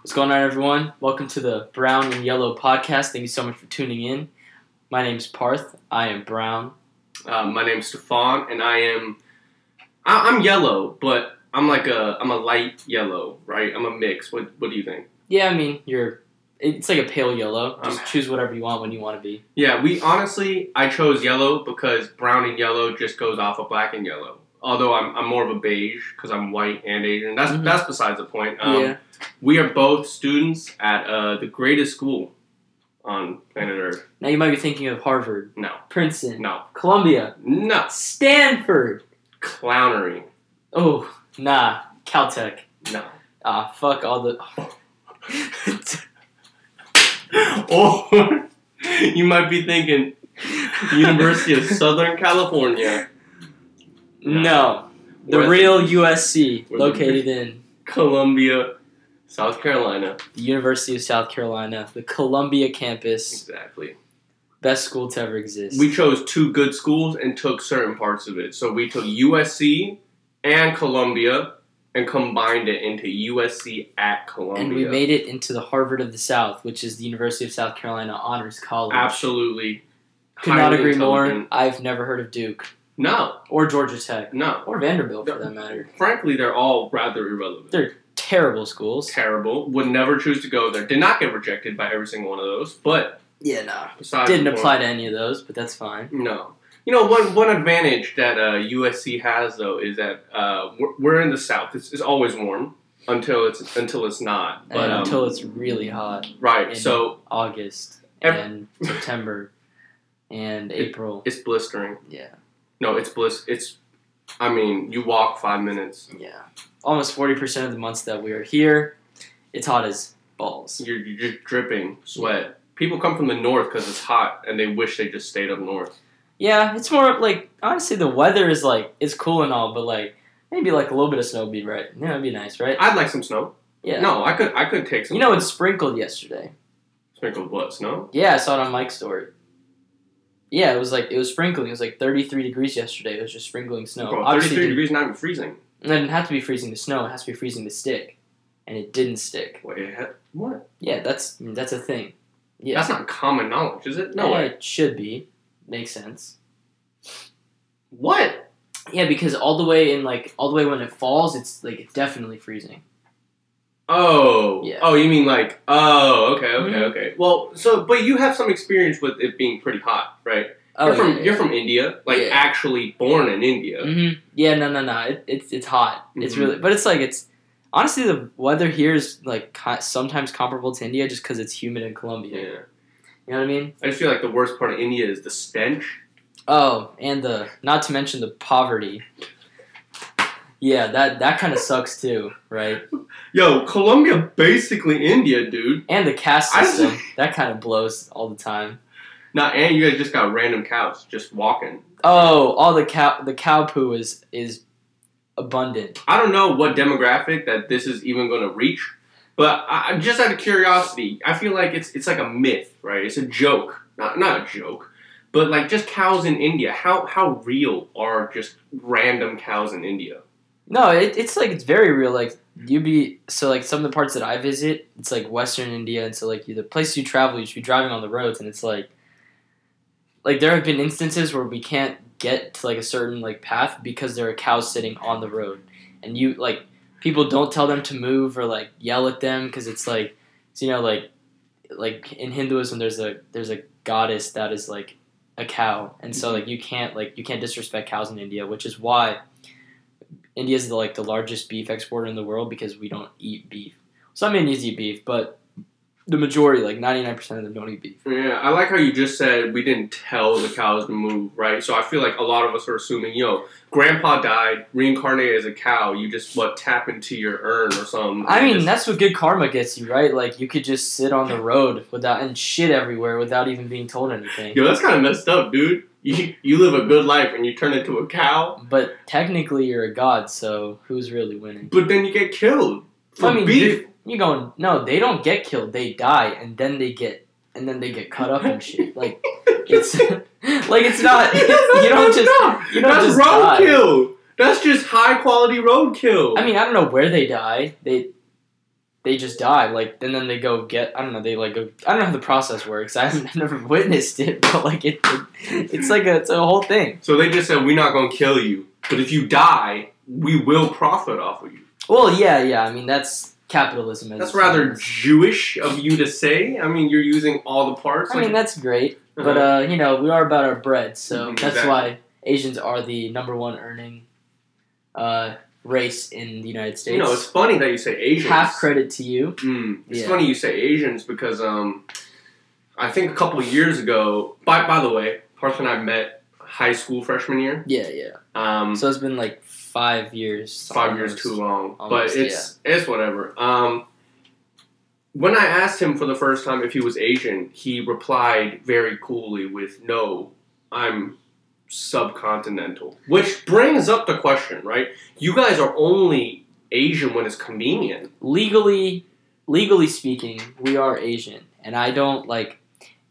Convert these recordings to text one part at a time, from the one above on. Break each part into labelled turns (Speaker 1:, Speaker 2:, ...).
Speaker 1: What's going on, everyone? Welcome to the Brown and Yellow podcast. Thank you so much for tuning in. My name's Parth. I am brown.
Speaker 2: Uh, my name's Stefan, and I am I, I'm yellow, but I'm like a I'm a light yellow, right? I'm a mix. What What do you think?
Speaker 1: Yeah, I mean, you're. It's like a pale yellow. Just
Speaker 2: Um.
Speaker 1: choose whatever you want when you want to be.
Speaker 2: Yeah, we honestly I chose yellow because brown and yellow just goes off of black and yellow. Although I'm, I'm more of a beige because I'm white and Asian. That's
Speaker 1: Mhm.
Speaker 2: that's besides the point. Um,
Speaker 1: yeah.
Speaker 2: We are both students at uh, the greatest school on planet Earth.
Speaker 1: Now you might be thinking of Harvard,
Speaker 2: No,
Speaker 1: Princeton,
Speaker 2: no,
Speaker 1: Columbia,
Speaker 2: no,
Speaker 1: Stanford.
Speaker 2: clownery.
Speaker 1: Oh, nah, Caltech.
Speaker 2: No.
Speaker 1: Ah, fuck all the.
Speaker 2: or you might be thinking University of Southern California.
Speaker 1: No, the
Speaker 2: We're at
Speaker 1: real USC,
Speaker 2: Where the-
Speaker 1: located in
Speaker 2: Columbia, South Carolina.
Speaker 1: the University of South Carolina, the Columbia campus,
Speaker 2: Exactly.
Speaker 1: best school to ever exist.
Speaker 2: We chose two good schools and took certain parts of it. So we took USC and Columbia and combined it into USC at Columbia.
Speaker 1: and we made it into the Harvard of the South, which is the University of South Carolina Honors College.
Speaker 2: absolutely.
Speaker 1: Could not
Speaker 2: highly
Speaker 1: agree more.
Speaker 2: intelligent.
Speaker 1: I've never heard of Duke
Speaker 2: No,
Speaker 1: or Georgia Tech
Speaker 2: no.
Speaker 1: or Vanderbilt for
Speaker 2: No.
Speaker 1: that matter.
Speaker 2: Frankly, they're all rather irrelevant.
Speaker 1: They're- Terrible schools.
Speaker 2: terrible. Would never choose to go there. Did not get rejected by every single one of those. But
Speaker 1: Yeah, no.
Speaker 2: besides,
Speaker 1: Didn't
Speaker 2: the point-
Speaker 1: apply to any of those, but that's fine.
Speaker 2: No. You know, one, one advantage that uh, USC has though is that uh, we're, we're in the South. It's, it's always warm until it's until it's not. But
Speaker 1: and
Speaker 2: um,
Speaker 1: until it's really hot,
Speaker 2: right,
Speaker 1: in-
Speaker 2: so
Speaker 1: August
Speaker 2: Ev-
Speaker 1: and September and April.
Speaker 2: it's blistering.
Speaker 1: Yeah,
Speaker 2: No, it's bliss. It's. I mean, you walk five minutes.
Speaker 1: yeah. Almost forty percent of the months that we are here, it's hot as balls.
Speaker 2: You're, you're just dripping sweat. People come from the north because it's hot, and they wish they just stayed up north.
Speaker 1: Yeah, it's more like honestly the weather is like it's cool and all, but like maybe like a little bit of snow would be right. Yeah, it'd be nice, right?
Speaker 2: I'd like some snow.
Speaker 1: Yeah.
Speaker 2: No, I could. I could take some.
Speaker 1: You know it sprinkled yesterday.
Speaker 2: sprinkled what snow?
Speaker 1: Yeah, I saw it on Mike's story. Yeah, it was like it was sprinkling. It was like 33 degrees yesterday. It was just sprinkling snow.
Speaker 2: Bro,
Speaker 1: Obviously,
Speaker 2: 33
Speaker 1: it
Speaker 2: degrees, not even freezing.
Speaker 1: didn't- it didn't have to be freezing the snow. It has to be freezing the stick, and it didn't stick.
Speaker 2: Wait, he- what?
Speaker 1: Yeah, that's I mean, that's a thing. Yeah,
Speaker 2: That's not common knowledge, is it? No
Speaker 1: Yeah,
Speaker 2: way.
Speaker 1: It should be. Makes sense.
Speaker 2: What?
Speaker 1: Yeah, because all the way in like all the way when it falls, it's like it's definitely freezing.
Speaker 2: Oh.
Speaker 1: Yeah.
Speaker 2: Oh, you mean like, oh, okay, okay,
Speaker 1: Mhm.
Speaker 2: okay. Well, so, but you have some experience with it being pretty hot, right?
Speaker 1: Oh,
Speaker 2: you're from
Speaker 1: yeah, yeah.
Speaker 2: you're from India, like
Speaker 1: Yeah.
Speaker 2: actually born in India.
Speaker 1: hmm Yeah, no, no, no. It, it's it's hot. It's
Speaker 2: Mhm.
Speaker 1: really, but it's like it's honestly the weather here is like co- sometimes comparable to India just because it's humid in Colombia.
Speaker 2: Yeah.
Speaker 1: You know what I mean?
Speaker 2: I just feel like the worst part of India is the stench.
Speaker 1: Oh, and the not to mention the poverty. Yeah, that that kind of sucks too, right?
Speaker 2: Yo, Colombia basically India, dude.
Speaker 1: And the caste
Speaker 2: I-
Speaker 1: system that kind of blows all the time.
Speaker 2: Nah, and you guys just got random cows just walking.
Speaker 1: Oh, all the cow the cow poo is is abundant.
Speaker 2: I don't know what demographic that this is even going to reach, but I, I- just out of curiosity, I feel like it's it's like a myth, right? It's a joke, not not a joke, but like just cows in India. How how real are just random cows in India?
Speaker 1: No, it, it's like it's very real. Like you be so like some of the parts that I visit, it's like Western India, and so like you, the places you travel, you should be driving on the roads, and it's like, like there have been instances where we can't get to like a certain like path because there are cows sitting on the road, and you like people don't tell them to move or like yell at them because it's like, it's, you know, like like in Hinduism, there's a there's a goddess that is like a cow, and so like you can't like you can't disrespect cows in India, which is why. India is the, like the largest beef exporter in the world because we don't eat beef. Some Indians eat beef, but the majority, like ninety nine percent of them, don't eat beef.
Speaker 2: Yeah, I like how you just said we didn't tell the cows to move, right? So I feel like a lot of us are assuming, yo, grandpa died, reincarnated as a cow. You just what tap into your urn or something.
Speaker 1: I
Speaker 2: and
Speaker 1: mean,
Speaker 2: just-
Speaker 1: that's what good karma gets you, right? Like you could just sit on the road without and shit everywhere without even being told anything.
Speaker 2: yo, that's kind of messed up, dude. You, you live a good life and you turn into a cow.
Speaker 1: But technically, you're a god, so who's really winning?
Speaker 2: But then you get killed for
Speaker 1: I mean,
Speaker 2: beef.
Speaker 1: You going? No, they don't get killed. They die, and then they get and then they get cut up and shit. Like it's like it's not.
Speaker 2: That's
Speaker 1: you don't
Speaker 2: messed
Speaker 1: just.
Speaker 2: up.
Speaker 1: you don't
Speaker 2: That's
Speaker 1: just die.
Speaker 2: roadkill. That's just high quality roadkill.
Speaker 1: I mean, I don't know where they die. They they just die. Like and then they go get I don't know they like go I don't know how the process works. I haven't, I've never witnessed it, but like it, it it's like a it's a whole thing.
Speaker 2: So they just said we're not gonna kill you, but if you die, we will profit off of you.
Speaker 1: Well, yeah, yeah. I mean that's capitalism. as
Speaker 2: That's
Speaker 1: it's known
Speaker 2: rather
Speaker 1: as.
Speaker 2: Jewish of you to say. I mean, you're using all the parts.
Speaker 1: I mean
Speaker 2: like,
Speaker 1: that's great, but uh, you know we are about our bread, so
Speaker 2: Mhm,
Speaker 1: that's
Speaker 2: Uh-huh. exactly.
Speaker 1: why Asians are the number one earning uh, race in the United States.
Speaker 2: you know, it's funny that you say Asians.
Speaker 1: Half credit to you.
Speaker 2: Mm, it's
Speaker 1: Yeah.
Speaker 2: funny you say Asians because um, I think a couple of years ago. By by the way, Parson and I met high school freshman year.
Speaker 1: Yeah, yeah.
Speaker 2: Um,
Speaker 1: So it's been like five years.
Speaker 2: five years
Speaker 1: almost.
Speaker 2: too long,
Speaker 1: Almost,
Speaker 2: but it's it's whatever. Um, when I asked him for the first time if he was Asian, he replied very coolly with, "No, I'm." subcontinental which brings up the question right you guys are only asian when it's convenient
Speaker 1: legally legally speaking, we are Asian, and I don't like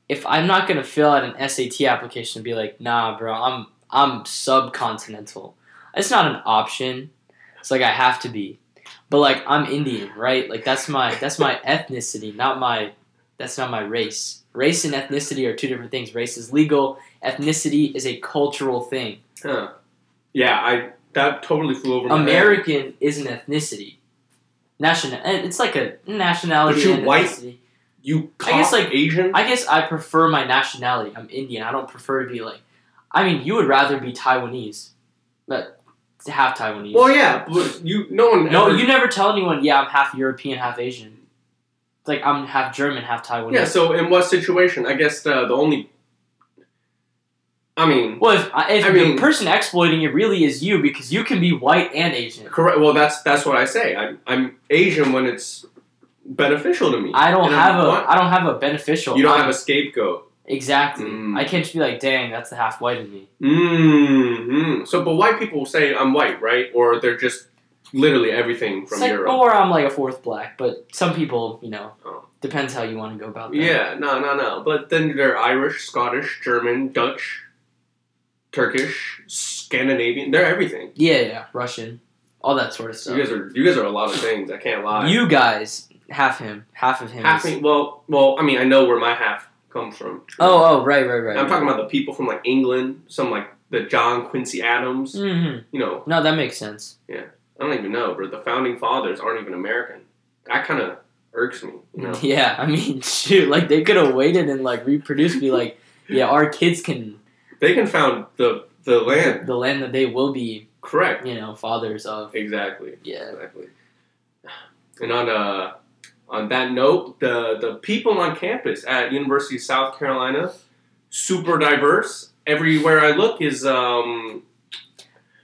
Speaker 1: if I'm not gonna fill out an SAT application and be like, nah, bro, I'm I'm subcontinental. It's not an option. It's like I have to be, but like I'm Indian, right? Like that's my that's my ethnicity, not my that's not my race. Race and ethnicity are two different things. Race is legal. Ethnicity is a cultural thing.
Speaker 2: Huh. Yeah, I that totally flew over my head.
Speaker 1: American is an ethnicity. National, it's like a nationality.
Speaker 2: But you're
Speaker 1: and
Speaker 2: white.
Speaker 1: ethnicity.
Speaker 2: You
Speaker 1: I guess,
Speaker 2: cough
Speaker 1: like,
Speaker 2: Asian.
Speaker 1: I guess I prefer my nationality. I'm Indian. I don't prefer to be like. I mean, you would rather be Taiwanese, but to half Taiwanese.
Speaker 2: well, yeah, but you no one.
Speaker 1: No,
Speaker 2: ever-
Speaker 1: you never tell anyone. Yeah, I'm half European, half Asian. It's like I'm half German, half Taiwanese.
Speaker 2: Yeah. So in what situation? I guess the the only. I mean,
Speaker 1: well, if I- if
Speaker 2: I
Speaker 1: the
Speaker 2: mean-
Speaker 1: person exploiting it really is you, because you can be white and Asian.
Speaker 2: correct. Well, that's that's what I say. I'm I'm Asian when it's beneficial to me.
Speaker 1: I don't
Speaker 2: And
Speaker 1: have a
Speaker 2: what?
Speaker 1: I don't have a beneficial.
Speaker 2: You don't have
Speaker 1: I'm-
Speaker 2: a scapegoat.
Speaker 1: exactly.
Speaker 2: Mm.
Speaker 1: I can't just be like, dang, that's the half white in me.
Speaker 2: Mm-hmm. So, but white people say I'm white, right? Or they're just literally everything from
Speaker 1: It's like,
Speaker 2: Europe.
Speaker 1: or I'm like a fourth black, but some people, you know,
Speaker 2: Oh.
Speaker 1: depends how you want to go about that.
Speaker 2: Yeah, no, no, no. But then they're Irish, Scottish, German, Dutch, Turkish, Scandinavian. They're everything.
Speaker 1: Yeah, yeah, Russian, all that sort of stuff.
Speaker 2: You guys are you guys are a lot of things. I can't lie.
Speaker 1: You guys, half him, half of him.
Speaker 2: half
Speaker 1: is,
Speaker 2: me, well, well. I mean, I know where my half comes from.
Speaker 1: oh, oh, right, right, right.
Speaker 2: I'm talking about the people from like England. Some like the John Quincy Adams.
Speaker 1: hmm
Speaker 2: You know,
Speaker 1: No, that makes sense.
Speaker 2: I don't even know, but the founding fathers aren't even American. That kind of irks me. You know.
Speaker 1: Yeah, I mean, shoot, like they could have waited and like reproduced, be like, yeah, our kids can
Speaker 2: They can found the the land.
Speaker 1: the land that they will be,
Speaker 2: Correct.
Speaker 1: you know, fathers of.
Speaker 2: Exactly.
Speaker 1: Yeah.
Speaker 2: Exactly. And on uh, on that note, the the people on campus at University of South Carolina, super diverse. Everywhere I look is um,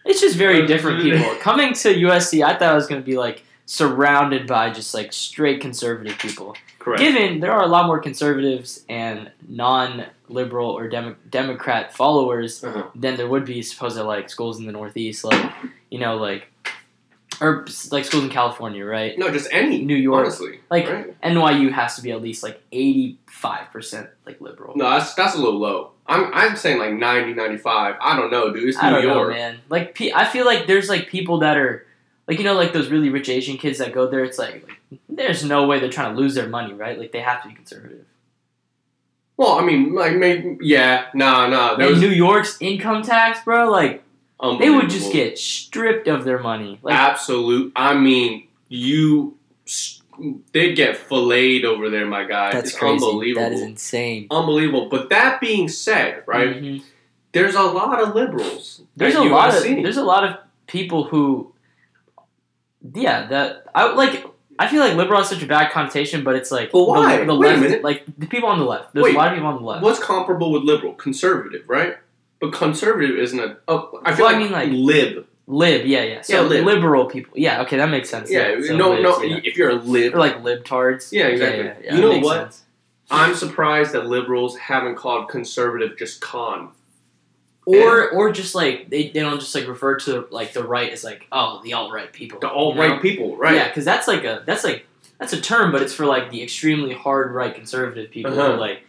Speaker 1: It's just very
Speaker 2: Uh,
Speaker 1: different people. Coming to USC, I thought I was gonna be like surrounded by just like straight conservative people.
Speaker 2: correct.
Speaker 1: Given there are a lot more conservatives and non-liberal or dem- Democrat followers
Speaker 2: Uh-huh.
Speaker 1: than there would be supposed to like schools in the Northeast, like you know, like or like schools in California, right?
Speaker 2: No, just any.
Speaker 1: New York,
Speaker 2: Honestly,
Speaker 1: like
Speaker 2: right?
Speaker 1: NYU has to be at least like eighty-five percent like liberal.
Speaker 2: no, that's that's a little low. I'm I'm saying like 90, 95. I don't know, dude. It's New
Speaker 1: I don't know,
Speaker 2: York.
Speaker 1: man. Like pe- I feel like there's like people that are like you know like those really rich Asian kids that go there. It's like, like there's no way they're trying to lose their money, right? Like they have to be conservative.
Speaker 2: Well, I mean, like maybe yeah, nah, nah. There
Speaker 1: And
Speaker 2: was
Speaker 1: New York's income tax, bro, like. They would just
Speaker 2: unbelievable. Ah,
Speaker 1: get stripped of their money. Like,
Speaker 2: absolute. I mean, you s- they'd get filleted over there, my guy.
Speaker 1: that's
Speaker 2: it's
Speaker 1: crazy.
Speaker 2: unbelievable.
Speaker 1: That is insane.
Speaker 2: unbelievable. But that being said, right,
Speaker 1: Mhm.
Speaker 2: there's a lot of liberals.
Speaker 1: There's a
Speaker 2: at
Speaker 1: lot of
Speaker 2: USC.
Speaker 1: there's a lot of people who, yeah, that I like. I feel like liberal has such a bad connotation, but it's like
Speaker 2: But why?
Speaker 1: the, the
Speaker 2: Wait a
Speaker 1: left,
Speaker 2: minute.
Speaker 1: like the people on the left. There's
Speaker 2: Wait.
Speaker 1: a lot of people on the left.
Speaker 2: What's comparable with liberal? Conservative, right? But conservative isn't a. oh, I feel
Speaker 1: Well, I
Speaker 2: like,
Speaker 1: mean, like-
Speaker 2: lib.
Speaker 1: Lib, yeah, yeah. So
Speaker 2: Yeah, lib.
Speaker 1: liberal people, yeah. Okay, that makes sense.
Speaker 2: Yeah,
Speaker 1: so
Speaker 2: no,
Speaker 1: libs,
Speaker 2: no.
Speaker 1: yeah.
Speaker 2: If you're a lib,
Speaker 1: They're like libtards.
Speaker 2: Yeah, exactly.
Speaker 1: Yeah, yeah, yeah, that
Speaker 2: You know
Speaker 1: makes
Speaker 2: what?
Speaker 1: sense.
Speaker 2: I'm surprised that liberals haven't called conservative just con.
Speaker 1: Or or just like they, they don't just like refer to like the right as like oh the alt right people
Speaker 2: The
Speaker 1: you
Speaker 2: alt
Speaker 1: know?
Speaker 2: right people, right?
Speaker 1: Yeah, because that's like a that's like that's a term, but it's for like the extremely hard right conservative people
Speaker 2: Uh-huh.
Speaker 1: who like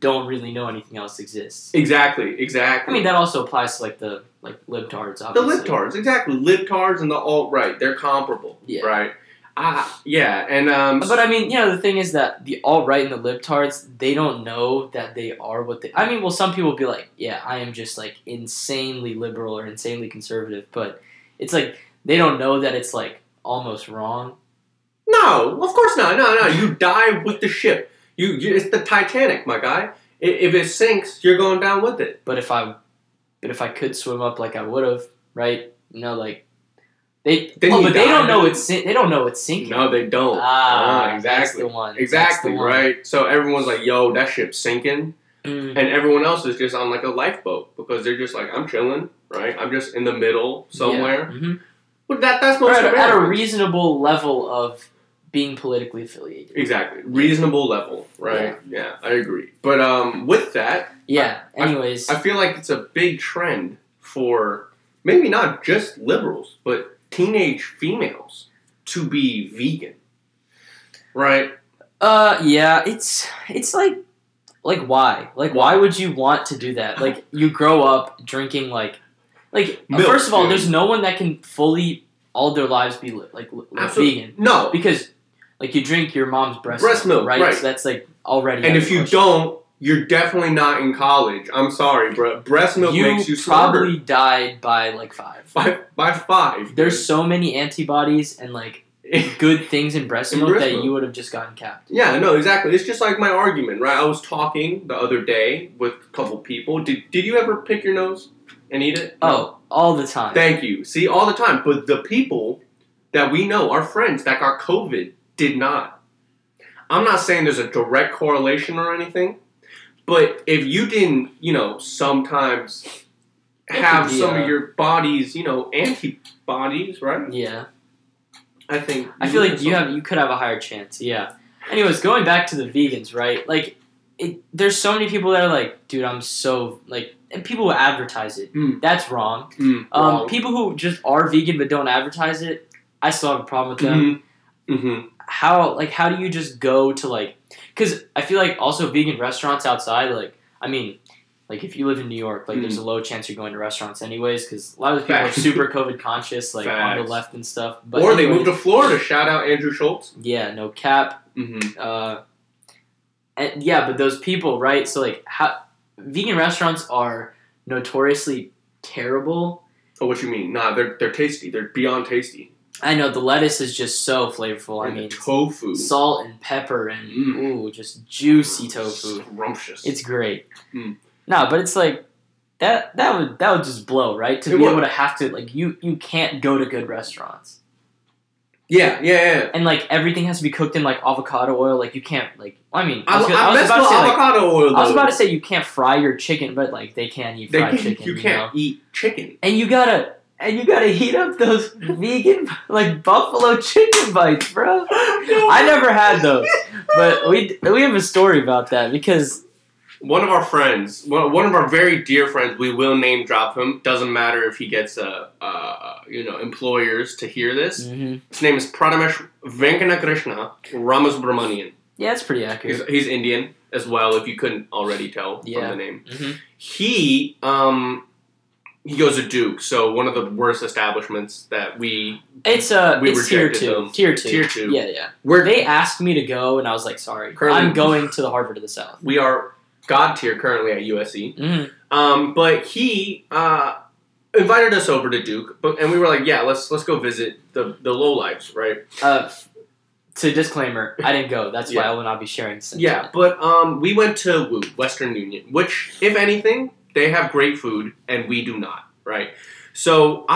Speaker 1: don't really know anything else exists.
Speaker 2: Exactly, exactly.
Speaker 1: I mean, that also applies to like the like libtards,
Speaker 2: the
Speaker 1: obviously.
Speaker 2: libtards, exactly. Libtards and the alt right, they're comparable,
Speaker 1: Yeah.
Speaker 2: right? Ah, yeah, and um,
Speaker 1: But I mean, you know, the thing is that the alt right and the libtards, they don't know that they are what they. I mean, well, some people will be like, yeah, I am just like insanely liberal or insanely conservative, but it's like they don't know that it's like almost wrong.
Speaker 2: No, of course not. No, no. You die with the ship. You, you it's the Titanic, my guy. I- If it sinks, you're going down with it.
Speaker 1: But if I, but if I could swim up like I would have, right? You know, like they.
Speaker 2: Then
Speaker 1: oh,
Speaker 2: you
Speaker 1: but they
Speaker 2: die.
Speaker 1: don't know it's sin- they don't know it's sinking.
Speaker 2: No, they don't.
Speaker 1: Ah, That's
Speaker 2: exactly.
Speaker 1: the one.
Speaker 2: Exactly,
Speaker 1: That's the one.
Speaker 2: right? So everyone's like, yo, that ship's sinking.
Speaker 1: Mm.
Speaker 2: And everyone else is just on like a lifeboat because they're just like, I'm chilling, right? I'm just in the middle somewhere.
Speaker 1: Yeah. Mhm.
Speaker 2: But that, that's
Speaker 1: Or
Speaker 2: most
Speaker 1: at, a- at a
Speaker 2: Americans.
Speaker 1: reasonable level of being politically affiliated.
Speaker 2: Exactly. Reasonable level, right? Yeah. I agree. But um, with that,
Speaker 1: Yeah. Anyways,
Speaker 2: I feel like it's a big trend for maybe not just liberals, but teenage females to be vegan. Right?
Speaker 1: Uh, yeah, it's it's like like why? Like why would you want to do that? Like you grow up drinking like like
Speaker 2: Milk,
Speaker 1: first of all,
Speaker 2: dude.
Speaker 1: there's no one that can fully all their lives be li- like li- like
Speaker 2: Absolute-
Speaker 1: vegan
Speaker 2: No.
Speaker 1: because like you drink your mom's breast,
Speaker 2: Breast milk,
Speaker 1: right?
Speaker 2: right.
Speaker 1: So that's like already
Speaker 2: And
Speaker 1: a
Speaker 2: if you
Speaker 1: question.
Speaker 2: don't, you're definitely not in college. I'm sorry, bro. Breast milk
Speaker 1: you
Speaker 2: makes you
Speaker 1: probably died by like 5.
Speaker 2: smarter. By, by five.
Speaker 1: There's so many antibodies and like
Speaker 2: dude.
Speaker 1: good things in breast
Speaker 2: In
Speaker 1: milk
Speaker 2: breast
Speaker 1: that
Speaker 2: milk.
Speaker 1: you would have just gotten capped.
Speaker 2: Yeah, no, exactly. It's just like my argument, right? I was talking the other day with a couple people. Did, did you ever pick your nose and eat it?
Speaker 1: Oh, all the time.
Speaker 2: Thank you. See, all the time. But the people that we know, our friends that got COVID, did not. I'm not saying there's a direct correlation or anything, but if you didn't, you know, sometimes have
Speaker 1: be uh,
Speaker 2: some
Speaker 1: a-
Speaker 2: of your body's, you know, antibodies, right?
Speaker 1: yeah.
Speaker 2: I think.
Speaker 1: I feel like
Speaker 2: would
Speaker 1: you have you could have a higher chance. Yeah. Anyways, going back to the vegans, right? Like, it, there's so many people that are like, dude, I'm so like, and people who advertise it.
Speaker 2: Mm.
Speaker 1: That's wrong.
Speaker 2: Mm,
Speaker 1: Um,
Speaker 2: wrong.
Speaker 1: People who just are vegan but don't advertise it, I still have a problem with them.
Speaker 2: Mhm. Mhm.
Speaker 1: How like how do you just go to like? Because I feel like also vegan restaurants outside, like I mean. Like if you live in New York, like there's a low chance you're going to restaurants anyways, because a lot of those people
Speaker 2: Mm. Facts.
Speaker 1: are super COVID conscious, like on
Speaker 2: Facts.
Speaker 1: the left and stuff. But
Speaker 2: or they
Speaker 1: anyways,
Speaker 2: moved to Florida. Shout out Andrew Schultz.
Speaker 1: yeah, no cap.
Speaker 2: Mm-hmm.
Speaker 1: uh, and yeah, but those people, right? So like, how vegan restaurants are notoriously terrible.
Speaker 2: Oh, what you mean? Nah, they're they're tasty. They're beyond tasty.
Speaker 1: I know the lettuce is just so flavorful. I
Speaker 2: And the
Speaker 1: mean,
Speaker 2: tofu.
Speaker 1: salt and pepper and
Speaker 2: Mm.
Speaker 1: ooh, just juicy tofu.
Speaker 2: Scrumptious.
Speaker 1: It's great.
Speaker 2: Mm.
Speaker 1: No, but it's like that. That would that would just blow, right? To
Speaker 2: It
Speaker 1: be
Speaker 2: would.
Speaker 1: able to have to like you you can't go to good restaurants.
Speaker 2: yeah, yeah, yeah.
Speaker 1: And like everything has to be cooked in like avocado oil. Like you can't like I mean
Speaker 2: I,
Speaker 1: was gonna-
Speaker 2: I,
Speaker 1: was
Speaker 2: messed
Speaker 1: about to
Speaker 2: with
Speaker 1: say, like,
Speaker 2: avocado oil. Though.
Speaker 1: I was about to say you can't fry your chicken, but like they can eat
Speaker 2: They
Speaker 1: fried
Speaker 2: can,
Speaker 1: chicken.
Speaker 2: you
Speaker 1: know?
Speaker 2: can't eat chicken.
Speaker 1: And you gotta and you gotta heat up those vegan like buffalo chicken bites, bro. I never had those, but we we have a story about that because
Speaker 2: One of our friends, one one of our very dear friends, we will name drop him. Doesn't matter if he gets uh, uh, you know employers to hear
Speaker 1: Mm.
Speaker 2: this. His name is Pradamesh Venkanakrishna Ramasubramanian.
Speaker 1: yeah, it's pretty accurate.
Speaker 2: He's, he's Indian as well, if you couldn't already tell
Speaker 1: Yeah.
Speaker 2: from the name.
Speaker 1: Mhm.
Speaker 2: He um he goes to Duke, so one of the worst establishments that we
Speaker 1: It's uh,
Speaker 2: We
Speaker 1: it's tier
Speaker 2: rejected
Speaker 1: two,
Speaker 2: them.
Speaker 1: tier two,
Speaker 2: Tier two.
Speaker 1: Yeah, yeah.
Speaker 2: where
Speaker 1: They asked me to go, and I was like, sorry,
Speaker 2: Curly.
Speaker 1: I'm going to the Harvard of the South.
Speaker 2: we are god tier currently at USC.
Speaker 1: Mhm.
Speaker 2: Um, but he uh, invited us over to Duke, but and we were like, yeah, let's let's go visit the the lowlives, right?
Speaker 1: Uh, to disclaimer, I didn't go. That's why
Speaker 2: Yeah.
Speaker 1: I will not be sharing. This
Speaker 2: Yeah, but um, we went to Woo Western Union, which, if anything, they have great food and we do not, right? So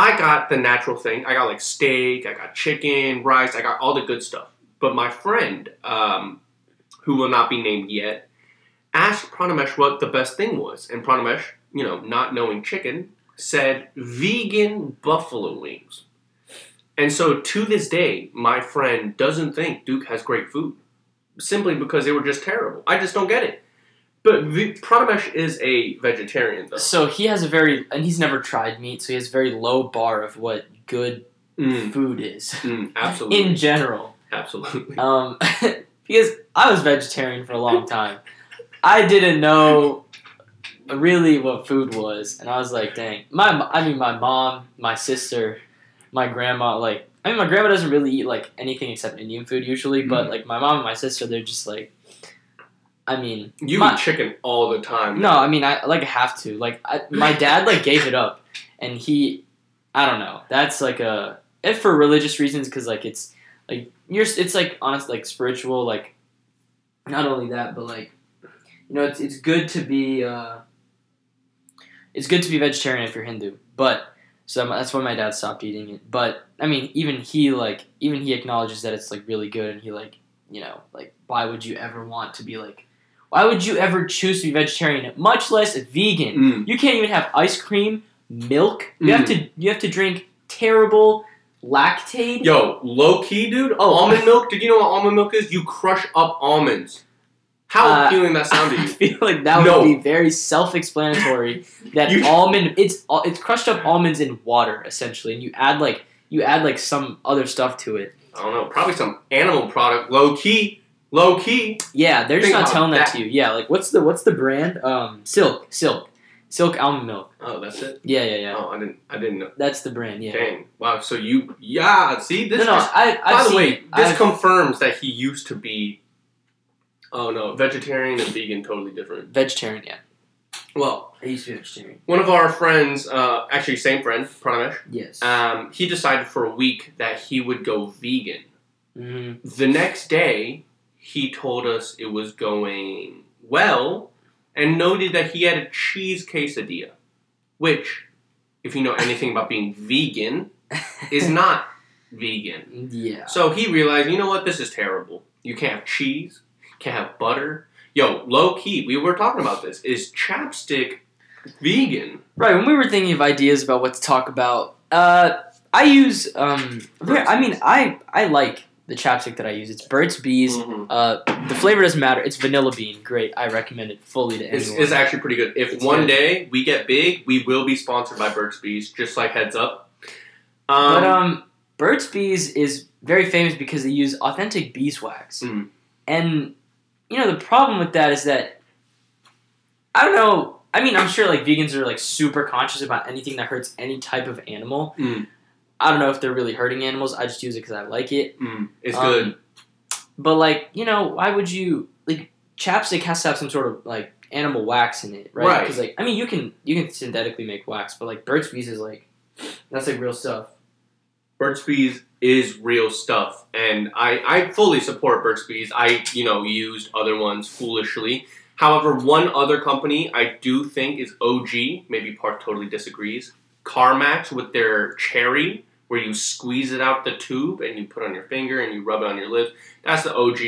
Speaker 2: I got the natural thing. I got like steak, I got chicken, rice, I got all the good stuff. But my friend, um, who will not be named yet, asked Pranamesh what the best thing was, and Pranamesh, you know, not knowing chicken, said vegan buffalo wings. And so to this day, my friend doesn't think Duke has great food simply because they were just terrible. I just don't get it. But v- Pranamesh is a vegetarian, though.
Speaker 1: So he has a very, and he's never tried meat, so he has a very low bar of what good
Speaker 2: Mm,
Speaker 1: food is
Speaker 2: mm, absolutely.
Speaker 1: in general.
Speaker 2: absolutely.
Speaker 1: Um, because I was vegetarian for a long time, I didn't know really what food was, and I was like, dang, my, mo- I mean, my mom, my sister, my grandma, like, I I mean, my grandma doesn't really eat like anything except Indian food usually, but like my mom and my sister, they're just like, I mean,
Speaker 2: You
Speaker 1: my-
Speaker 2: eat chicken all the time.
Speaker 1: no, I mean, I like have to. Like, I, my dad like gave it up, and he, I don't know. That's like a if for religious reasons because like it's like you're it's like honest like spiritual like. Not only that, but like, you know, it's it's good to be uh, it's good to be vegetarian if you're Hindu, but so that- that's why my dad stopped eating it. But I mean, even he like even he acknowledges that it's like really good, and he like you know like why would you ever want to be like why would you ever choose to be vegetarian, much less vegan?
Speaker 2: Mm.
Speaker 1: You can't even have ice cream, milk. You have to you have to drink terrible lactate.
Speaker 2: Yo, low key, dude.
Speaker 1: Oh.
Speaker 2: almond milk. Did you know what almond milk is? You crush up almonds. How
Speaker 1: Uh,
Speaker 2: appealing that sound to
Speaker 1: I
Speaker 2: you?
Speaker 1: feel like that
Speaker 2: No.
Speaker 1: would be very self-explanatory. That
Speaker 2: You-
Speaker 1: almond, it's al- it's crushed up almonds in water essentially, and you add like you add like some other stuff to it.
Speaker 2: I don't know. Probably some animal product. Low key. Low key.
Speaker 1: Yeah, they're just
Speaker 2: Think
Speaker 1: not
Speaker 2: about
Speaker 1: telling that.
Speaker 2: that.
Speaker 1: to you. Yeah, like what's the what's the brand? Um, Silk, Silk, Silk almond milk.
Speaker 2: Oh, that's it.
Speaker 1: Yeah, yeah, yeah.
Speaker 2: Oh, I didn't. I didn't know.
Speaker 1: That's the brand. Yeah.
Speaker 2: Dang. Wow. So you. Yeah. See this.
Speaker 1: no, no.
Speaker 2: just-
Speaker 1: I, I've
Speaker 2: by the
Speaker 1: seen
Speaker 2: way,
Speaker 1: it.
Speaker 2: this
Speaker 1: I've-
Speaker 2: confirms that he used to be. Oh no, vegetarian and vegan, totally different.
Speaker 1: vegetarian. Yeah,
Speaker 2: Well,
Speaker 1: I used to be vegetarian.
Speaker 2: one of our friends, uh, actually same friend, Pranamesh,
Speaker 1: Yes.
Speaker 2: um, he decided for a week that he would go vegan.
Speaker 1: hmm
Speaker 2: The next day, he told us it was going well and noted that he had a cheese quesadilla, which, if you know anything about being vegan, is not vegan.
Speaker 1: yeah.
Speaker 2: So he realized, you know what, this is terrible. You can't have cheese, can't have butter. Yo, low key, we were talking about this. Is chapstick vegan?
Speaker 1: Right, when we were thinking of ideas about what to talk about, uh, I use um, yeah, I mean, I I like the chapstick that I use. It's Burt's Bees.
Speaker 2: Mm-hmm. Mm.
Speaker 1: Uh, the flavor doesn't matter. It's vanilla bean. Great. I recommend it fully to anyone.
Speaker 2: It's, it's actually pretty good. If
Speaker 1: It's
Speaker 2: one
Speaker 1: good.
Speaker 2: day we get big, we will be sponsored by Burt's Bees, just like heads up. Um,
Speaker 1: but um, Burt's Bees is very famous because they use authentic beeswax,
Speaker 2: Mm.
Speaker 1: and you know the problem with that is that I don't know. I mean, I'm sure like vegans are like super conscious about anything that hurts any type of animal.
Speaker 2: Mm.
Speaker 1: I don't know if they're really hurting animals. I just use it because I like it.
Speaker 2: mm, it's
Speaker 1: um,
Speaker 2: good.
Speaker 1: But like, you know, why would you like chapstick has to have some sort of like animal wax in it, right?
Speaker 2: Right.
Speaker 1: Because like, I mean, you can you can synthetically make wax, but like Burt's Bees is like that's like real stuff.
Speaker 2: Burt's Bees is real stuff, and I, I fully support Burt's Bees. I, you know, used other ones foolishly. However, one other company I do think is OG, maybe Park totally disagrees, CarMax with their cherry, where you squeeze it out the tube and you put it on your finger and you rub it on your lips. That's the OG.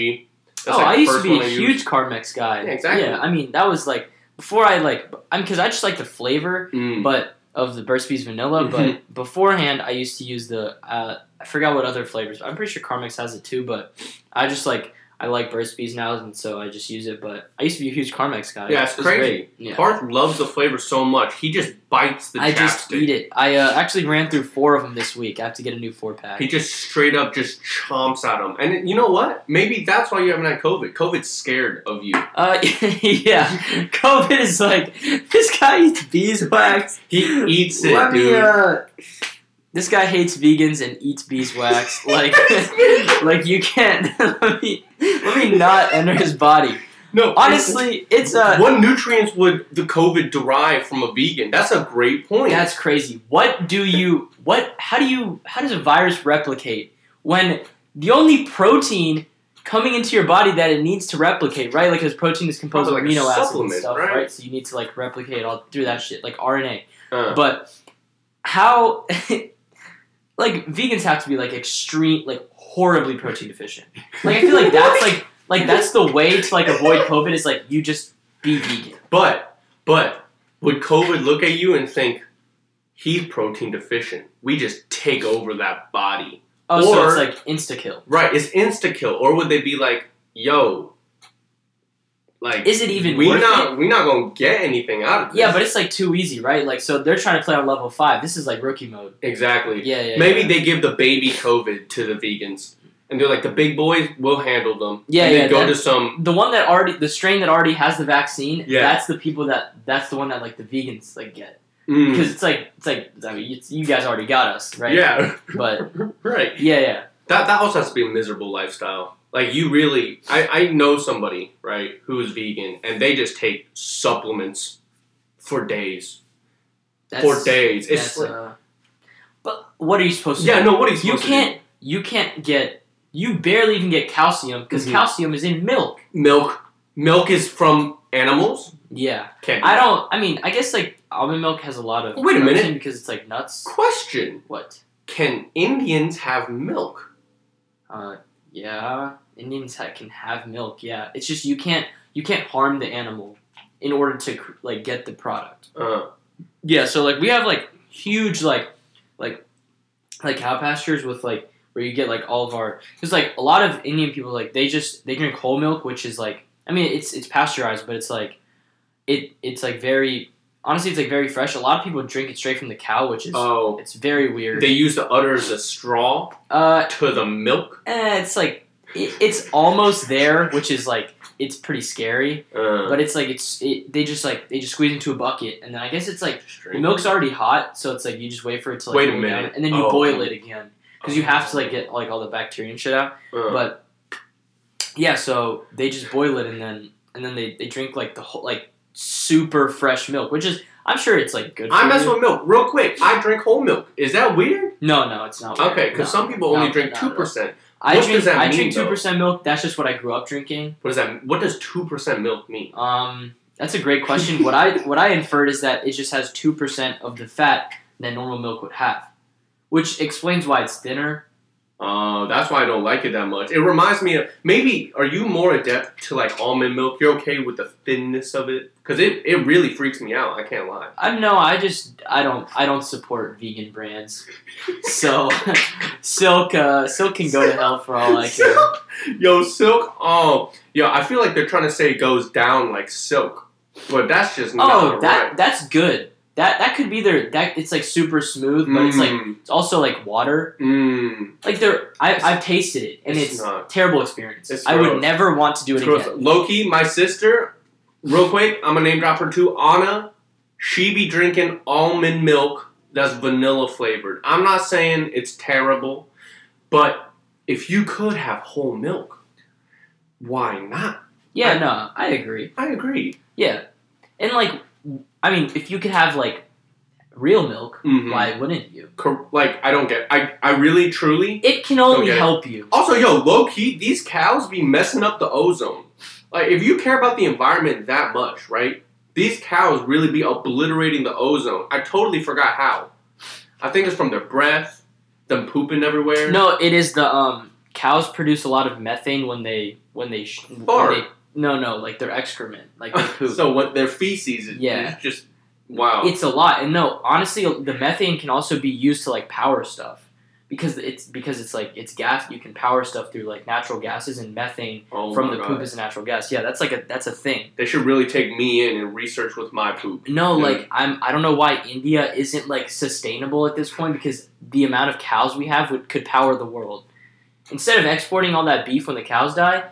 Speaker 2: That's
Speaker 1: oh,
Speaker 2: like
Speaker 1: I
Speaker 2: the
Speaker 1: used to
Speaker 2: first
Speaker 1: be
Speaker 2: one
Speaker 1: a
Speaker 2: I used.
Speaker 1: huge Carmex guy.
Speaker 2: Yeah, exactly.
Speaker 1: Yeah, I mean, that was like before I like I mean, because I just like the flavor,
Speaker 2: Mm.
Speaker 1: but of the Burt's Bees vanilla.
Speaker 2: Mhm.
Speaker 1: But beforehand, I used to use the uh, I forgot what other flavors. I'm pretty sure Carmex has it too, but I just like. I like Burt's Bees now, and so I just use it. But I used to be a huge Carmex guy.
Speaker 2: Yeah, it's
Speaker 1: It was
Speaker 2: crazy.
Speaker 1: great. Yeah.
Speaker 2: Parth loves the flavor so much, he just bites the
Speaker 1: I
Speaker 2: chapstick.
Speaker 1: just eat it. I uh, actually ran through four of them this week. I have to get a new four pack.
Speaker 2: He just straight up just chomps at him. And you know what? Maybe that's why you haven't had COVID. COVID's scared of you.
Speaker 1: Uh, yeah, COVID is like this guy eats beeswax.
Speaker 2: He eats it,
Speaker 1: Let me,
Speaker 2: dude.
Speaker 1: uh, this guy hates vegans and eats beeswax. like, like you can't. let me let me not enter his body.
Speaker 2: no,
Speaker 1: Honestly, it's uh,
Speaker 2: what nutrients would the COVID derive from a vegan? That's a great point.
Speaker 1: that's crazy. What do you? What? How do you? How does a virus replicate when the only protein coming into your body that it needs to replicate, right? Like, because protein is composed
Speaker 2: Probably
Speaker 1: of
Speaker 2: like
Speaker 1: amino
Speaker 2: a
Speaker 1: acids and
Speaker 2: supplement,
Speaker 1: stuff,
Speaker 2: right?
Speaker 1: So you need to like replicate all through that shit, like RNA.
Speaker 2: Uh,
Speaker 1: But how? like vegans have to be like extreme, like horribly protein deficient. Like I feel like that's like like that's the way to like avoid COVID is like you just be vegan.
Speaker 2: but but would COVID look at you and think he's protein deficient? We just take over that body.
Speaker 1: Oh, so it's
Speaker 2: Or-
Speaker 1: like insta kill.
Speaker 2: Right, it's insta kill. Or would they be like, yo, like
Speaker 1: Is it even
Speaker 2: we
Speaker 1: worth
Speaker 2: not we not gonna get anything out of this.
Speaker 1: Yeah, but it's like too easy, right? Like so they're trying to play on level five. This is like rookie mode.
Speaker 2: Exactly.
Speaker 1: Yeah, yeah.
Speaker 2: Maybe
Speaker 1: yeah.
Speaker 2: they give the baby COVID to the vegans, and they're like, "The big boys will handle them."
Speaker 1: Yeah,
Speaker 2: and
Speaker 1: yeah,
Speaker 2: Then go
Speaker 1: that-
Speaker 2: to some.
Speaker 1: the one that already the strain that already has the vaccine.
Speaker 2: Yeah.
Speaker 1: that's the people that that's the one that like the vegans like get.
Speaker 2: Mm.
Speaker 1: because it's like it's like I mean it's, you guys already got us right.
Speaker 2: Yeah.
Speaker 1: But
Speaker 2: right.
Speaker 1: yeah, yeah,
Speaker 2: That that also has to be a miserable lifestyle. Like you really, I I know somebody right who is vegan and they just take supplements for days,
Speaker 1: that's,
Speaker 2: for days. It's
Speaker 1: that's,
Speaker 2: like,
Speaker 1: uh, but what are you supposed to?
Speaker 2: yeah,
Speaker 1: do?
Speaker 2: no. What are you?
Speaker 1: you
Speaker 2: supposed to do?
Speaker 1: can't. You can't get. You barely even get calcium because
Speaker 2: Mhm.
Speaker 1: calcium is in milk.
Speaker 2: milk. Milk is from animals.
Speaker 1: Yeah,
Speaker 2: Can't.
Speaker 1: I don't. I mean, I guess like almond milk has a lot of.
Speaker 2: Wait a minute.
Speaker 1: protein because it's like nuts.
Speaker 2: Question:
Speaker 1: What?
Speaker 2: Can Indians have milk?
Speaker 1: Uh, yeah, Indians ha- can have milk. Yeah, it's just you can't. You can't harm the animal in order to cr- like get the product.
Speaker 2: Uh,
Speaker 1: Yeah, so like we have like huge like like like cow pastures with like where you get like all of our because like a lot of Indian people like they just they drink whole milk, which is like I mean it's it's pasteurized, but it's like it it's like very honestly it's like very fresh. A lot of people drink it straight from the cow, which is
Speaker 2: oh,
Speaker 1: it's very weird.
Speaker 2: they use the udder as a straw
Speaker 1: uh,
Speaker 2: to the milk.
Speaker 1: eh, it's like it, it's almost there, which is like it's pretty scary,
Speaker 2: Uh,
Speaker 1: but it's like it's it, they just like they just squeeze into a bucket, and then I guess it's like. The
Speaker 2: strange.
Speaker 1: milk's already hot, so it's like you just wait for it to like
Speaker 2: Wait a
Speaker 1: cool
Speaker 2: minute.
Speaker 1: down, and then you
Speaker 2: Oh,
Speaker 1: boil
Speaker 2: okay.
Speaker 1: it again because you have to like get like all the bacteria and shit out.
Speaker 2: Uh,
Speaker 1: But yeah, so they just boil it and then and then they, they drink like the whole like super fresh milk, which is I'm sure it's like good. For
Speaker 2: I mess
Speaker 1: you.
Speaker 2: with milk real quick. I drink whole milk. Is that weird?
Speaker 1: no, no, it's not. weird.
Speaker 2: Okay, because
Speaker 1: No.
Speaker 2: some people only
Speaker 1: No,
Speaker 2: drink
Speaker 1: no,
Speaker 2: two
Speaker 1: no.
Speaker 2: percent.
Speaker 1: I
Speaker 2: what
Speaker 1: drink
Speaker 2: does that
Speaker 1: I
Speaker 2: mean,
Speaker 1: drink
Speaker 2: though?
Speaker 1: two percent milk. That's just what I grew up drinking.
Speaker 2: What does that? What does two percent milk mean?
Speaker 1: Um, that's a great question. what I what I inferred is that it just has two percent of the fat that normal milk would have, which explains why it's thinner.
Speaker 2: Uh, that's why I don't like it that much. It reminds me of maybe. Are you more adept to like almond milk? You're okay with the thinness of it because it it really freaks me out. I can't lie.
Speaker 1: I no, I just I don't I don't support vegan brands. So Silk uh, Silk can go to hell for all I care.
Speaker 2: Silk? Yo, silk. Oh, yo, I feel like they're trying to say it goes down like silk, but that's just
Speaker 1: Oh,
Speaker 2: not
Speaker 1: that
Speaker 2: right.
Speaker 1: that's good. That that could be their that it's like super smooth, but it's like
Speaker 2: Mm,
Speaker 1: it's also like water.
Speaker 2: mm,
Speaker 1: Like they're I I've tasted it and
Speaker 2: it's
Speaker 1: it's,
Speaker 2: not.
Speaker 1: terrible experience.
Speaker 2: It's
Speaker 1: I would
Speaker 2: gross.
Speaker 1: never want to do it
Speaker 2: It's gross.
Speaker 1: again.
Speaker 2: Loki, my sister. Real quick, I'm gonna name drop her too. Anna, she be drinking almond milk that's vanilla flavored. I'm not saying it's terrible, but if you could have whole milk, why not?
Speaker 1: Yeah,
Speaker 2: I-
Speaker 1: no, I agree.
Speaker 2: I agree.
Speaker 1: Yeah. And like I mean, if you could have like real milk,
Speaker 2: Mhm.
Speaker 1: why wouldn't you?
Speaker 2: Cor- like I don't get. I I really truly.
Speaker 1: It can only
Speaker 2: Okay.
Speaker 1: help you.
Speaker 2: Also, yo, low key, these cows be messing up the ozone. Like, if you care about the environment that much, right? These cows really be obliterating the ozone. I totally forgot how. I think it's from their breath, them pooping everywhere.
Speaker 1: No, it is the um cows produce a lot of methane when they when they sh- when
Speaker 2: Fart.
Speaker 1: they- no, no, like their excrement, like their poop.
Speaker 2: so what their feces is
Speaker 1: Yeah.
Speaker 2: is just wow.
Speaker 1: it's a lot, and no, honestly, the methane can also be used to like power stuff because it's because it's like it's gas. You can power stuff through like natural gases, and methane
Speaker 2: oh
Speaker 1: from
Speaker 2: my
Speaker 1: the
Speaker 2: God.
Speaker 1: poop is a natural gas. Yeah, that's like a that's a thing.
Speaker 2: They should really take me in and research with my poop.
Speaker 1: No,
Speaker 2: Yeah.
Speaker 1: like I'm I don't know why India isn't like sustainable at this point because the amount of cows we have would could power the world. Instead of exporting all that beef when the cows die,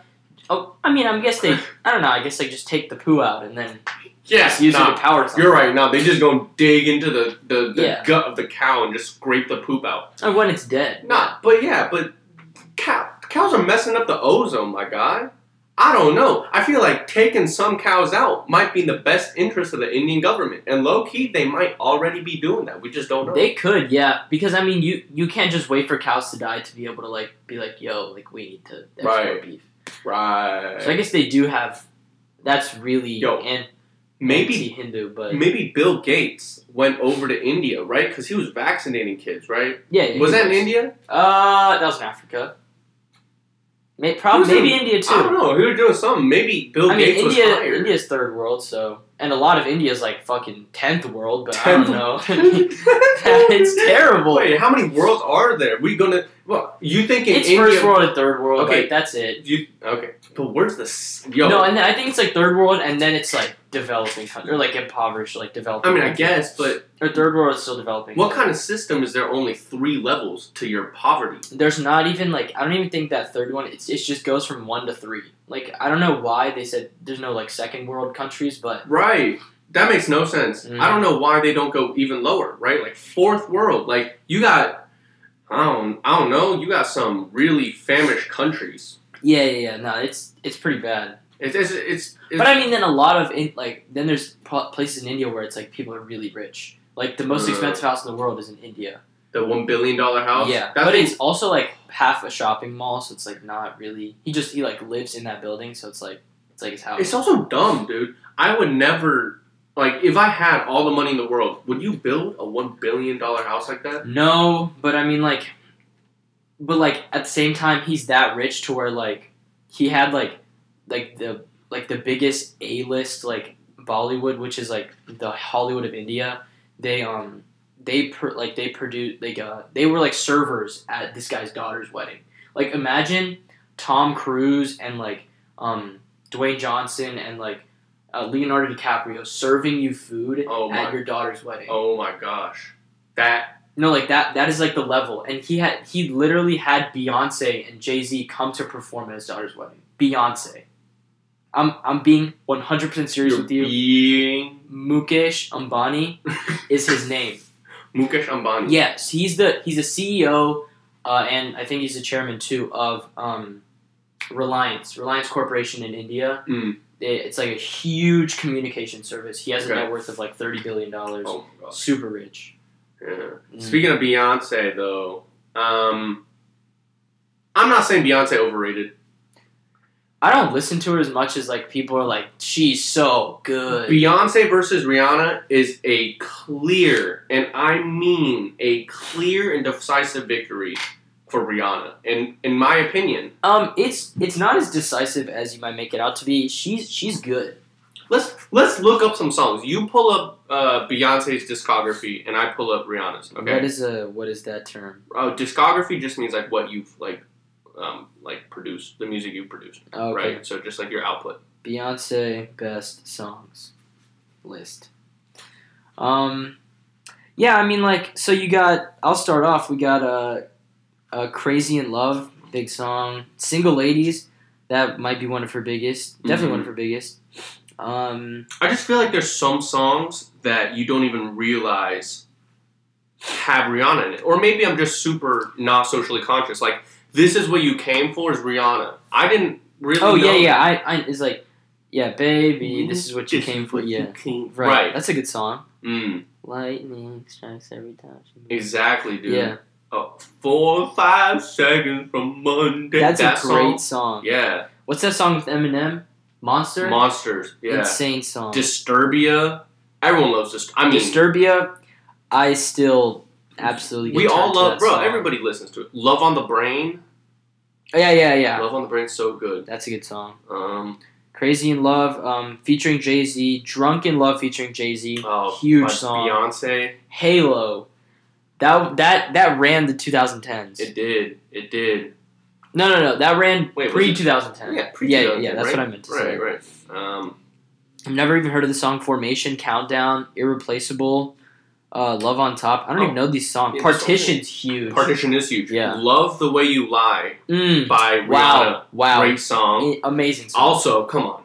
Speaker 1: oh I mean I guess they I don't know, I guess they just take the poo out and then
Speaker 2: Yes,
Speaker 1: just use it
Speaker 2: nah,
Speaker 1: to power something.
Speaker 2: you're right. Now they just gonna dig into the, the, the
Speaker 1: Yeah.
Speaker 2: gut of the cow and just scrape the poop out.
Speaker 1: Or when it's dead.
Speaker 2: Nah, but yeah, but cow, cows are messing up the ozone, my guy. I don't know. I feel like taking some cows out might be in the best interest of the Indian government. And low key, they might already be doing that. We just don't know.
Speaker 1: They could, yeah. Because I mean you you can't just wait for cows to die to be able to like be like, yo, like we need to export
Speaker 2: Right.
Speaker 1: beef.
Speaker 2: right.
Speaker 1: So I guess they do have that's really
Speaker 2: Yo,
Speaker 1: an-
Speaker 2: maybe
Speaker 1: anti-Hindu, but
Speaker 2: maybe Bill Gates went over to India, right? Because he was vaccinating kids, right?
Speaker 1: yeah. yeah,
Speaker 2: Was that in
Speaker 1: yes.
Speaker 2: India?
Speaker 1: Uh, that was in Africa. May,
Speaker 2: Who's
Speaker 1: probably, maybe
Speaker 2: in-
Speaker 1: India
Speaker 2: I don't
Speaker 1: too.
Speaker 2: know. He was doing something. Maybe Bill
Speaker 1: I mean,
Speaker 2: Gates was
Speaker 1: India,
Speaker 2: hired.
Speaker 1: India's third world, so and a lot of India's like fucking tenth world, but I don't know. it's
Speaker 2: it's
Speaker 1: terrible.
Speaker 2: Wait, how many worlds are there? We gonna? Well, you think in
Speaker 1: it's
Speaker 2: India?
Speaker 1: first world and third world.
Speaker 2: Okay.
Speaker 1: like, that's it.
Speaker 2: You okay? But where's the s- yo?
Speaker 1: No, and then I think it's like third world, and then it's like developing country or like impoverished, like developing.
Speaker 2: I mean, I
Speaker 1: country.
Speaker 2: guess, but
Speaker 1: or third world is still developing.
Speaker 2: what kind of system is there? Only three levels to your poverty.
Speaker 1: There's not even like I don't even think that third one. It's it just goes from one to three. Like I don't know why they said there's no like second world countries, but
Speaker 2: Right. That makes no sense.
Speaker 1: Mm.
Speaker 2: I don't know why they don't go even lower, right? Like fourth world, like you got, I don't, I don't know, you got some really famished countries.
Speaker 1: Yeah, yeah, yeah. No, it's it's pretty bad.
Speaker 2: It's, it's, it's, it's
Speaker 1: But I mean, then a lot of in, like then there's pro- places in India where it's like people are really rich. Like the most
Speaker 2: Mm.
Speaker 1: expensive house in the world is in India.
Speaker 2: the one billion dollar house.
Speaker 1: Yeah,
Speaker 2: that
Speaker 1: but
Speaker 2: thing-
Speaker 1: it's also like half a shopping mall, so it's like not really. He just he like lives in that building, so it's like it's like his house.
Speaker 2: It's also dumb, dude. I would never like if I had all the money in the world, would you build a one billion dollar house like that?
Speaker 1: No, but I mean, like, but like at the same time, he's that rich to where like he had like like the like the biggest A list like Bollywood, which is like the Hollywood of India. They um they pr like they produced like uh they were like servers at this guy's daughter's wedding. Like imagine Tom Cruise and like um Dwayne Johnson and like uh, Leonardo DiCaprio serving you food
Speaker 2: Oh
Speaker 1: at
Speaker 2: my,
Speaker 1: your daughter's wedding.
Speaker 2: oh my gosh, that
Speaker 1: No, like that. That is like the level, and he had he literally had Beyonce and Jay Z come to perform at his daughter's wedding. Beyonce, I'm I'm being 100 percent serious
Speaker 2: you're
Speaker 1: with you.
Speaker 2: being
Speaker 1: Mukesh Ambani is his name.
Speaker 2: Mukesh Ambani.
Speaker 1: Yes, he's the he's a CEO, uh, and I think he's the chairman too of um, Reliance Reliance Corporation in India.
Speaker 2: Mm.
Speaker 1: It- it's like a huge communication service. He has a
Speaker 2: Okay.
Speaker 1: net worth of like 30 billion dollars.
Speaker 2: Oh my gosh.
Speaker 1: Super rich.
Speaker 2: Yeah.
Speaker 1: Mm.
Speaker 2: Speaking of Beyonce, though, um, I'm not saying Beyonce overrated.
Speaker 1: I don't listen to her as much as like people are like, she's so good.
Speaker 2: Beyonce versus Rihanna is a clear, and I mean a clear and decisive victory for Rihanna. And in my opinion,
Speaker 1: um, it's it's not as decisive as you might make it out to be. She's she's good.
Speaker 2: let's let's look up some songs. You pull up uh, Beyonce's discography, and I pull up Rihanna's.
Speaker 1: What
Speaker 2: Okay,
Speaker 1: is a what is that term?
Speaker 2: uh, discography just means like what you've like um, like produced, the music you produced,
Speaker 1: Oh, Okay.
Speaker 2: right? So just like your output.
Speaker 1: Beyonce best songs list. Um, yeah, I mean like so you got. I'll start off. We got uh, uh, crazy in love, big song. Single ladies, that might be one of her biggest. Definitely one of
Speaker 2: Mm-hmm.
Speaker 1: her biggest. Um.
Speaker 2: I just feel like there's some songs that you don't even realize have Rihanna in it. Or maybe I'm just super not socially conscious. Like, this is what you came for is Rihanna. I didn't really
Speaker 1: Oh yeah,
Speaker 2: know- Mm-hmm.
Speaker 1: yeah. I, I it's like, yeah, baby, this is what you
Speaker 2: This
Speaker 1: came for.
Speaker 2: what you
Speaker 1: Yeah,
Speaker 2: came-
Speaker 1: right.
Speaker 2: Right.
Speaker 1: That's a good song.
Speaker 2: Mm,
Speaker 1: Lightning strikes every time. she moves.
Speaker 2: exactly, dude.
Speaker 1: Yeah,
Speaker 2: Oh, four or five seconds from Monday.
Speaker 1: that's
Speaker 2: that
Speaker 1: a great song.
Speaker 2: song. Yeah.
Speaker 1: What's that song with Eminem? Monster.
Speaker 2: Monsters. Yeah.
Speaker 1: Insane song.
Speaker 2: Disturbia. Everyone loves Disturbia. I mean,
Speaker 1: Disturbia. I still absolutely. Get
Speaker 2: we all
Speaker 1: turned to
Speaker 2: love,
Speaker 1: that
Speaker 2: bro,
Speaker 1: song.
Speaker 2: everybody listens to it. Love on the Brain.
Speaker 1: Oh, yeah, yeah, yeah.
Speaker 2: Love on the Brain's so good.
Speaker 1: That's a good song.
Speaker 2: Um,
Speaker 1: Crazy in Love, um, featuring Jay Z. Drunk in Love, featuring Jay Z.
Speaker 2: Oh,
Speaker 1: Huge
Speaker 2: by
Speaker 1: song.
Speaker 2: Beyonce.
Speaker 1: Halo. That that that ran the 2010s.
Speaker 2: It did. It did.
Speaker 1: No, no, no. That ran
Speaker 2: Wait, was
Speaker 1: pre
Speaker 2: it-
Speaker 1: 2010.
Speaker 2: Yeah, pre-
Speaker 1: yeah, yeah, yeah, That's
Speaker 2: right?
Speaker 1: what I meant to say.
Speaker 2: Right, right. Um,
Speaker 1: I've never even heard of the song Formation, Countdown, Irreplaceable, uh, Love on Top. I don't
Speaker 2: Oh.
Speaker 1: even know these songs.
Speaker 2: Yeah, this
Speaker 1: Partition's huge.
Speaker 2: Partition is huge.
Speaker 1: Yeah.
Speaker 2: Love the way you lie
Speaker 1: Mm.
Speaker 2: by
Speaker 1: Wow.
Speaker 2: Rihanna.
Speaker 1: Wow.
Speaker 2: Great song.
Speaker 1: I- Amazing song.
Speaker 2: Also, come on,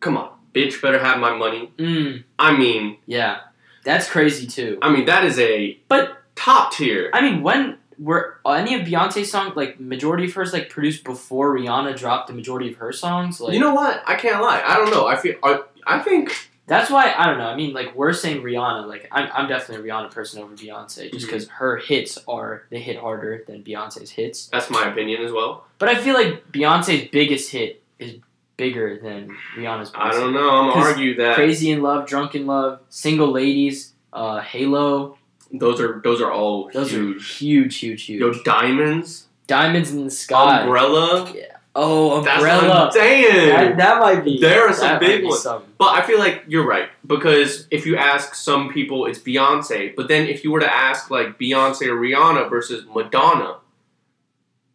Speaker 2: come on, bitch, better have my money.
Speaker 1: Mm.
Speaker 2: I mean,
Speaker 1: Yeah. That's crazy too.
Speaker 2: I mean that is a
Speaker 1: But-
Speaker 2: top tier.
Speaker 1: I mean, when were any of Beyonce's songs like majority of hers like produced before Rihanna dropped the majority of her songs? Like
Speaker 2: you know what? I can't lie. I don't know. I feel. I, I think
Speaker 1: That's why I don't know. I mean, like we're saying Rihanna. Like I'm, I'm definitely a Rihanna person over Beyonce,
Speaker 2: Mhm.
Speaker 1: just because her hits are they hit harder than Beyonce's hits.
Speaker 2: that's my opinion as well.
Speaker 1: But I feel like Beyonce's biggest hit is bigger than Rihanna's. Biggest
Speaker 2: I don't know. I'm gonna
Speaker 1: 'Cause
Speaker 2: argue
Speaker 1: hit.
Speaker 2: that
Speaker 1: Crazy in Love, Drunk in Love, Single Ladies, uh, Halo.
Speaker 2: those are those are all
Speaker 1: Those are
Speaker 2: huge.
Speaker 1: huge, huge, huge.
Speaker 2: Yo, diamonds,
Speaker 1: Diamonds in the Sky.
Speaker 2: umbrella.
Speaker 1: Oh,
Speaker 2: That's what
Speaker 1: Umbrella.
Speaker 2: I'm saying.
Speaker 1: That, that might be.
Speaker 2: There are some
Speaker 1: that
Speaker 2: big
Speaker 1: might be
Speaker 2: ones.
Speaker 1: some-
Speaker 2: But I feel like you're right because if you ask some people, it's Beyonce. But then if you were to ask like Beyonce or Rihanna versus Madonna,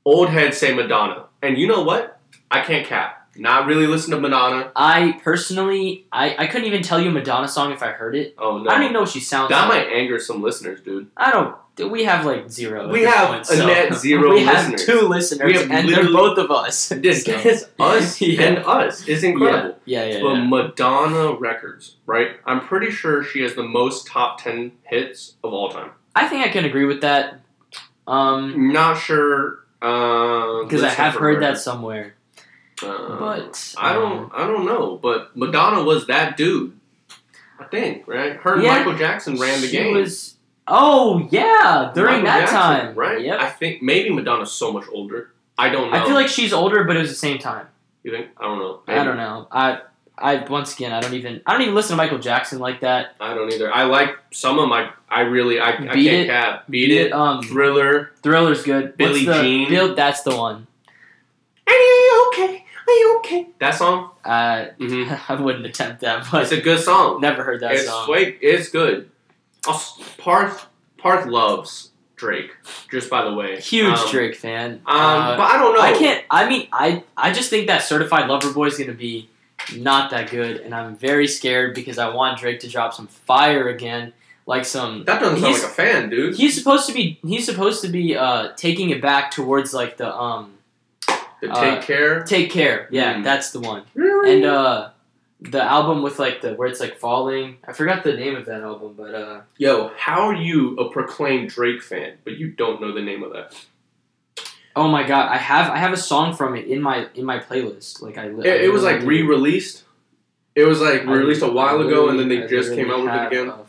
Speaker 2: old heads say Madonna, and you know what? I can't cap. Not really listen to Madonna.
Speaker 1: I personally, I, I couldn't even tell you a Madonna song if I heard it.
Speaker 2: Oh no.
Speaker 1: I don't even know what she sounds
Speaker 2: that
Speaker 1: like.
Speaker 2: might anger some listeners, dude.
Speaker 1: I don't. We have like zero. at
Speaker 2: We
Speaker 1: this
Speaker 2: have
Speaker 1: point,
Speaker 2: a
Speaker 1: so-
Speaker 2: net zero
Speaker 1: We
Speaker 2: listeners.
Speaker 1: have two listeners,
Speaker 2: We have
Speaker 1: and they're
Speaker 2: literally-
Speaker 1: both of us.
Speaker 2: This
Speaker 1: So-
Speaker 2: is us
Speaker 1: Yeah.
Speaker 2: and us. It's incredible.
Speaker 1: Yeah, yeah,
Speaker 2: But
Speaker 1: yeah.
Speaker 2: Madonna Records, right? I'm pretty sure she has the most top 10 hits of all time.
Speaker 1: I think I can agree with that. Um,
Speaker 2: Not sure. Because
Speaker 1: because I have heard that somewhere,
Speaker 2: Uh,
Speaker 1: but
Speaker 2: I
Speaker 1: um,
Speaker 2: don't I don't know, but Madonna was that dude. I think, right? Her and
Speaker 1: Yeah.
Speaker 2: Michael Jackson ran the
Speaker 1: um, she
Speaker 2: game.
Speaker 1: Was, oh yeah, during
Speaker 2: Michael
Speaker 1: that
Speaker 2: Jackson,
Speaker 1: time,
Speaker 2: right?
Speaker 1: Yep.
Speaker 2: I think maybe Madonna's so much older. I don't know.
Speaker 1: I feel like she's older, but it was the same time.
Speaker 2: you think I don't know.
Speaker 1: I don't know. I, I once again, I don't even, I don't even listen to Michael Jackson like that.
Speaker 2: I don't either. I like some of my. I really. I, I
Speaker 1: Beat
Speaker 2: can't
Speaker 1: It.
Speaker 2: cap. Beat, it.
Speaker 1: Um,
Speaker 2: Thriller.
Speaker 1: Thriller's good.
Speaker 2: Billie
Speaker 1: What's the,
Speaker 2: Jean.
Speaker 1: Bill, that's the one.
Speaker 2: Are you okay? Are you okay? That song.
Speaker 1: Uh,
Speaker 2: hmm
Speaker 1: I wouldn't attempt that,
Speaker 2: It's
Speaker 1: but
Speaker 2: a good song.
Speaker 1: never heard that
Speaker 2: it's
Speaker 1: song.
Speaker 2: wait, It's good. Also, Parth. Parth loves Drake. Just by the way,
Speaker 1: Huge
Speaker 2: Um,
Speaker 1: Drake fan.
Speaker 2: Um,
Speaker 1: Uh,
Speaker 2: but I don't know.
Speaker 1: I can't. I mean, I I just think that Certified Lover Boy is gonna be not that good, and I'm very scared because I want Drake to drop some fire again, like some.
Speaker 2: That doesn't sound
Speaker 1: He's-
Speaker 2: like a fan, dude.
Speaker 1: He's supposed to be. He's supposed to be uh, taking it back towards like the um.
Speaker 2: The
Speaker 1: uh,
Speaker 2: Take Care.
Speaker 1: Take care. Yeah,
Speaker 2: Mm.
Speaker 1: that's the one.
Speaker 2: Really?
Speaker 1: And uh, the album with like the where it's like falling. I forgot the name of that album, but uh,
Speaker 2: Yo, how are you a proclaimed Drake fan, but you don't know the name of that?
Speaker 1: oh my god, I have I have a song from it in my in my playlist. Like I. li- I
Speaker 2: It, it was like
Speaker 1: literally-
Speaker 2: re-released. It was like
Speaker 1: I-
Speaker 2: released a
Speaker 1: I
Speaker 2: while ago, and then
Speaker 1: literally-
Speaker 2: they
Speaker 1: I
Speaker 2: just came out
Speaker 1: literally
Speaker 2: with it
Speaker 1: have
Speaker 2: again.
Speaker 1: A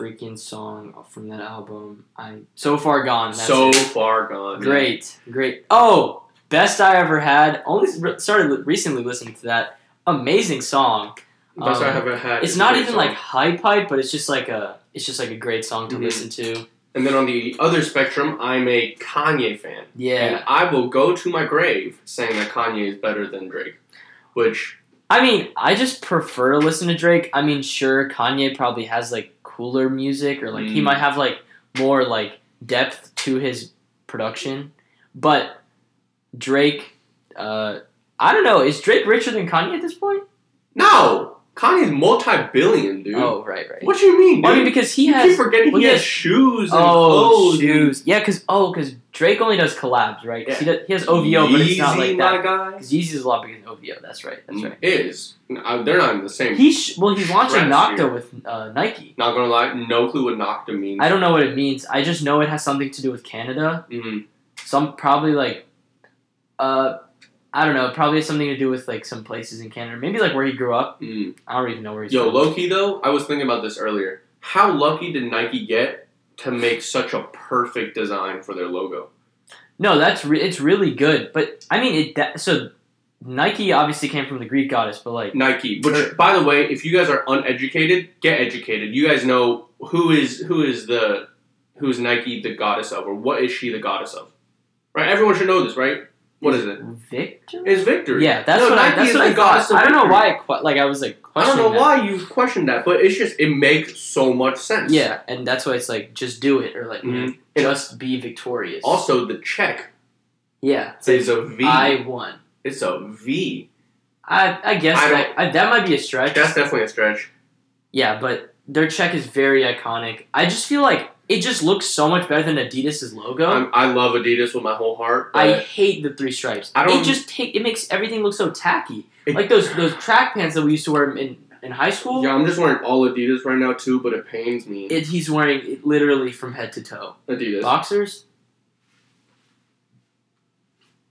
Speaker 1: freaking song from that album. I so far gone. That's
Speaker 2: so
Speaker 1: it.
Speaker 2: far gone.
Speaker 1: great, great. Oh, best I ever had. Only re- started li- recently listening to that amazing song.
Speaker 2: That's what I
Speaker 1: Um,
Speaker 2: haven't had.
Speaker 1: It's
Speaker 2: a
Speaker 1: not
Speaker 2: Drake
Speaker 1: even
Speaker 2: song.
Speaker 1: like hype hype, but it's just like a it's just like a great song to
Speaker 2: Mhm.
Speaker 1: listen to.
Speaker 2: And then on the other spectrum, I'm a Kanye fan,
Speaker 1: Yeah,
Speaker 2: and I will go to my grave saying that Kanye is better than Drake. Which
Speaker 1: I mean, I just prefer to listen to Drake. I mean, sure, Kanye probably has like cooler music, or like he
Speaker 2: Mm.
Speaker 1: might have like more like depth to his production. But Drake, uh, I don't know, is Drake richer than Kanye at this point?
Speaker 2: no, Kanye's multi-billion, dude.
Speaker 1: Oh, right, right.
Speaker 2: What you mean? Dude?
Speaker 1: I mean, because he
Speaker 2: you keep
Speaker 1: has
Speaker 2: forgetting
Speaker 1: well,
Speaker 2: he
Speaker 1: he
Speaker 2: has
Speaker 1: has-
Speaker 2: shoes and
Speaker 1: oh
Speaker 2: clothes.
Speaker 1: shoes, yeah, because oh, because Drake only does collabs, right? 'Cause He does, he has OVO, but it's not
Speaker 2: Yeezy, Mm.
Speaker 1: like that.
Speaker 2: my guy.
Speaker 1: Because Yeezy's a lot bigger than OVO. That's right. That's right.
Speaker 2: Is Uh, they're not in the same.
Speaker 1: He sh- well, he's launching
Speaker 2: Last year.
Speaker 1: Nocta with uh, Nike.
Speaker 2: not gonna lie, no clue what Nocta means.
Speaker 1: I don't know what it means. I just know it has something to do with Canada.
Speaker 2: Mhm.
Speaker 1: Some probably like, uh, I don't know. Probably has something to do with like some places in Canada. Maybe like where he grew up.
Speaker 2: Mm.
Speaker 1: I don't even know where he's
Speaker 2: Yo,
Speaker 1: from.
Speaker 2: Loki though, I was thinking about this earlier. How lucky did Nike get to make such a perfect design for their logo?
Speaker 1: no, that's re- it's really good. But I mean, it that, so Nike obviously came from the Greek goddess, but like
Speaker 2: Nike. Which, by the way, if you guys are uneducated, get educated. You guys know who is who is the who is Nike the goddess of, or what is she the goddess of? Right. Everyone should know this, right? What is it?
Speaker 1: Victory.
Speaker 2: It's victory.
Speaker 1: Yeah, that's
Speaker 2: No,
Speaker 1: what I,
Speaker 2: Nike
Speaker 1: that's
Speaker 2: is
Speaker 1: what
Speaker 2: the
Speaker 1: I thought.
Speaker 2: goddess of
Speaker 1: I don't know
Speaker 2: victory.
Speaker 1: why I que- like I was like
Speaker 2: I
Speaker 1: questioning
Speaker 2: don't know
Speaker 1: that.
Speaker 2: why you questioned that, but it's just it makes so much sense.
Speaker 1: Yeah, and that's why it's like just do it or like
Speaker 2: Mhm.
Speaker 1: just be victorious.
Speaker 2: Also, the check
Speaker 1: yeah, it's like,
Speaker 2: is a V.
Speaker 1: I won.
Speaker 2: It's a V.
Speaker 1: I, I guess
Speaker 2: I
Speaker 1: that, I, that might be a stretch.
Speaker 2: That's definitely a stretch.
Speaker 1: yeah, but their check is very iconic. I just feel like it just looks so much better than Adidas's logo.
Speaker 2: I'm, I love Adidas with my whole heart.
Speaker 1: I
Speaker 2: but
Speaker 1: hate the three stripes.
Speaker 2: I don't-
Speaker 1: it just take it makes everything look so tacky.
Speaker 2: It-
Speaker 1: like those those track pants that we used to wear in in high school.
Speaker 2: yeah, I'm just wearing all Adidas right now too, but it pains me.
Speaker 1: It, he's wearing it literally from head to toe.
Speaker 2: Adidas.
Speaker 1: Boxers.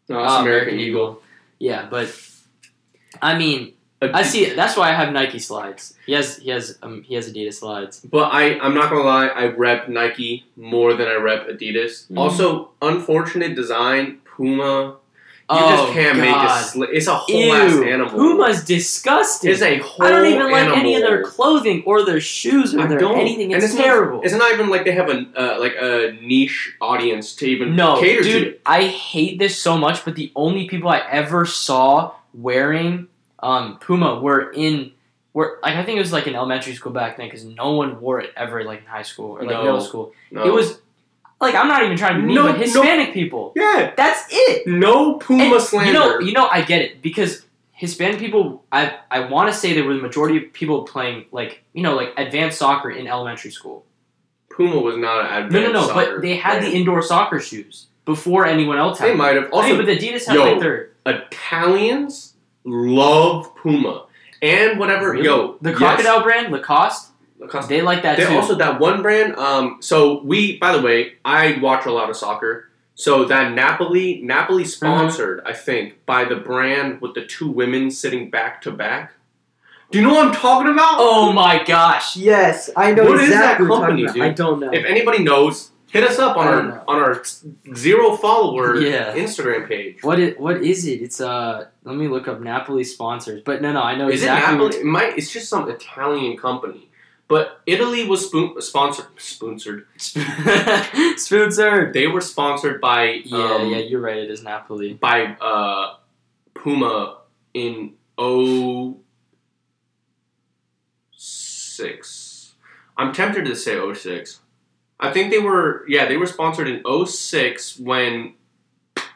Speaker 2: no, it's
Speaker 1: Ah,
Speaker 2: American,
Speaker 1: American
Speaker 2: Eagle.
Speaker 1: Yeah, but I mean, I
Speaker 2: Adi-
Speaker 1: see. It. That's why I have Nike slides. He has he has um, he has Adidas slides.
Speaker 2: But I, I'm not gonna lie, I rep Nike more than I rep Adidas.
Speaker 1: Mhm.
Speaker 2: Also, unfortunate design, Puma. You
Speaker 1: oh
Speaker 2: just can't make
Speaker 1: God.
Speaker 2: a sli- It's a whole
Speaker 1: Ew,
Speaker 2: ass animal.
Speaker 1: Puma's disgusting.
Speaker 2: It's a whole
Speaker 1: I don't even like any of
Speaker 2: animal.
Speaker 1: their clothing or their shoes or
Speaker 2: I
Speaker 1: their
Speaker 2: don't.
Speaker 1: anything.
Speaker 2: And
Speaker 1: It's,
Speaker 2: it's not-
Speaker 1: terrible.
Speaker 2: It's not even like they have a uh, like a niche audience to even
Speaker 1: no,
Speaker 2: cater
Speaker 1: dude,
Speaker 2: to.
Speaker 1: I hate this so much. But the only people I ever saw wearing um, Puma were in were like I think it was like in elementary school back then because no one wore it ever like in high school or like
Speaker 2: No.
Speaker 1: middle school.
Speaker 2: No.
Speaker 1: It was like I'm not even trying to mean,
Speaker 2: No,
Speaker 1: but
Speaker 2: no.
Speaker 1: Hispanic people.
Speaker 2: yeah,
Speaker 1: That's it.
Speaker 2: no Puma
Speaker 1: And
Speaker 2: slander.
Speaker 1: You know, you know, I get it because Hispanic people, I I want to say they were the majority of people playing like you know like advanced soccer in elementary school.
Speaker 2: Puma was not an
Speaker 1: No, no,
Speaker 2: advanced
Speaker 1: no.
Speaker 2: soccer
Speaker 1: But they had
Speaker 2: player.
Speaker 1: the indoor soccer shoes before anyone else had.
Speaker 2: They
Speaker 1: them.
Speaker 2: might have.
Speaker 1: I mean,
Speaker 2: Also,
Speaker 1: but Adidas had
Speaker 2: yo.
Speaker 1: like their
Speaker 2: Italians love Puma and whatever.
Speaker 1: Really?
Speaker 2: Yo,
Speaker 1: the
Speaker 2: yes.
Speaker 1: crocodile brand Lacoste.
Speaker 2: Lacoste.
Speaker 1: They like that
Speaker 2: They
Speaker 1: too.
Speaker 2: also that one brand. Um, so we, by the way, I watch a lot of soccer. So that Napoli,
Speaker 1: Mm-hmm.
Speaker 2: Napoli sponsored, I think, by the brand with the two women sitting back to back. Do you know what I'm talking about?
Speaker 1: oh my gosh!
Speaker 3: Yes, I know
Speaker 2: What is that
Speaker 3: exactly what
Speaker 2: company,
Speaker 3: you're talking
Speaker 2: dude?
Speaker 3: about. I don't know.
Speaker 2: If anybody knows, hit us up on
Speaker 3: I
Speaker 2: our
Speaker 3: don't know.
Speaker 2: on our zero follower
Speaker 1: Yeah.
Speaker 2: Instagram page.
Speaker 1: What is what is it? It's uh. Let me look up Napoli sponsors. But no, no, I know
Speaker 2: Is
Speaker 1: exactly.
Speaker 2: it
Speaker 1: what-
Speaker 2: Napoli? It might. It's just some Italian company, but Italy was spoon, sponsored. Sponsored.
Speaker 1: Sponsored.
Speaker 2: They were sponsored by
Speaker 1: Yeah,
Speaker 2: um,
Speaker 1: yeah, you're right. It is Napoli.
Speaker 2: by uh, Puma in oh O six. I'm tempted to say 06. I think they were yeah, they were sponsored in 06 when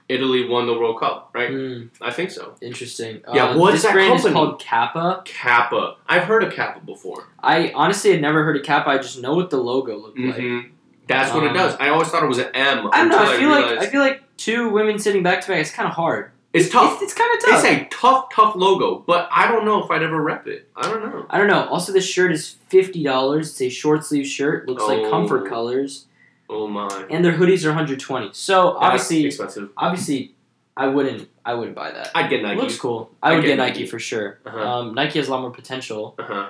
Speaker 2: Italy won the World Cup, right?
Speaker 1: Hmm,
Speaker 2: I think so.
Speaker 1: interesting.
Speaker 2: Yeah,
Speaker 1: uh,
Speaker 2: what
Speaker 1: this
Speaker 2: is that
Speaker 1: brand is
Speaker 2: company?
Speaker 1: called Kappa.
Speaker 2: Kappa. I've heard of Kappa before.
Speaker 1: I honestly had never heard of Kappa. I just know what the logo looked like.
Speaker 2: Mhm. That's what it
Speaker 1: Um,
Speaker 2: does. I always thought it was an M.
Speaker 1: I don't know.
Speaker 2: until
Speaker 1: I feel like
Speaker 2: realized-
Speaker 1: I feel like two women sitting back to back. It's kind of hard.
Speaker 2: it's tough.
Speaker 1: It's, it's kind of tough.
Speaker 2: It's a tough, tough logo, but I don't know if I'd ever rep it. I don't know.
Speaker 1: I don't know. Also, this shirt is fifty dollars. It's a short sleeve shirt. Looks like
Speaker 2: Oh.
Speaker 1: comfort colors,
Speaker 2: Oh my.
Speaker 1: and their hoodies are one hundred twenty. So
Speaker 2: That's
Speaker 1: obviously,
Speaker 2: expensive.
Speaker 1: obviously, I wouldn't. I wouldn't buy that.
Speaker 2: I'd get Nike.
Speaker 1: Looks cool. I
Speaker 2: I'd
Speaker 1: would
Speaker 2: get
Speaker 1: get Nike
Speaker 2: Nike.
Speaker 1: for sure.
Speaker 2: Uh-huh.
Speaker 1: Um, Nike has a lot more potential.
Speaker 2: Uh-huh.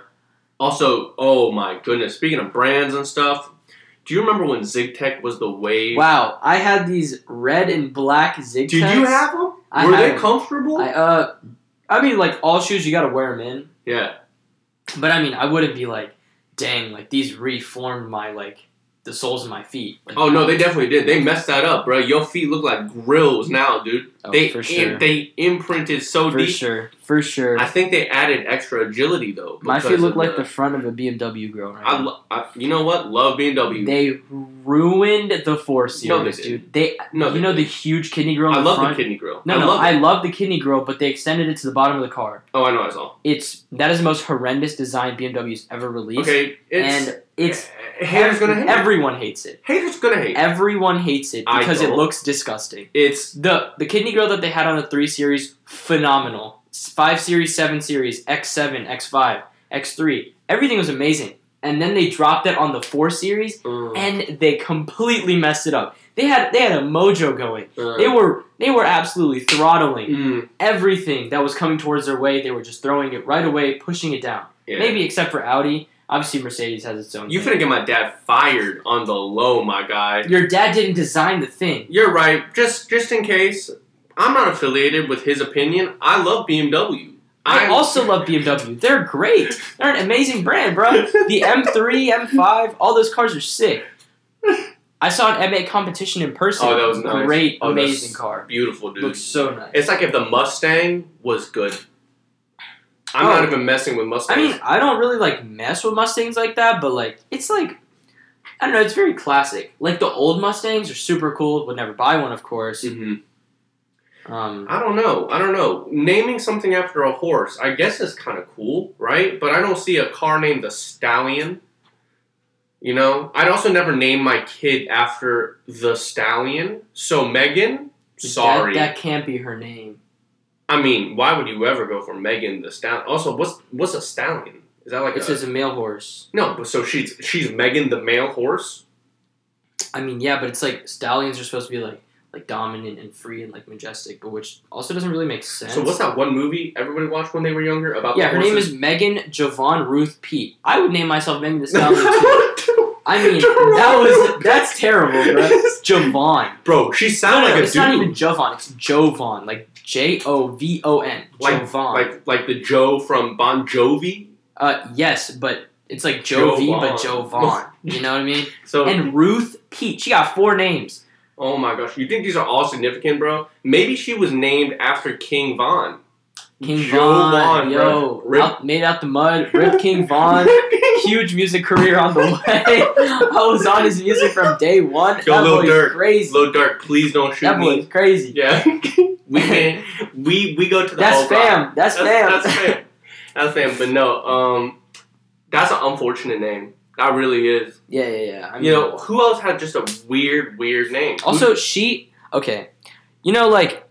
Speaker 2: Also, oh my goodness. Speaking of brands and stuff, do you remember when ZigTech was the wave?
Speaker 1: Wow, I had these red and black zigzags.
Speaker 2: Did you have them?
Speaker 1: I
Speaker 2: Were
Speaker 1: had
Speaker 2: they
Speaker 1: them.
Speaker 2: comfortable?
Speaker 1: I uh, I mean, like all shoes, you gotta wear them in.
Speaker 2: yeah.
Speaker 1: But I mean, I wouldn't be like, dang, like these reformed my like the soles of my feet. Like,
Speaker 2: Oh no, they definitely did. They messed that up, bro. Your feet look like grills now, dude.
Speaker 1: oh,
Speaker 2: they
Speaker 1: for
Speaker 2: im-
Speaker 1: sure,
Speaker 2: they imprinted so
Speaker 1: for
Speaker 2: deep.
Speaker 1: sure, for sure.
Speaker 2: I think they added extra agility though.
Speaker 1: My
Speaker 2: because
Speaker 1: feet look
Speaker 2: of
Speaker 1: like the front of a BMW girl right
Speaker 2: I,
Speaker 1: now.
Speaker 2: lo- I you know what? Love BMW.
Speaker 1: They ruined the four
Speaker 2: No, they
Speaker 1: series,
Speaker 2: didn't.
Speaker 1: dude. They,
Speaker 2: no,
Speaker 1: you know, the huge kidney grill. in
Speaker 2: I
Speaker 1: the
Speaker 2: love
Speaker 1: front?
Speaker 2: the kidney grill.
Speaker 1: No,
Speaker 2: I
Speaker 1: no,
Speaker 2: love
Speaker 1: I
Speaker 2: it.
Speaker 1: love the kidney grill, but they extended it to the bottom of the car.
Speaker 2: Oh, I know I saw.
Speaker 1: It's that is the most horrendous design BMW's ever released,
Speaker 2: Okay, it's
Speaker 1: and it's
Speaker 2: haters gonna hate.
Speaker 1: everyone hates it.
Speaker 2: haters gonna hate.
Speaker 1: Everyone hates it
Speaker 2: I
Speaker 1: because it
Speaker 2: don't.
Speaker 1: looks disgusting.
Speaker 2: It's
Speaker 1: The the kidney grill that they had on the three series, phenomenal. S- Five series, seven series, X seven, X five, X three, everything was amazing. And then they dropped it on the four series,
Speaker 2: uh,
Speaker 1: and they completely messed it up. They had they had a mojo going. They were they were absolutely throttling
Speaker 2: uh, Mm,
Speaker 1: everything that was coming towards their way. They were just throwing it right away, pushing it down.
Speaker 2: yeah.
Speaker 1: Maybe except for Audi. Obviously, Mercedes has its own.
Speaker 2: You
Speaker 1: thing.
Speaker 2: finna get my dad fired on the low, my guy.
Speaker 1: Your dad didn't design the thing.
Speaker 2: You're right. Just just in case, I'm not affiliated with his opinion. I love BMW.
Speaker 1: I also love BMW. They're great. They're an amazing brand, bro. The M3, M5, all those cars are sick. I saw an M8 competition in person.
Speaker 2: Oh, that was nice.
Speaker 1: Great,
Speaker 2: Oh, that's
Speaker 1: amazing car.
Speaker 2: Beautiful dude.
Speaker 1: Looks so nice.
Speaker 2: It's like if the Mustang was good. I'm
Speaker 1: Oh.
Speaker 2: not even messing with
Speaker 1: I
Speaker 2: Mustangs.
Speaker 1: mean, I don't really like mess with Mustangs like that, but like it's like I don't know, it's very classic. Like the old Mustangs are super cool. Would never buy one, of course.
Speaker 2: Mhm.
Speaker 1: Um,
Speaker 2: I don't know. I don't know. Naming something after a horse, I guess, is kind of cool, right? But I don't see a car named the Stallion. You know, I'd also never name my kid after the Stallion. So Megan, sorry.
Speaker 1: that, that can't be her name.
Speaker 2: I mean, why would you ever go for Megan the Stallion? Also, what's what's a Stallion? Is that like
Speaker 1: It's
Speaker 2: a
Speaker 1: just a male horse.
Speaker 2: no? But so she's she's Megan the male horse.
Speaker 1: I mean, yeah, but it's like stallions are supposed to be like like dominant and free and like majestic, but which also doesn't really make sense.
Speaker 2: So what's that one movie everybody watched when they were younger about?
Speaker 1: Yeah,
Speaker 2: the
Speaker 1: her name
Speaker 2: horses?
Speaker 1: is Megan Javon Ruth Pete. I would name myself Megan the Stallion. too. I mean,
Speaker 2: Javon
Speaker 1: that was
Speaker 2: Ruth
Speaker 1: that's terrible, bro. Javon.
Speaker 2: Bro, she
Speaker 1: No,
Speaker 2: sounded
Speaker 1: no,
Speaker 2: like a
Speaker 1: it's
Speaker 2: dude.
Speaker 1: not even Jovon. It's Jovon, like J O V O N.
Speaker 2: Like-
Speaker 1: Jovon.
Speaker 2: like like the Joe from Bon Jovi.
Speaker 1: uh, yes, but it's like Jovi, but
Speaker 2: Jovon.
Speaker 1: Jovon. You know what I mean?
Speaker 2: So
Speaker 1: And Ruth Pete. She got four names.
Speaker 2: oh my gosh, you think these are all significant, bro? Maybe she was named after King Von.
Speaker 1: King
Speaker 2: Joe
Speaker 1: Von,
Speaker 2: Von,
Speaker 1: yo,
Speaker 2: bro. Rip-
Speaker 1: out- made out the mud. Rip King Von. Huge music career on the way. I was on his music from day one.
Speaker 2: Yo,
Speaker 1: that
Speaker 2: Lil
Speaker 1: boy's
Speaker 2: Durk.
Speaker 1: crazy.
Speaker 2: Little Dark, please don't shoot
Speaker 1: that
Speaker 2: me.
Speaker 1: boy's crazy.
Speaker 2: Yeah, we can't. we we go to the
Speaker 1: That's
Speaker 2: whole garden.
Speaker 1: fam. That's fam.
Speaker 2: That's fam. That's fam. But no, um, that's an unfortunate name. That really is.
Speaker 1: Yeah, yeah, yeah. I mean,
Speaker 2: You know, who else had just a weird, weird name?
Speaker 1: Also, she okay. You know, like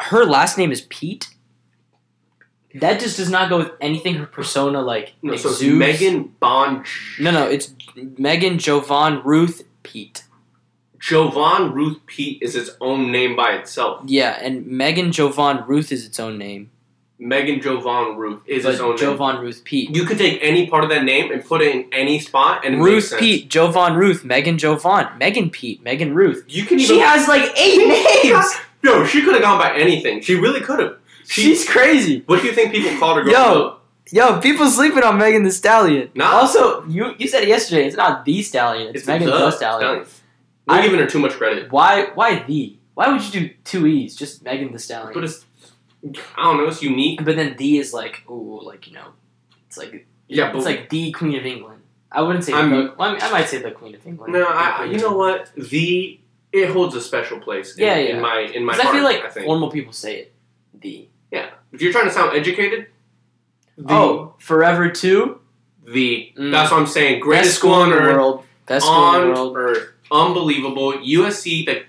Speaker 1: her last name is Pete. That just does not go with anything her persona like
Speaker 2: no, so it's
Speaker 1: exudes.
Speaker 2: Megan Bond,
Speaker 1: No, no, it's Megan Jovan Ruth Pete.
Speaker 2: Jovan Ruth Pete is its own name by itself.
Speaker 1: Yeah, and Megan Jovan Ruth is its own name.
Speaker 2: Megan Jovan Ruth is
Speaker 1: but
Speaker 2: its own name.
Speaker 1: Jovan Ruth Pete.
Speaker 2: You could take any part of that name and put it in any spot, and it makes
Speaker 1: Ruth
Speaker 2: sense.
Speaker 1: Pete, Jovan Ruth, Megan Jovan, Megan Pete, Megan Ruth.
Speaker 2: You can even
Speaker 1: She has like eight names.
Speaker 2: No, she could have gone by anything. She really could have. She-
Speaker 1: She's crazy.
Speaker 2: What do you think people called her? growing
Speaker 1: Yo.
Speaker 2: up?
Speaker 1: Yo, people sleeping on Megan the Stallion.
Speaker 2: Nah.
Speaker 1: Also, you you said it yesterday. It's not the Stallion. It's, Megan the, Stallion.
Speaker 2: We're
Speaker 1: I-
Speaker 2: giving her too much credit,
Speaker 1: Why why the? Why would you do two E's? Just Megan the Stallion.
Speaker 2: but it's I don't know. It's unique.
Speaker 1: But then the is like, ooh, like you know, it's like
Speaker 2: Yeah, but
Speaker 1: it's like the Queen of England. I wouldn't say.
Speaker 2: I'm-
Speaker 1: the, well, I, mean, I might say the Queen of England.
Speaker 2: no, I, I- you know what? The it holds a special place. In,
Speaker 1: Yeah, yeah.
Speaker 2: in my in my
Speaker 1: because
Speaker 2: heart.
Speaker 1: I feel like
Speaker 2: I think
Speaker 1: normal people say it. The.
Speaker 2: if you're trying to sound educated, the,
Speaker 1: oh, Forever Two.
Speaker 2: the
Speaker 1: Mm.
Speaker 2: that's what I'm saying.
Speaker 1: Best
Speaker 2: Greatest
Speaker 1: school in
Speaker 2: on
Speaker 1: the
Speaker 2: earth,
Speaker 1: world. Best school in the
Speaker 2: on
Speaker 1: world.
Speaker 2: earth, unbelievable. USC, the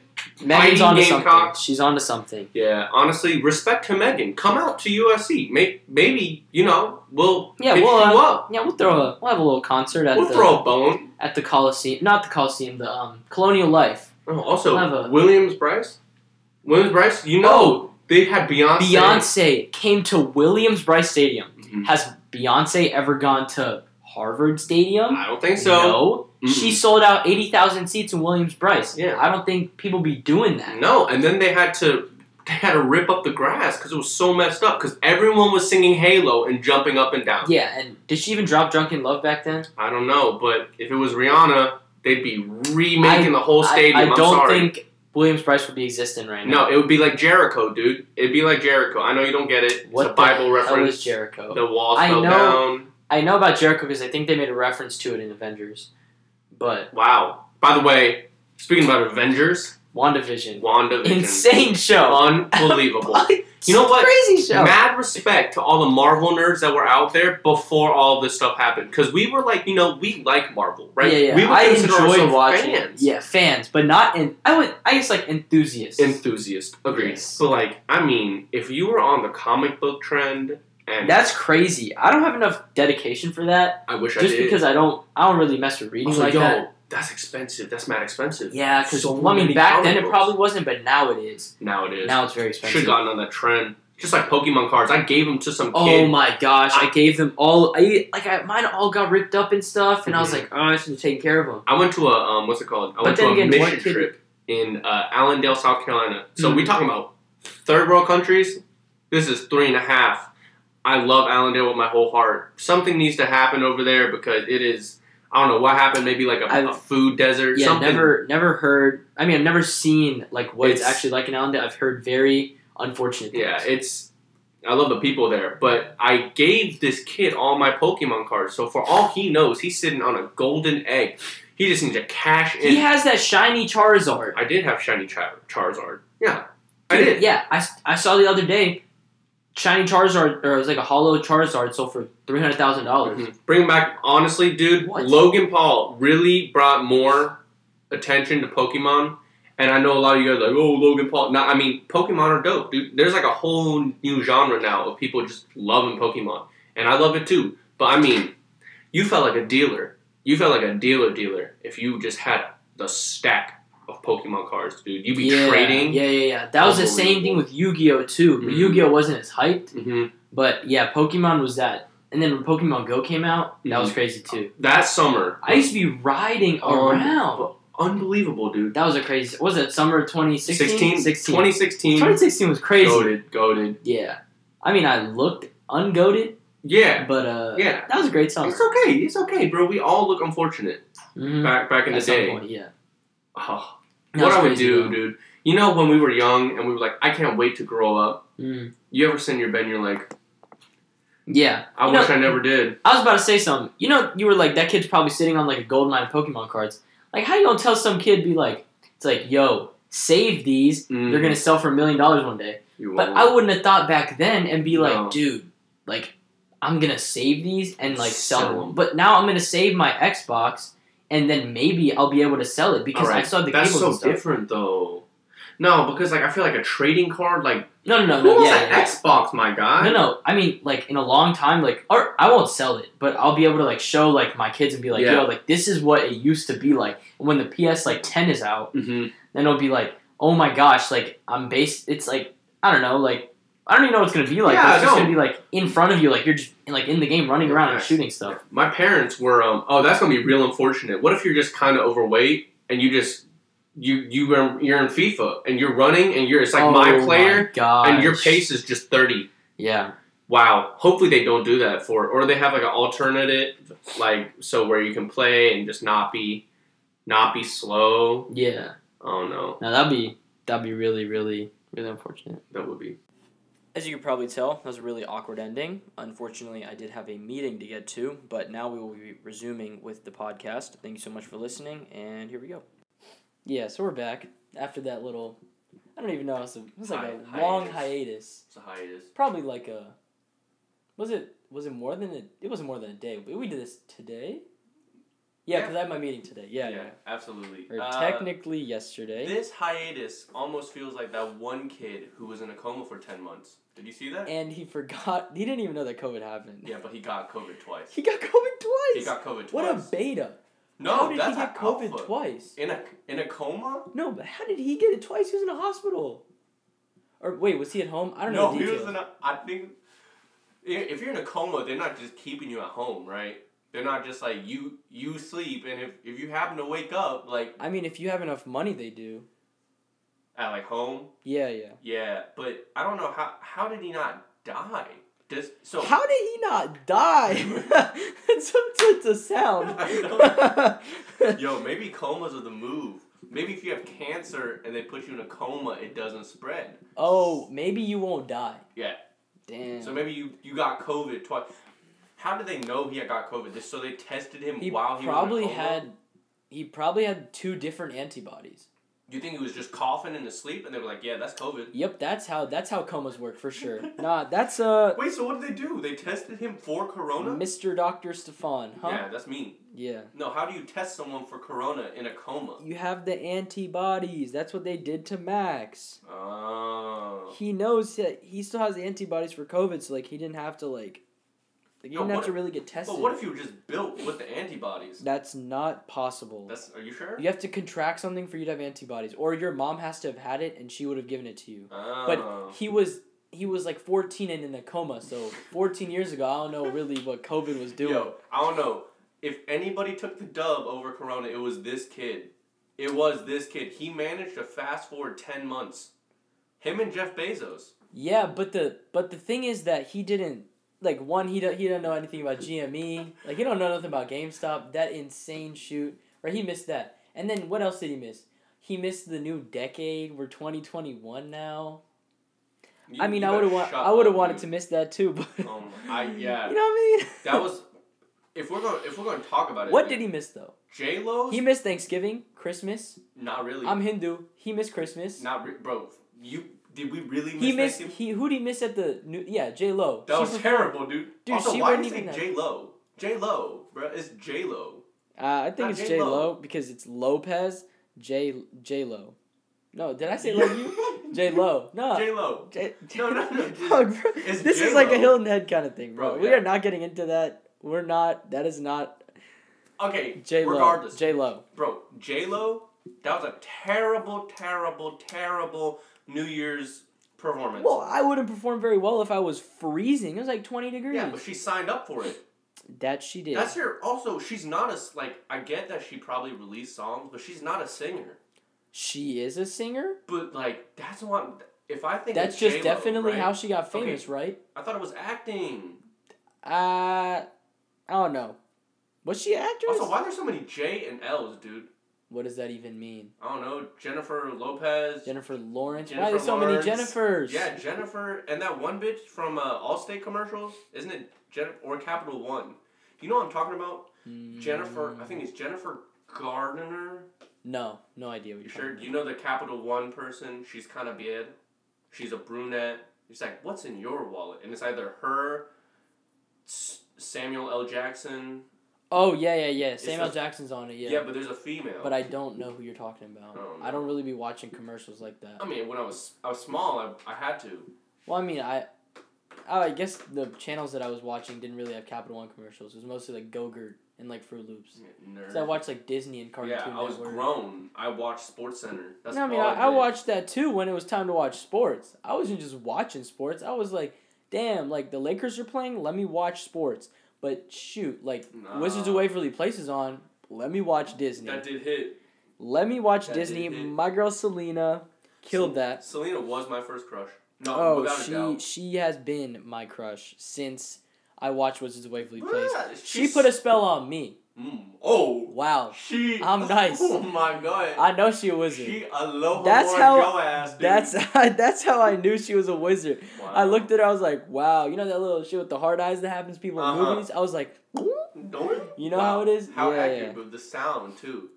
Speaker 1: Megan's
Speaker 2: Fighting
Speaker 1: onto
Speaker 2: Gamecock.
Speaker 1: something. She's onto something.
Speaker 2: Yeah, honestly, respect to Megan. Come out to USC. Maybe, maybe you know, we'll
Speaker 1: Yeah,
Speaker 2: pick
Speaker 1: we'll,
Speaker 2: you
Speaker 1: uh,
Speaker 2: up.
Speaker 1: Yeah, we'll throw a we'll have a little concert at
Speaker 2: We'll
Speaker 1: the
Speaker 2: throw a bone.
Speaker 1: at the Coliseum, not the Coliseum, the um Colonial Life.
Speaker 2: Oh, also,
Speaker 1: We'll have a-
Speaker 2: Williams Bryce. Williams Bryce, you know,
Speaker 1: Oh,
Speaker 2: they had Beyonce.
Speaker 1: Beyonce came to Williams Bryce Stadium.
Speaker 2: Mhm.
Speaker 1: Has Beyonce ever gone to Harvard Stadium?
Speaker 2: I don't think so.
Speaker 1: no.
Speaker 2: Mm-mm.
Speaker 1: She sold out eighty thousand seats in Williams Bryce.
Speaker 2: Yeah.
Speaker 1: I don't think people be doing that.
Speaker 2: No, and then they had to they had to rip up the grass because it was so messed up because everyone was singing Halo and jumping up and down.
Speaker 1: Yeah, and did she even drop Drunken Love back then?
Speaker 2: I don't know, but if it was Rihanna, they'd be remaking the whole stadium.
Speaker 1: I, I
Speaker 2: am
Speaker 1: don't
Speaker 2: sorry.
Speaker 1: think Williams Bryce would be existing right now.
Speaker 2: No, it would be like Jericho, dude. It'd be like Jericho. I know you don't get it.
Speaker 1: What
Speaker 2: it's a Bible
Speaker 1: the hell
Speaker 2: reference.
Speaker 1: is Jericho?
Speaker 2: The walls
Speaker 1: I
Speaker 2: fell
Speaker 1: know-
Speaker 2: down.
Speaker 1: I know about Jericho because I think they made a reference to it in Avengers. But
Speaker 2: Wow. By the way, speaking about Avengers,
Speaker 1: WandaVision,
Speaker 2: WandaVision.
Speaker 1: insane show.
Speaker 2: Unbelievable. You know what?
Speaker 1: Crazy show.
Speaker 2: Mad respect to all the Marvel nerds that were out there before all this stuff happened. Because we were like, you know, we like Marvel, right?
Speaker 1: Yeah, yeah.
Speaker 2: We were
Speaker 1: I
Speaker 2: consider
Speaker 1: enjoy
Speaker 2: ourselves
Speaker 1: watching. it.
Speaker 2: fans.
Speaker 1: Yeah, fans, but not in. I would. I guess like enthusiasts.
Speaker 2: Enthusiast. Agreed.
Speaker 1: Yes.
Speaker 2: But like, I mean, if you were on the comic book trend and
Speaker 1: That's crazy. I don't have enough dedication for that.
Speaker 2: I wish I
Speaker 1: Just
Speaker 2: did.
Speaker 1: because I don't. I don't really mess with reading
Speaker 2: Also,
Speaker 1: like
Speaker 2: yo,
Speaker 1: that.
Speaker 2: that's expensive. That's mad expensive.
Speaker 1: Yeah, because
Speaker 2: so
Speaker 1: I mean,
Speaker 2: many
Speaker 1: back
Speaker 2: comic
Speaker 1: then it
Speaker 2: books.
Speaker 1: probably wasn't, but now it is.
Speaker 2: Now it is.
Speaker 1: Now it's very expensive.
Speaker 2: Should gotten on that trend. Just like Pokemon cards, I gave them to some Ah.
Speaker 1: Oh
Speaker 2: kid.
Speaker 1: my gosh! I,
Speaker 2: I-
Speaker 1: gave them all. I like I, mine all got ripped up and stuff, and I was
Speaker 2: Mhm.
Speaker 1: like, oh, I should have taken care of them.
Speaker 2: I went to a um, what's it called? I
Speaker 1: But
Speaker 2: went to
Speaker 1: then
Speaker 2: a
Speaker 1: again, what
Speaker 2: mission
Speaker 1: kid-
Speaker 2: trip in uh, Allendale, South Carolina. So
Speaker 1: Mhm.
Speaker 2: we talking about third world countries. This is three and a half. I love Allendale with my whole heart. Something needs to happen over there because it is. I don't know what happened. Maybe like a, a
Speaker 1: I've-
Speaker 2: food desert.
Speaker 1: Yeah,
Speaker 2: something.
Speaker 1: never, never heard. I mean, I've never seen like what it's,
Speaker 2: It's-
Speaker 1: actually like in Allendale. I've heard very unfortunate. Things.
Speaker 2: Yeah, it's. I love the people there, but I gave this kid all my Pokemon cards. So for all he knows, he's sitting on a golden egg. He just needs to cash in.
Speaker 1: he has that shiny Charizard.
Speaker 2: I did have shiny Char- Charizard. Yeah, I did.
Speaker 1: Yeah, I, I saw the other day, shiny Charizard or it was like a hollow Charizard sold for three hundred thousand dollars.
Speaker 2: Mhm. Bring back, honestly, dude.
Speaker 1: What?
Speaker 2: Logan Paul really brought more attention to Pokemon, and I know a lot of you guys are like, oh, Logan Paul. No, I mean Pokemon are dope, dude. There's like a whole new genre now of people just loving Pokemon, and I love it too. But I mean, you felt like a dealer. You felt like a dealer dealer if you just had the stack of Pokemon cards, dude. You'd be
Speaker 1: yeah,
Speaker 2: trading.
Speaker 1: Yeah, yeah, yeah. That was the same thing with Yu Gi Oh too. But
Speaker 2: Mhm.
Speaker 1: Yu Gi Oh wasn't as hyped,
Speaker 2: hmm
Speaker 1: but yeah, Pokemon was that. And then when Pokemon Go came out, that
Speaker 2: Mm-hmm.
Speaker 1: was crazy too.
Speaker 2: That summer,
Speaker 1: I used to be riding
Speaker 2: Um,
Speaker 1: around.
Speaker 2: but unbelievable, dude.
Speaker 1: That was a crazy. Was it summer of 2016? 16.
Speaker 2: 2016.
Speaker 1: 2016 was crazy.
Speaker 2: Goaded, goaded.
Speaker 1: Yeah, I mean, I looked ungoated,
Speaker 2: Yeah,
Speaker 1: but uh,
Speaker 2: yeah.
Speaker 1: that was a great
Speaker 4: oh.
Speaker 1: song.
Speaker 2: It's okay. It's okay, bro. We all look unfortunate
Speaker 4: Mm-hmm.
Speaker 1: Mhm.
Speaker 2: back back in
Speaker 1: At
Speaker 2: the
Speaker 1: some
Speaker 2: day.
Speaker 1: point, yeah.
Speaker 2: Oh,
Speaker 1: That
Speaker 2: what
Speaker 1: was
Speaker 2: I would
Speaker 1: crazy,
Speaker 2: do,
Speaker 1: though.
Speaker 2: dude. You know when we were young and we were like, I can't wait to grow up.
Speaker 1: Mm.
Speaker 2: You ever sit in your bed and you're like,
Speaker 1: Yeah,
Speaker 2: I
Speaker 1: You
Speaker 2: wish
Speaker 1: know-
Speaker 2: I never did.
Speaker 1: I was about to say something. You know, you were like that kid's probably sitting on like a gold mine of Pokemon cards. Like, how you gonna tell some kid be like, it's like, yo, save these.
Speaker 2: Mm.
Speaker 1: They're gonna sell for a million dollars one day.
Speaker 2: You
Speaker 4: But
Speaker 2: won't.
Speaker 4: I wouldn't have thought back then and be
Speaker 2: No.
Speaker 4: like, dude, like I'm gonna save these and like sell,
Speaker 2: Sell
Speaker 4: them.
Speaker 2: them.
Speaker 4: But now I'm gonna save my Xbox and then maybe I'll be able to sell it because I
Speaker 2: Alright,
Speaker 4: still have the
Speaker 2: That's
Speaker 4: cables
Speaker 2: so
Speaker 4: and stuff.
Speaker 2: different though. No, because like I feel like a trading card, like
Speaker 4: No, no, no,
Speaker 2: who
Speaker 4: no,
Speaker 2: wants
Speaker 4: yeah,
Speaker 2: an
Speaker 4: yeah.
Speaker 2: Xbox, my guy?
Speaker 4: no, no. I mean, like in a long time, like or I won't sell it, but I'll be able to like show like my kids and be like,
Speaker 2: Yeah.
Speaker 4: yo, like this is what it used to be like. And when the PS like 10 is out,
Speaker 2: hmm
Speaker 4: then it'll be like, oh my gosh, like I'm based. It's like I don't know, like I don't even know what it's gonna be like.
Speaker 2: Yeah,
Speaker 4: it's just
Speaker 2: no.
Speaker 4: gonna be like in front of you, like you're just like in the game, running around and
Speaker 2: Right.
Speaker 4: shooting stuff.
Speaker 2: My parents were um oh that's gonna be real unfortunate. What if you're just kind of overweight and you just you you were- you're in FIFA and you're running and you're it's like
Speaker 4: oh
Speaker 2: my player
Speaker 4: gosh.
Speaker 2: and your pace is just thirty.
Speaker 4: Yeah,
Speaker 2: Wow. Hopefully they don't do that for it, or they have like an alternative, like so where you can play and just not be, not be slow.
Speaker 4: yeah.
Speaker 2: Oh no,
Speaker 4: Now that'd be that'd be really, really, really unfortunate.
Speaker 2: that would be.
Speaker 1: As you can probably tell, that was a really awkward ending. Unfortunately, I did have a meeting to get to, but now we will be resuming with the podcast. Thank you so much for listening, and here we go. Yeah, so we're back after that little. I don't even know. It was, a, it was like a
Speaker 2: Hi-
Speaker 1: long
Speaker 2: hiatus.
Speaker 1: hiatus.
Speaker 2: It's a hiatus.
Speaker 1: Probably like a. Was it was it more than a, it was more than a day? We did this today. Yeah,
Speaker 2: Yeah.
Speaker 1: because I have my meeting today. Yeah, yeah. Uh,
Speaker 2: absolutely. Uh,
Speaker 1: Or technically yesterday.
Speaker 2: this hiatus almost feels like that one kid who was in a coma for ten months. Did you see that?
Speaker 1: and he forgot. He didn't even know that COVID happened.
Speaker 2: yeah, but he got COVID twice.
Speaker 1: He got COVID twice.
Speaker 2: He got COVID twice.
Speaker 1: What a beta!
Speaker 2: no,
Speaker 1: how did
Speaker 2: that's
Speaker 1: he get
Speaker 2: a
Speaker 1: COVID
Speaker 2: alpha.
Speaker 1: twice?
Speaker 2: In a in a coma?
Speaker 1: No, but how did he get it twice? He was in a hospital. Or wait, was he at home? I don't know.
Speaker 2: No,
Speaker 1: the
Speaker 2: he was
Speaker 1: details.
Speaker 2: in a. I think i- if you're in a coma, they're not just keeping you at home, right? They're not just like you you sleep, and if, if you happen to wake up like
Speaker 1: I mean, if you have enough money, they do.
Speaker 2: at like home,
Speaker 1: Yeah, yeah.
Speaker 2: yeah. But I don't know how how did he not die? Does so
Speaker 1: How did he not die? it's, a, it's a sound.
Speaker 2: I yo maybe comas are the move. Maybe if you have cancer and they put you in a coma, it doesn't spread.
Speaker 1: oh, maybe you won't die.
Speaker 2: Yeah.
Speaker 1: Damn.
Speaker 2: So maybe you you got COVID twice. How did they know he had got COVID? Just So they tested him
Speaker 1: he
Speaker 2: while he
Speaker 1: probably
Speaker 2: was in a coma?
Speaker 1: had. He probably had two different antibodies.
Speaker 2: You think he was just coughing in his sleep, and they were like, "Yeah, that's COVID."
Speaker 1: Yep, that's how that's how comas work for sure. nah, that's uh,
Speaker 2: Wait, so what did they do? They tested him for corona.
Speaker 1: Mr. Doctor Stefan, huh?
Speaker 2: Yeah, that's mean.
Speaker 1: yeah.
Speaker 2: No, how do you test someone for corona in a coma?
Speaker 1: You have the antibodies. That's what they did to Max.
Speaker 2: Oh.
Speaker 1: He knows that he still has the antibodies for COVID, so like he didn't have to like, like you
Speaker 2: Yo,
Speaker 1: didn't have
Speaker 2: what
Speaker 1: to
Speaker 2: if-
Speaker 1: really get tested.
Speaker 2: But what if you were just built with the antibodies?
Speaker 1: That's not possible.
Speaker 2: That's. Are you sure?
Speaker 1: you have to contract something for you to have antibodies, or your mom has to have had it and she would have given it to you.
Speaker 2: Oh.
Speaker 1: But he was he was like fourteen and in a coma, so fourteen years ago, I don't know really what COVID was doing.
Speaker 2: Yo, I don't know. If anybody took the dub over corona, it was this kid. It was this kid. He managed to fast forward ten months. Him and Jeff Bezos.
Speaker 1: Yeah, but the but the thing is that he didn't like one he don't, he didn't know anything about GME. Like he don't know nothing about GameStop. That insane shoot. Right, he missed that. And then what else did he miss? He missed the new decade. We're twenty twenty one now.
Speaker 2: You-
Speaker 1: I mean,
Speaker 2: you
Speaker 1: I
Speaker 2: better
Speaker 1: would have want
Speaker 2: shut
Speaker 1: I would have
Speaker 2: up,
Speaker 1: wanted
Speaker 2: dude.
Speaker 1: to miss that too, but
Speaker 2: Um, I- yeah.
Speaker 1: You know what I mean?
Speaker 2: That was if we're going if we're going to talk about it.
Speaker 1: What did he miss though?
Speaker 2: J Lo?
Speaker 1: He missed Thanksgiving, Christmas.
Speaker 2: not really.
Speaker 1: I'm Hindu. He missed Christmas.
Speaker 2: not re- bro. You did we really miss?
Speaker 1: He missed
Speaker 2: Thanksgiving?
Speaker 1: he who did he miss at the new yeah, J Lo.
Speaker 2: That was terrible, dude.
Speaker 1: Dude,
Speaker 2: also,
Speaker 1: she
Speaker 2: why do
Speaker 1: wouldn't
Speaker 2: you
Speaker 1: even know.
Speaker 2: think J Lo? J Lo, bro. It's J Lo.
Speaker 1: Uh, I think
Speaker 2: Not
Speaker 1: it's J
Speaker 2: J-Lo.
Speaker 1: Lo because it's Lopez J J Lo. No, did I say love you? J Lo. No.
Speaker 2: J Lo.
Speaker 1: J-
Speaker 2: No, no, no,
Speaker 1: Fuck,
Speaker 2: J-
Speaker 1: bro.
Speaker 2: it's
Speaker 1: This is like a
Speaker 2: J-Lo.
Speaker 1: hill and head kind of thing, bro.
Speaker 2: Bro,
Speaker 1: we
Speaker 2: yeah.
Speaker 1: are not getting into that. We're not. That is not
Speaker 2: Okay,
Speaker 1: J Lo.
Speaker 2: regardless,
Speaker 1: J Lo.
Speaker 2: bro. J Lo. That was a terrible, terrible, terrible New Year's performance.
Speaker 1: Well, I wouldn't perform very well if I was freezing. It was like twenty degrees.
Speaker 2: yeah, but she signed up for it.
Speaker 1: that she did.
Speaker 2: That's her. Also, she's not a s- like. I get that she probably released songs, but she's not a singer.
Speaker 1: she is a singer.
Speaker 2: But like, that's what. If I think
Speaker 1: That's
Speaker 2: of
Speaker 1: just
Speaker 2: J-Lo,
Speaker 1: definitely
Speaker 2: right?
Speaker 1: how she got
Speaker 2: Okay.
Speaker 1: famous, right?
Speaker 2: I thought it was acting.
Speaker 1: Uh, I don't know. Was she an actress?
Speaker 2: Also, why there's so many J and L's, dude?
Speaker 1: what does that even mean?
Speaker 2: I don't know. Jennifer Lopez.
Speaker 1: Jennifer Lawrence. Why
Speaker 2: Jennifer
Speaker 1: are there so
Speaker 2: Lawrence.
Speaker 1: many Jennifers?
Speaker 2: Yeah, Jennifer, and that one bitch from uh, Allstate commercials, isn't it? Jen- or Capital One. You know what I'm talking about?
Speaker 1: Mm,
Speaker 2: Jennifer. I think it's Jennifer Gardner.
Speaker 1: No, no idea what
Speaker 2: You
Speaker 1: you're
Speaker 2: sure?
Speaker 1: sure.
Speaker 2: You know the Capital One person? She's kind of bad. She's a brunette. It's like, what's in your wallet? And it's either her, S- Samuel L. Jackson.
Speaker 1: Oh yeah, yeah, yeah. Samuel
Speaker 2: the-
Speaker 1: Jackson's on it. Yeah.
Speaker 2: Yeah, but there's a female.
Speaker 1: But I don't know who you're talking about.
Speaker 2: Oh, no.
Speaker 1: I don't really be watching commercials like that.
Speaker 2: I mean, when I was I was small, I, I had to.
Speaker 1: Well, I mean, I, I guess the channels that I was watching didn't really have Capital One commercials. It was mostly like Go-Gurt and like Fruit Loops.
Speaker 2: Nerd.
Speaker 1: So I watched like Disney and Cartoon
Speaker 2: yeah, I was
Speaker 1: Network.
Speaker 2: grown. I watched Sports Center. That's
Speaker 1: no, I mean,
Speaker 2: all
Speaker 1: I, I
Speaker 2: did.
Speaker 1: watched that too when it was time to watch sports. I wasn't just watching sports. I was like, damn, like the Lakers are playing, let me watch sports. But shoot, like
Speaker 2: Nah.
Speaker 1: Wizards of Waverly Place is on, let me watch Disney.
Speaker 2: That did hit.
Speaker 1: let me watch
Speaker 2: that
Speaker 1: Disney.
Speaker 2: did hit.
Speaker 1: My girl Selena killed
Speaker 2: Sel-
Speaker 1: that.
Speaker 2: Selena was my first crush. No,
Speaker 1: Oh,
Speaker 2: without a
Speaker 1: she
Speaker 2: doubt.
Speaker 1: she has been my crush since I watched Wizards of Waverly Place.
Speaker 2: Ah,
Speaker 1: She
Speaker 2: she's-
Speaker 1: put a spell on me.
Speaker 2: Mm. Oh,
Speaker 1: Wow.
Speaker 2: she.
Speaker 1: I'm nice.
Speaker 2: Oh my god.
Speaker 1: I know she a wizard.
Speaker 2: she aloha
Speaker 1: That's
Speaker 2: wore
Speaker 1: how-
Speaker 2: your ass, dude.
Speaker 1: That's that's how I knew she was a wizard.
Speaker 2: Wow.
Speaker 1: I looked at her. I was like, "Wow, you know that little shit with the hard eyes that happens to people in
Speaker 2: Uh-huh.
Speaker 1: movies." I was like,
Speaker 2: Don't-
Speaker 1: You know how it is?
Speaker 2: How
Speaker 1: Yeah,
Speaker 2: accurate,
Speaker 1: yeah.
Speaker 2: but the sound too.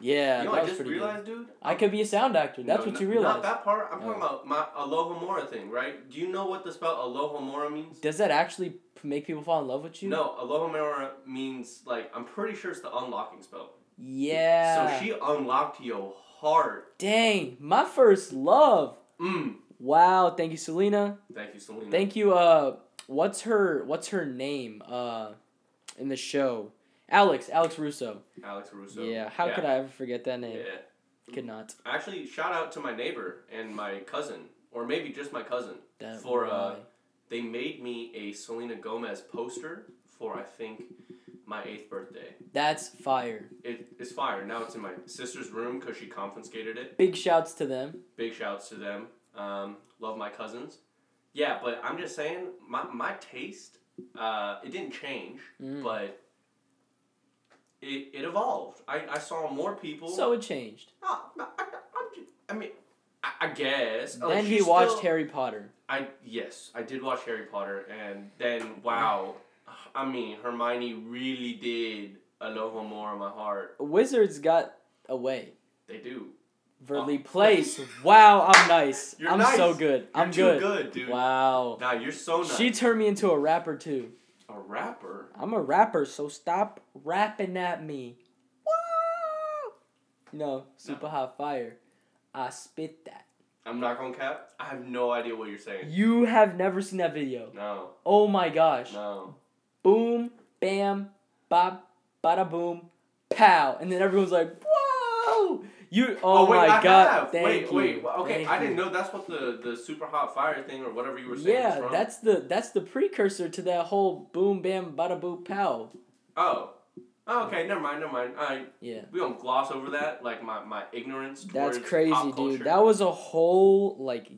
Speaker 1: "Yeah,
Speaker 2: you know,
Speaker 1: that
Speaker 2: I
Speaker 1: was
Speaker 2: just
Speaker 1: pretty
Speaker 2: realized, dude.
Speaker 1: good." I could be a sound actor. That's
Speaker 2: No,
Speaker 1: what
Speaker 2: no-
Speaker 1: you realize.
Speaker 2: Not that part. I'm
Speaker 1: Oh.
Speaker 2: talking about my Aloha Mora thing, right? Do you know what the spell Aloha Mora means?
Speaker 1: Does that actually p- make people fall in love with you?
Speaker 2: No, Aloha Mora means like I'm pretty sure it's the unlocking spell.
Speaker 1: Yeah.
Speaker 2: So she unlocked your heart.
Speaker 1: Dang, my first love.
Speaker 2: Mm.
Speaker 1: Wow. Thank you, Selena.
Speaker 2: Thank you, Selena.
Speaker 1: Thank you. Uh, what's her What's her name? Uh, in the show, Alex. Alex Russo.
Speaker 2: Alex Russo.
Speaker 1: yeah. How could I ever forget that name?
Speaker 2: Yeah.
Speaker 1: Could not.
Speaker 2: Actually, shout out to my neighbor and my cousin, or maybe just my cousin.
Speaker 1: That
Speaker 2: For,
Speaker 1: boy.
Speaker 2: uh, They made me a Selena Gomez poster for I think my eighth birthday.
Speaker 1: that's fire.
Speaker 2: It, it's fire. Now it's in my sister's room because she confiscated it.
Speaker 1: Big shouts to them.
Speaker 2: Big shouts to them. Um, love my cousins. Yeah, but I'm just saying, my, my taste, uh, it didn't change,
Speaker 1: Mm.
Speaker 2: but it, it evolved. I, I saw more people.
Speaker 1: So it changed.
Speaker 2: No, Oh, no, I, I'm ju- I mean, I, I guess. Like,
Speaker 1: then he
Speaker 2: she's
Speaker 1: watched
Speaker 2: Oh, still-
Speaker 1: Harry Potter.
Speaker 2: I yes, I did watch Harry Potter, and then wow, I mean Hermione really did Aloha more in my heart.
Speaker 1: Wizards got away.
Speaker 2: They do.
Speaker 1: Verly Place. Wow, I'm nice.
Speaker 2: Oh. You're
Speaker 1: I'm
Speaker 2: nice.
Speaker 1: so good.
Speaker 2: You're
Speaker 1: I'm
Speaker 2: too
Speaker 1: good.
Speaker 2: dude.
Speaker 1: Wow.
Speaker 2: Nah, you're so nice.
Speaker 1: She turned me into a rapper too.
Speaker 2: a rapper.
Speaker 1: I'm a rapper, so stop rapping at me. Wow. No, super hot fire. I spit that.
Speaker 2: I'm not gonna cap. I have no idea what you're saying.
Speaker 1: You have never seen that video.
Speaker 2: No,
Speaker 1: Oh my gosh.
Speaker 2: no.
Speaker 1: Boom, bam, bop, bada boom, pow. And then everyone's like, whoa. You, oh,
Speaker 2: Oh, wait,
Speaker 1: my
Speaker 2: I
Speaker 1: god.
Speaker 2: have.
Speaker 1: Thank
Speaker 2: wait,
Speaker 1: you.
Speaker 2: wait. well, Okay,
Speaker 1: Thank
Speaker 2: I
Speaker 1: you.
Speaker 2: didn't know that's what the the super hot fire thing or whatever you were saying was
Speaker 1: Yeah,
Speaker 2: from.
Speaker 1: that's the that's the precursor to that whole boom bam bada boo pow.
Speaker 2: Oh. Oh, okay, never mind, never mind. All right,
Speaker 1: Yeah.
Speaker 2: we don't gloss over that, like my, my ignorance.
Speaker 1: That's
Speaker 2: towards
Speaker 1: crazy,
Speaker 2: pop culture.
Speaker 1: dude. That was a whole like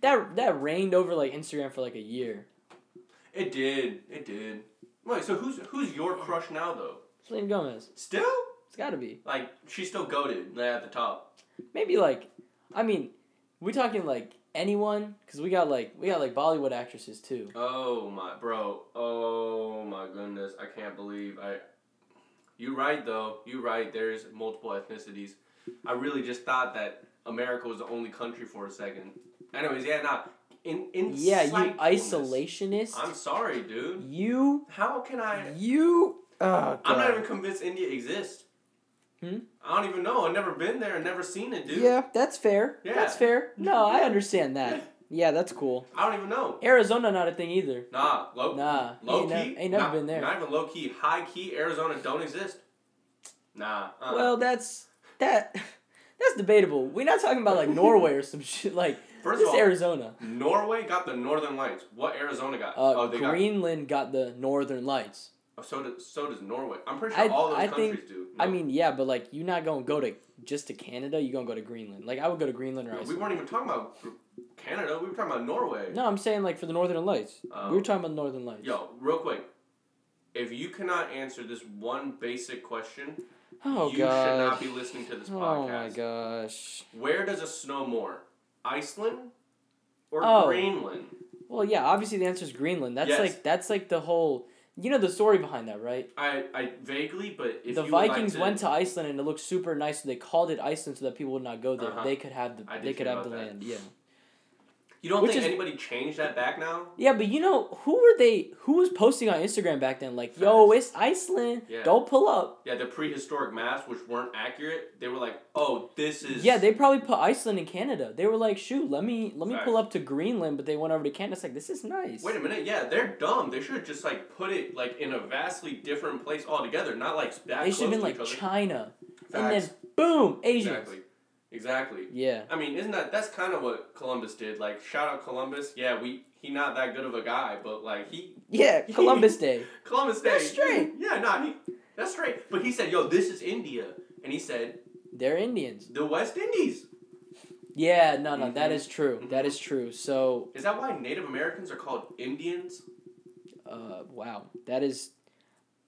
Speaker 1: that that reigned over like Instagram for like a year.
Speaker 2: It did. It did. Wait, so who's who's your crush now though?
Speaker 1: Selena Gomez.
Speaker 2: Still?
Speaker 1: It's gotta be.
Speaker 2: Like she's still goaded like, at the top.
Speaker 1: Maybe like I mean, we talking like anyone? Cause we got like we got like Bollywood actresses too.
Speaker 2: Oh my bro. Oh my goodness. I can't believe I You right though. You right. There's multiple ethnicities. I really just thought that America was the only country for a second. Anyways, yeah, nah. In in
Speaker 1: Yeah, you
Speaker 2: insightfulness.
Speaker 1: isolationist.
Speaker 2: I'm sorry, dude.
Speaker 1: You
Speaker 2: How can I
Speaker 1: you
Speaker 2: I'm not even convinced India exists.
Speaker 1: Hmm?
Speaker 2: I don't even know. I've never been there and never seen it, dude.
Speaker 1: Yeah, that's fair.
Speaker 2: Yeah.
Speaker 1: That's fair. No, I
Speaker 2: Yeah.
Speaker 1: understand
Speaker 2: Yeah.
Speaker 1: that. Yeah, that's cool.
Speaker 2: I don't even know.
Speaker 1: Arizona not a thing either.
Speaker 2: Nah, low,
Speaker 1: Nah,
Speaker 2: low
Speaker 1: ain't
Speaker 2: key.
Speaker 1: nev- ain't never
Speaker 2: not,
Speaker 1: been there.
Speaker 2: Not even low key. High key. Arizona don't exist. Nah. uh-uh.
Speaker 1: Well, that's that that's debatable. We're not talking about like Norway or some shit like
Speaker 2: First
Speaker 1: this
Speaker 2: of all-
Speaker 1: Arizona.
Speaker 2: Norway got the Northern Lights. What Arizona got?
Speaker 1: Uh,
Speaker 2: oh, they
Speaker 1: Greenland got, the northern lights.
Speaker 2: got. So does so does Norway. I'm pretty sure
Speaker 1: I-
Speaker 2: all those
Speaker 1: I
Speaker 2: countries
Speaker 1: think-
Speaker 2: do.
Speaker 1: I
Speaker 2: No.
Speaker 1: mean, yeah, but like you're not going to go to just to Canada, you're going to go to Greenland. Like I would go to Greenland or
Speaker 2: No, we
Speaker 1: Iceland.
Speaker 2: weren't even talking about Canada. We were talking about Norway.
Speaker 1: No, I'm saying like for the northern lights.
Speaker 2: Oh.
Speaker 1: we were talking about the northern lights.
Speaker 2: Yo, real quick. If you cannot answer this one basic question,
Speaker 1: oh
Speaker 2: you should
Speaker 1: god.
Speaker 2: not be listening to this
Speaker 1: oh my
Speaker 2: podcast.
Speaker 1: gosh.
Speaker 2: Where does it snow more? Iceland or
Speaker 1: Oh.
Speaker 2: Greenland?
Speaker 1: Well, yeah, obviously the answer is Greenland. That's
Speaker 2: Yes.
Speaker 1: like that's like the whole you know the story behind that, right?
Speaker 2: I, I vaguely, but if
Speaker 1: the
Speaker 2: you would like
Speaker 1: Vikings
Speaker 2: to-
Speaker 1: went to Iceland and it looked super nice, so they called it Iceland so that people would not go there.
Speaker 2: Uh-huh.
Speaker 1: They could have the
Speaker 2: I did
Speaker 1: they could
Speaker 2: hear
Speaker 1: have the
Speaker 2: about that.
Speaker 1: land. Yeah.
Speaker 2: You don't
Speaker 1: Which
Speaker 2: think
Speaker 1: is-
Speaker 2: anybody changed that back now?
Speaker 1: Yeah, but you know who were they? Who was posting on Instagram back then? Like, yo, it's Iceland.
Speaker 2: Yeah.
Speaker 1: Don't pull up.
Speaker 2: Yeah, the prehistoric maps, which weren't accurate, they were like, "Oh, this is."
Speaker 1: Yeah, they probably put Iceland and Canada. They were like, shoot, let me let me pull
Speaker 2: Facts.
Speaker 1: up to Greenland, but they went over to Canada. It's like this is nice.
Speaker 2: Wait a minute. Yeah, they're dumb. They should have just like put it like in a vastly different place altogether. Not like that
Speaker 1: they should
Speaker 2: close
Speaker 1: have been
Speaker 2: to
Speaker 1: like
Speaker 2: each other.
Speaker 1: China, and
Speaker 2: Facts.
Speaker 1: then boom, Asians.
Speaker 2: Exactly. Exactly.
Speaker 1: Yeah.
Speaker 2: I mean, isn't that that's kind of what Columbus did? Like, shout out Columbus. Yeah, we he not that good of a guy, but like he
Speaker 1: Yeah, Columbus Day.
Speaker 2: Columbus Day.
Speaker 1: That's straight.
Speaker 2: Yeah, no, he that's straight. But he said, "Yo, this is India," and he said,
Speaker 1: They're Indians.
Speaker 2: "The West Indies."
Speaker 1: Yeah, no, no, that
Speaker 2: Mhm.
Speaker 1: is true. That is true. So,
Speaker 2: Is that why Native Americans are called Indians?
Speaker 1: uh, wow, that is,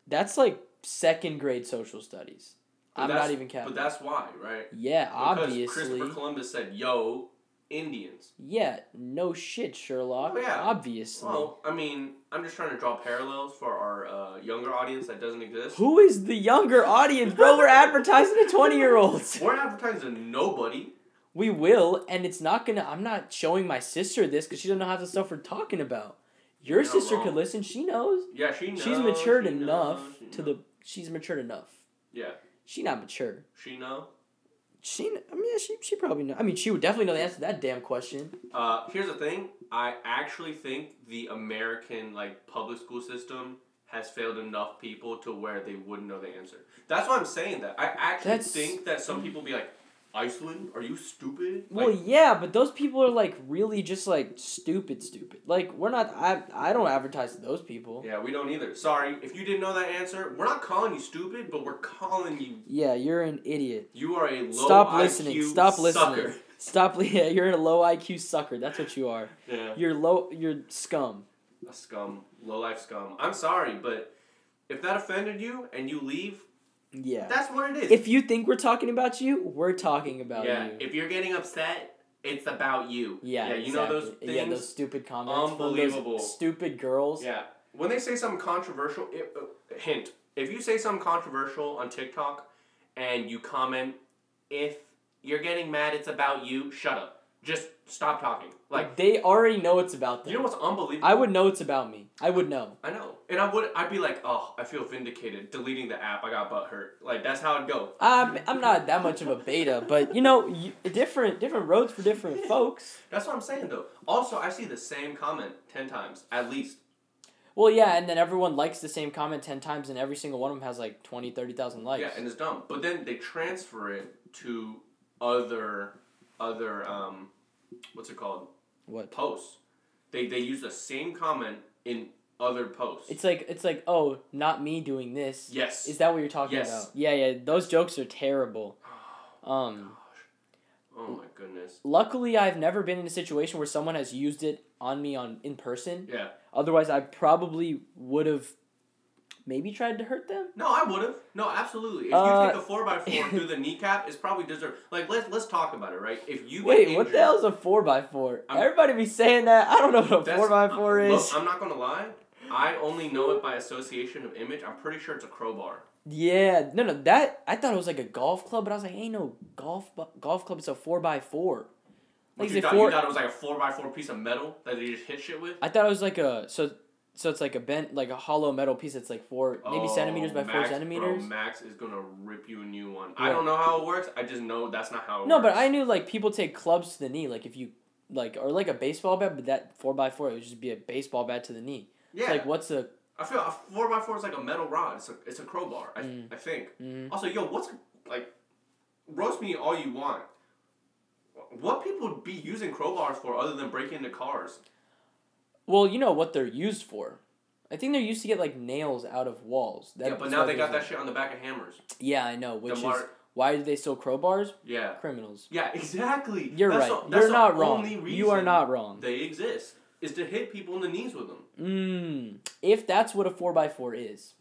Speaker 1: that's like second grade social studies.
Speaker 2: But
Speaker 1: I'm
Speaker 2: that's-
Speaker 1: not even counting.
Speaker 2: But that's why, right?
Speaker 1: Yeah,
Speaker 2: Because
Speaker 1: obviously.
Speaker 2: Christopher Columbus said, "Yo, Indians."
Speaker 1: Yeah, no shit, Sherlock.
Speaker 2: Oh, yeah.
Speaker 1: Obviously.
Speaker 2: Well, I mean, I'm just trying to draw parallels for our uh, younger audience that doesn't exist.
Speaker 1: Who is the younger audience, bro? We're advertising to 20 year olds.
Speaker 2: We're advertising to nobody.
Speaker 1: We will, and it's not gonna. I'm not showing my sister this because she doesn't know half the stuff we're talking about. Your
Speaker 2: You're not
Speaker 1: sister
Speaker 2: wrong.
Speaker 1: could listen. She knows.
Speaker 2: Yeah, she knows.
Speaker 1: she's matured
Speaker 2: she
Speaker 1: enough
Speaker 2: knows, she
Speaker 1: to
Speaker 2: knows.
Speaker 1: the. She's matured enough.
Speaker 2: Yeah,
Speaker 1: She not mature.
Speaker 2: she know.
Speaker 1: She. kn- I mean, yeah, she. She probably know. I mean, she would definitely know the answer to that damn question.
Speaker 2: Uh, here's the thing. I actually think the American like public school system has failed enough people to where they wouldn't know the answer. That's why I'm saying that. I actually
Speaker 1: That's-
Speaker 2: think that some people be like, Iceland? Are you stupid?
Speaker 1: Well,
Speaker 2: Like,
Speaker 1: yeah, but those people are like really just like stupid, stupid. Like we're not. I. I don't advertise to those people.
Speaker 2: yeah, we don't either. Sorry, if you didn't know that answer, we're not calling you stupid, but we're calling you.
Speaker 1: Yeah, you're an idiot.
Speaker 2: You are a low
Speaker 1: Stop
Speaker 2: IQ
Speaker 1: listening. Stop listening.
Speaker 2: sucker.
Speaker 1: Stop. li- Yeah, you're a low IQ sucker. That's what you are.
Speaker 2: Yeah.
Speaker 1: You're low. You're scum.
Speaker 2: a scum, low life scum. I'm sorry, but if that offended you and you leave,
Speaker 1: Yeah.
Speaker 2: that's what it is.
Speaker 1: if you think we're talking about you, we're talking about
Speaker 2: yeah,
Speaker 1: you.
Speaker 2: if you're getting upset, it's about you.
Speaker 1: yeah.
Speaker 2: yeah, you know those
Speaker 1: exactly.
Speaker 2: things.
Speaker 1: Yeah, those stupid comments. From
Speaker 2: Unbelievable.
Speaker 1: those stupid girls.
Speaker 2: Yeah. when they say something controversial, it, uh, hint: if you say something controversial on TikTok and you comment, if you're getting mad, it's about you. Shut up. Just stop talking. Like,
Speaker 1: Like they already know it's about them.
Speaker 2: you know what's unbelievable?
Speaker 1: I would know it's about me. I would know.
Speaker 2: I know, and I would. I'd be like, oh, I feel vindicated. Deleting the app, I got butt hurt. Like that's how it'd go.
Speaker 1: I'm, I'm not that much of a beta, but you know, you, different different roads for different folks.
Speaker 2: That's what I'm saying though. Also, I see the same comment ten times at least.
Speaker 1: Well, yeah, and then everyone likes the same comment 10 times, and every single one of them has like 20, 30,000 likes.
Speaker 2: Yeah, and it's dumb. But then they transfer it to other other um, what's it called?
Speaker 1: What?
Speaker 2: Posts. They they use the same comment in other posts.
Speaker 1: It's like, it's like, oh, not me doing this.
Speaker 2: yes.
Speaker 1: Is that what you're talking
Speaker 2: Yes.
Speaker 1: about? Yeah, yeah, those jokes are terrible. Um,
Speaker 2: oh my goodness.
Speaker 1: luckily, I've never been in a situation where someone has used it on me on in person.
Speaker 2: Yeah.
Speaker 1: Otherwise, I probably would have maybe tried to hurt them.
Speaker 2: No, I would have. No, absolutely. If
Speaker 1: Uh,
Speaker 2: you take a four by four through the kneecap, it's probably deserved. Like let's let's talk about it, right? If you get
Speaker 1: Wait, what
Speaker 2: injured-
Speaker 1: the hell is a 4x4?
Speaker 2: I'm-
Speaker 1: Everybody be saying that. I don't know what a
Speaker 2: That's-
Speaker 1: 4x4
Speaker 2: Look,
Speaker 1: is.
Speaker 2: I'm not gonna lie. I only know it by association of image. I'm pretty sure it's a crowbar.
Speaker 1: Yeah, no, no, that I thought it was like a golf club, but I was like, ain't no golf bu- golf club. It's a four by four. Like
Speaker 2: What
Speaker 1: is
Speaker 2: you,
Speaker 1: it
Speaker 2: thought,
Speaker 1: four?
Speaker 2: you thought it was like a four by four piece of metal that they just hit shit with?
Speaker 1: I thought it was like a so so it's like a bent like a hollow metal piece that's like four maybe
Speaker 2: Oh,
Speaker 1: centimeters by
Speaker 2: Max,
Speaker 1: four
Speaker 2: bro,
Speaker 1: centimeters.
Speaker 2: Max is gonna rip you a new one.
Speaker 1: Yeah.
Speaker 2: I don't know how it works. I just know that's not how it
Speaker 1: no,
Speaker 2: works.
Speaker 1: but I knew like people take clubs to the knee, like if you like or like a baseball bat, but that four by four it would just be a baseball bat to the knee.
Speaker 2: yeah.
Speaker 1: Like what's a
Speaker 2: I feel a four by four is like a metal rod. It's a it's a crowbar. I,
Speaker 1: Mm.
Speaker 2: I think.
Speaker 1: mm,
Speaker 2: Also, yo, what's like? Roast me all you want. What people would be using crowbars for other than breaking into cars?
Speaker 1: well you know what they're used for. I think they're used to get like nails out of walls. That-
Speaker 2: yeah, but
Speaker 1: that's
Speaker 2: now
Speaker 1: what
Speaker 2: they got
Speaker 1: they're
Speaker 2: that shit on the back of hammers.
Speaker 1: used- Yeah, I know. Which
Speaker 2: the
Speaker 1: is
Speaker 2: mar-
Speaker 1: why do they still crowbars?
Speaker 2: yeah.
Speaker 1: Criminals.
Speaker 2: Yeah, exactly.
Speaker 1: You're
Speaker 2: That's
Speaker 1: right.
Speaker 2: the- that's
Speaker 1: You're
Speaker 2: the
Speaker 1: not wrong.
Speaker 2: only
Speaker 1: You are
Speaker 2: reason
Speaker 1: not wrong.
Speaker 2: They exist is to hit people in the knees with them.
Speaker 1: Mm, if that's what a 4x4 is.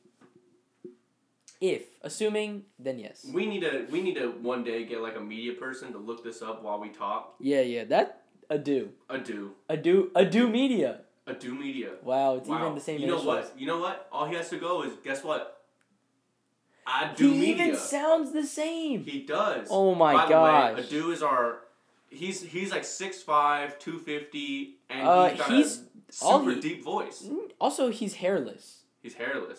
Speaker 1: If, assuming, then yes.
Speaker 2: We need to we need to one day get like a media person to look this up while we talk.
Speaker 1: Yeah, yeah, that a do.
Speaker 2: A do
Speaker 1: A do a do media.
Speaker 2: a do media.
Speaker 1: Wow, it's
Speaker 2: wow.
Speaker 1: even the same
Speaker 2: you know
Speaker 1: initials.
Speaker 2: what? You know what? All he has to go is guess what? I do
Speaker 1: He
Speaker 2: media.
Speaker 1: even sounds the same.
Speaker 2: he does.
Speaker 1: Oh my
Speaker 2: By the way,
Speaker 1: gosh.
Speaker 2: a do is our He's he's like 6'5", 250, and
Speaker 1: Uh,
Speaker 2: he's got
Speaker 1: he's-
Speaker 2: a
Speaker 1: all
Speaker 2: super
Speaker 1: he-
Speaker 2: deep voice.
Speaker 1: Mm, Also, he's hairless.
Speaker 2: He's hairless.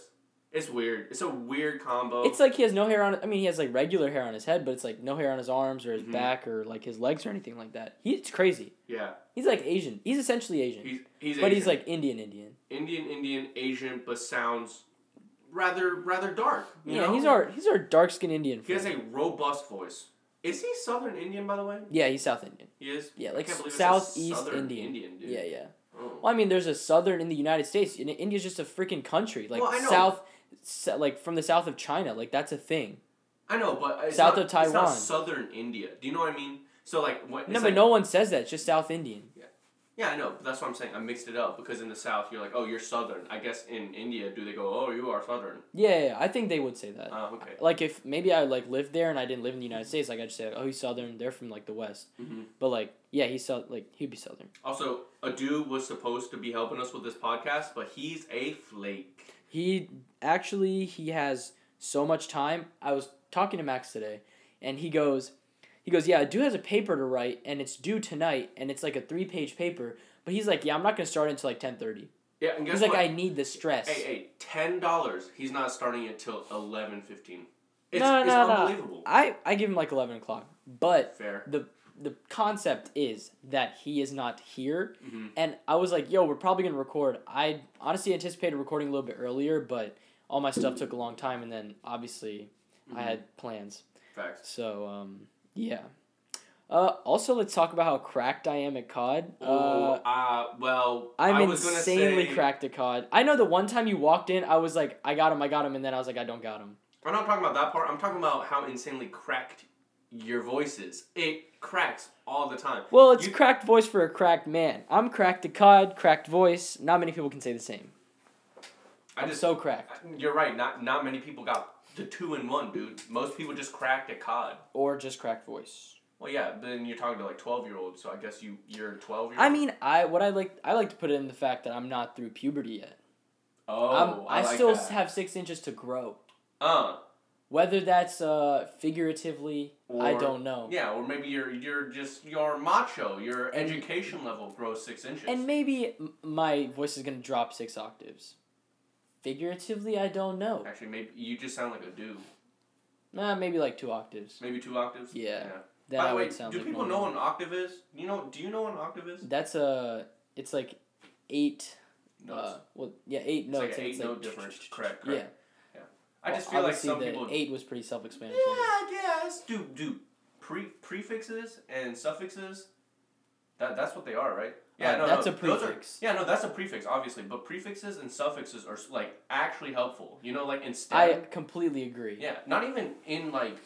Speaker 2: It's weird. It's a weird combo.
Speaker 1: It's like he has no hair on. I mean, he has like regular hair on his head, but it's like no hair on his arms or his
Speaker 2: Mhm.
Speaker 1: back or like his legs or anything like that. He, it's crazy.
Speaker 2: yeah,
Speaker 1: He's like Asian. He's essentially Asian,
Speaker 2: he's he's
Speaker 1: but he's
Speaker 2: Asian.
Speaker 1: like Indian Indian.
Speaker 2: Indian, Indian, Asian, but sounds rather rather dark. You
Speaker 1: yeah,
Speaker 2: know?
Speaker 1: he's our he's our dark skinned Indian.
Speaker 2: He has
Speaker 1: friend.
Speaker 2: a robust voice. Is he Southern Indian, by the way?
Speaker 1: yeah, he's South Indian.
Speaker 2: He is.
Speaker 1: Yeah,
Speaker 2: I
Speaker 1: like
Speaker 2: can't believe it says
Speaker 1: Southeast
Speaker 2: Southern
Speaker 1: Indian.
Speaker 2: Indian dude.
Speaker 1: Yeah, yeah.
Speaker 2: Oh.
Speaker 1: Well, I mean, there's a southern in the United States. and India's just a freaking country, like
Speaker 2: Well, I know.
Speaker 1: south, s- like from the south of China. Like that's a thing.
Speaker 2: I know, but it's
Speaker 1: South of
Speaker 2: not, It's not
Speaker 1: Taiwan.
Speaker 2: Southern India. Do you know what I mean? So like what?
Speaker 1: No,
Speaker 2: it's
Speaker 1: but
Speaker 2: like-
Speaker 1: no one says that. It's just South Indian.
Speaker 2: Yeah, I know. But that's what I'm saying. I mixed it up because in the South you're like, oh, you're Southern. I guess in India, do they go, oh, you are Southern?
Speaker 1: Yeah, yeah, yeah, I think they would say that.
Speaker 2: Uh, okay.
Speaker 1: like if maybe I like lived there and I didn't live in the United States, like I'd say, oh, he's southern. They're from like the west.
Speaker 2: Mhm.
Speaker 1: But like, yeah, he's south. Like he'd be southern.
Speaker 2: Also, Adu was supposed to be helping us with this podcast, but he's a flake.
Speaker 1: He actually he has so much time. I was talking to Max today, and he goes, he goes, yeah, Adu has a paper to write, and it's due tonight, and it's like a three page paper. But he's like, yeah, I'm not gonna start until like ten thirty.
Speaker 2: Yeah, and guess
Speaker 1: He's like,
Speaker 2: what?
Speaker 1: I need the stress.
Speaker 2: Hey, hey, ten dollars. He's not starting until eleven fifteen. It's,
Speaker 1: No,
Speaker 2: it's
Speaker 1: no, no.
Speaker 2: unbelievable.
Speaker 1: I I give him like eleven o'clock, but
Speaker 2: Fair.
Speaker 1: the the concept is that he is not here,
Speaker 2: Mhm.
Speaker 1: and I was like, yo, we're probably gonna record. I honestly anticipated recording a little bit earlier, but all my stuff took a long time, and then obviously
Speaker 2: Mm-hmm.
Speaker 1: I had plans.
Speaker 2: Facts.
Speaker 1: So um, yeah. Uh, also, let's talk about how cracked I am at COD.
Speaker 2: oh,
Speaker 1: Uh,
Speaker 2: uh, well,
Speaker 1: I'm
Speaker 2: I was gonna
Speaker 1: insanely
Speaker 2: say,
Speaker 1: cracked at COD. I know the one time you walked in, I was like, I got him, I got him, and then I was like, I don't got him.
Speaker 2: I'm not talking about that part. I'm talking about how insanely cracked your voice is. It cracks all the time.
Speaker 1: Well, it's
Speaker 2: You-
Speaker 1: cracked voice for a cracked man. I'm cracked at COD, cracked voice. Not many people can say the same.
Speaker 2: I
Speaker 1: I'm
Speaker 2: just
Speaker 1: so cracked.
Speaker 2: You're right. Not not many people got the two in one, dude. Most people just cracked at COD.
Speaker 1: Or just cracked voice.
Speaker 2: Well, yeah. but Then you're talking to like twelve year olds, so I guess you you're twelve year.
Speaker 1: I mean, I what I like I like to put it in the fact that I'm not through puberty yet.
Speaker 2: oh,
Speaker 1: I'm-
Speaker 2: I,
Speaker 1: um, I,
Speaker 2: like
Speaker 1: still
Speaker 2: that.
Speaker 1: have six inches to grow.
Speaker 2: Uh,
Speaker 1: Whether that's uh, figuratively, I
Speaker 2: Or-
Speaker 1: don't know.
Speaker 2: yeah, or maybe you're you're just you're macho. Your education level grows six inches.
Speaker 1: And maybe m- my voice is gonna drop six octaves. Figuratively, I don't know.
Speaker 2: Actually, maybe you just sound like a dude.
Speaker 1: Nah, maybe like two octaves.
Speaker 2: Maybe two octaves.
Speaker 1: Yeah. Then
Speaker 2: By
Speaker 1: I
Speaker 2: the way,
Speaker 1: would sound
Speaker 2: do
Speaker 1: like
Speaker 2: people
Speaker 1: normal.
Speaker 2: know what an octave is? You know? Do you know what an octave is?
Speaker 1: That's a. It's like eight.
Speaker 2: No.
Speaker 1: Uh, well, yeah, eight
Speaker 2: like
Speaker 1: notes.
Speaker 2: an
Speaker 1: and it's
Speaker 2: eight-note
Speaker 1: like-
Speaker 2: difference. Correct, correct.
Speaker 1: Yeah.
Speaker 2: I just
Speaker 1: Well,
Speaker 2: feel like
Speaker 1: obviously
Speaker 2: some
Speaker 1: the
Speaker 2: people.
Speaker 1: eight was pretty
Speaker 2: yeah,
Speaker 1: self-explanatory.
Speaker 2: I guess. Do do pre prefixes and suffixes. That that's what they are, right? Yeah,
Speaker 1: Uh,
Speaker 2: no,
Speaker 1: that's
Speaker 2: no,
Speaker 1: a
Speaker 2: those are-
Speaker 1: prefix.
Speaker 2: yeah, no, that's a prefix, obviously. But prefixes and suffixes are like actually helpful. You know, like instead.
Speaker 1: I completely agree.
Speaker 2: Yeah, not even in like,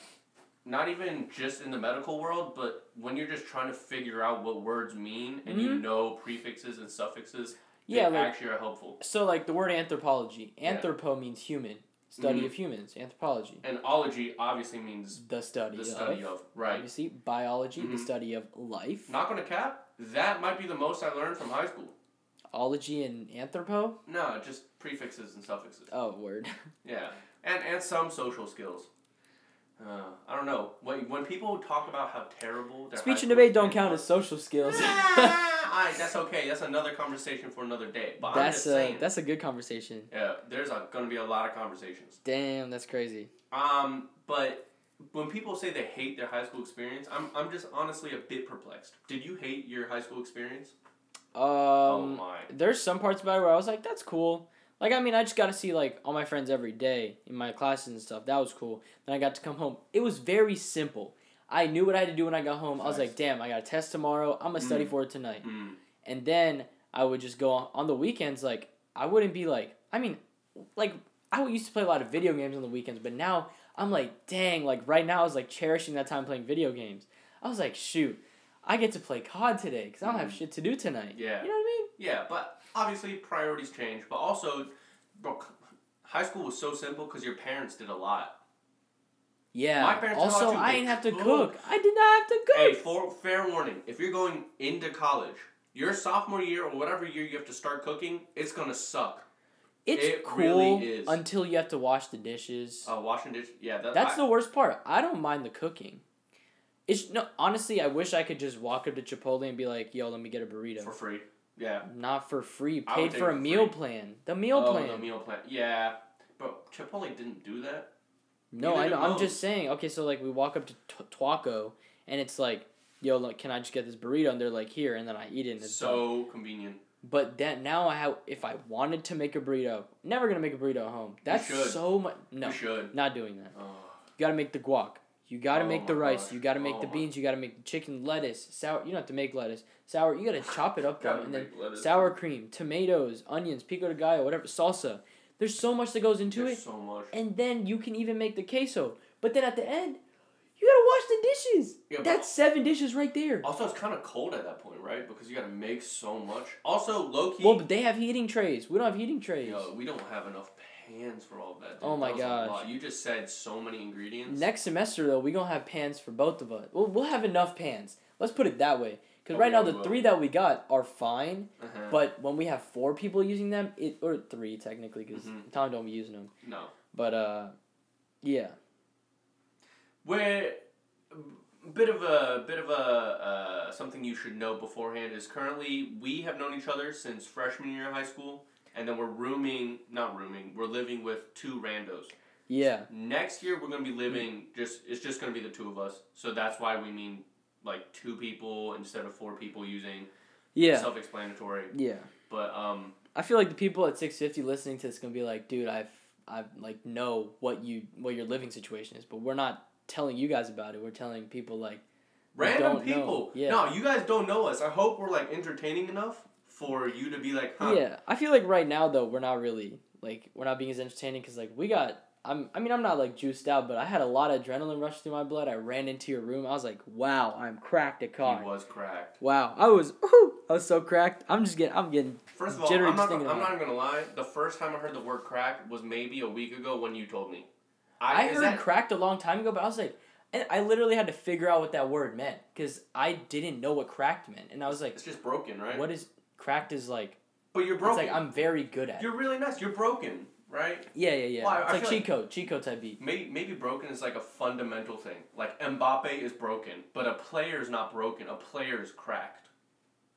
Speaker 2: not even just in the medical world, but when you're just trying to figure out what words mean and you
Speaker 1: Mhm.
Speaker 2: know prefixes and suffixes, they
Speaker 1: Yeah, like-
Speaker 2: actually are helpful.
Speaker 1: So like the word anthropology,
Speaker 2: Yeah.
Speaker 1: anthropo means human, study
Speaker 2: Mhm.
Speaker 1: of humans, anthropology,
Speaker 2: And ology obviously means
Speaker 1: the study,
Speaker 2: the study of, right?
Speaker 1: obviously biology, the
Speaker 2: Mhm.
Speaker 1: study of life,
Speaker 2: Knock on a cap. That might be the most I learned from high school.
Speaker 1: ology and anthropo.
Speaker 2: No, just prefixes and suffixes.
Speaker 1: Oh, word.
Speaker 2: Yeah, and and some social skills. Uh, I don't know. When, when people talk about how terrible their
Speaker 1: Speech
Speaker 2: high
Speaker 1: and
Speaker 2: school
Speaker 1: debate don't
Speaker 2: experience
Speaker 1: count
Speaker 2: was-
Speaker 1: as social skills.
Speaker 2: Alright, that's okay. That's another conversation for another day. But I'm just
Speaker 1: that's a
Speaker 2: saying,
Speaker 1: that's a good conversation.
Speaker 2: yeah, there's a, gonna be a lot of conversations.
Speaker 1: Damn, that's crazy.
Speaker 2: Um, but when people say they hate their high school experience, I'm I'm just honestly a bit perplexed. Did you hate your high school experience?
Speaker 1: Um,
Speaker 2: oh my.
Speaker 1: there's some parts about it where I was like, that's cool. Like I mean, I just got to see like all my friends every day in my classes and stuff. That was cool. Then I got to come home. It was very simple. I knew what I had to do when I got home. I was
Speaker 2: Nice.
Speaker 1: like, damn, I got a test tomorrow. I'm gonna study
Speaker 2: Mm.
Speaker 1: for it tonight.
Speaker 2: Mm,
Speaker 1: And then I would just go on, on the weekends. Like I wouldn't be like, I mean, like I used to play a lot of video games on the weekends, but now I'm like, dang, like right now I was like cherishing that time playing video games. I was like, shoot, I get to play COD today because I don't have shit to do tonight.
Speaker 2: Mm. Yeah.
Speaker 1: you know what I mean.
Speaker 2: yeah, but obviously priorities change. But also, bro, c- high school was so simple because your parents did a lot.
Speaker 1: Yeah.
Speaker 2: My parents taught
Speaker 1: also,
Speaker 2: you
Speaker 1: I
Speaker 2: to
Speaker 1: didn't have to
Speaker 2: cook.
Speaker 1: cook. I did not have to cook.
Speaker 2: Hey, for, fair warning. If you're going into college, your sophomore year or whatever year you have to start cooking, it's gonna suck.
Speaker 1: it's
Speaker 2: it
Speaker 1: cool
Speaker 2: really is.
Speaker 1: until you have to wash the dishes.
Speaker 2: Uh, washing dishes. Yeah, that,
Speaker 1: That's
Speaker 2: I-
Speaker 1: the worst part. I don't mind the cooking. It's no honestly, I wish I could just walk up to Chipotle and be like, "Yo, let me get a burrito."
Speaker 2: for free. Yeah.
Speaker 1: Not for free.
Speaker 2: I would
Speaker 1: Paid
Speaker 2: take
Speaker 1: for a
Speaker 2: it for
Speaker 1: meal
Speaker 2: free.
Speaker 1: plan. The meal
Speaker 2: oh,
Speaker 1: plan.
Speaker 2: the meal plan. Yeah, but Chipotle didn't do that.
Speaker 1: no,
Speaker 2: Neither
Speaker 1: I
Speaker 2: do
Speaker 1: know. I'm
Speaker 2: most.
Speaker 1: just saying. Okay, so like we walk up to t- Twaco, and it's like, "Yo, look, can I just get this burrito?" And they're like, "Here," and then I eat it. And it's done.
Speaker 2: So convenient.
Speaker 1: But that now I have. If I wanted to make a burrito, never gonna make a burrito at home. That's
Speaker 2: should.
Speaker 1: so much. No,
Speaker 2: You should.
Speaker 1: not doing that.
Speaker 2: Oh.
Speaker 1: You gotta make the guac. You gotta
Speaker 2: Oh
Speaker 1: make the
Speaker 2: my
Speaker 1: rice.
Speaker 2: gosh.
Speaker 1: You gotta make
Speaker 2: Oh
Speaker 1: the
Speaker 2: my-
Speaker 1: beans. You gotta make the chicken, lettuce, sour. You don't have to make lettuce, sour. You gotta chop it up though,
Speaker 2: Gotta
Speaker 1: and then
Speaker 2: make lettuce.
Speaker 1: sour cream, tomatoes, onions, pico de gallo, whatever salsa. There's so much that goes into
Speaker 2: There's
Speaker 1: it,
Speaker 2: so much.
Speaker 1: and then you can even make the queso. But then at the end, you gotta wash the dishes.
Speaker 2: Yeah, but-
Speaker 1: That's seven dishes right there.
Speaker 2: Also, it's kind of cold at that point, right? Because you got to make so much. Also, low key.
Speaker 1: Well, but they have heating trays. We don't have heating trays.
Speaker 2: Yo, we don't have enough pans for all of that. dude.
Speaker 1: Oh my
Speaker 2: That was a
Speaker 1: gosh.
Speaker 2: lot. You just said so many ingredients.
Speaker 1: Next semester though, we gonna have pans for both of us. Well, we'll have enough pans. Let's put it that way. Cause
Speaker 2: Oh,
Speaker 1: right
Speaker 2: yeah,
Speaker 1: now
Speaker 2: we
Speaker 1: the
Speaker 2: will.
Speaker 1: three that we got are fine.
Speaker 2: Uh-huh.
Speaker 1: But when we have four people using them, it or three technically, because
Speaker 2: Mhm.
Speaker 1: Tom don't be using them.
Speaker 2: no.
Speaker 1: But uh, yeah,
Speaker 2: Where a bit of a bit of a uh, something you should know beforehand is currently we have known each other since freshman year of high school, and then we're rooming, not rooming, we're living with two randos.
Speaker 1: yeah,
Speaker 2: Next year we're gonna be living just it's just gonna be the two of us, so that's why we mean like two people instead of four people using
Speaker 1: yeah,
Speaker 2: self-explanatory.
Speaker 1: yeah.
Speaker 2: But um,
Speaker 1: I feel like the people at six fifty listening to this gonna be like, dude, I've I've like know what you what your living situation is, but we're not telling you guys about it. We're telling people like, We
Speaker 2: random
Speaker 1: don't know.
Speaker 2: people,
Speaker 1: Yeah.
Speaker 2: no, you guys don't know us. I hope we're like entertaining enough for you to be like, huh,
Speaker 1: yeah. I feel like right now though, we're not really like we're not being as entertaining because like we got. I'm, I mean, I'm not like juiced out, but I had a lot of adrenaline rush through my blood. I ran into your room. I was like, wow, I'm cracked at cock.
Speaker 2: he was cracked.
Speaker 1: Wow, I was whew, I was so cracked. I'm just getting I'm getting
Speaker 2: First of all,
Speaker 1: Jittery
Speaker 2: I'm
Speaker 1: just
Speaker 2: not, I'm
Speaker 1: thinking
Speaker 2: not
Speaker 1: about
Speaker 2: even gonna lie. The first time I heard the word crack was maybe a week ago when you told me.
Speaker 1: I
Speaker 2: is
Speaker 1: heard
Speaker 2: that-
Speaker 1: cracked a long time ago, but I was like and I literally had to figure out what that word meant cuz I didn't know what cracked meant. And I was like
Speaker 2: It's just broken, right?
Speaker 1: what is cracked is like
Speaker 2: But you're
Speaker 1: it's
Speaker 2: broken.
Speaker 1: like I'm very good at. it.
Speaker 2: you're really nuts. You're broken, right?
Speaker 1: Yeah, yeah, yeah.
Speaker 2: Well, I- I
Speaker 1: it's like
Speaker 2: feel like-
Speaker 1: Chico, Chico type beat.
Speaker 2: Maybe maybe broken is like a fundamental thing. Like Mbappe is broken, but a player is not broken. A player is cracked,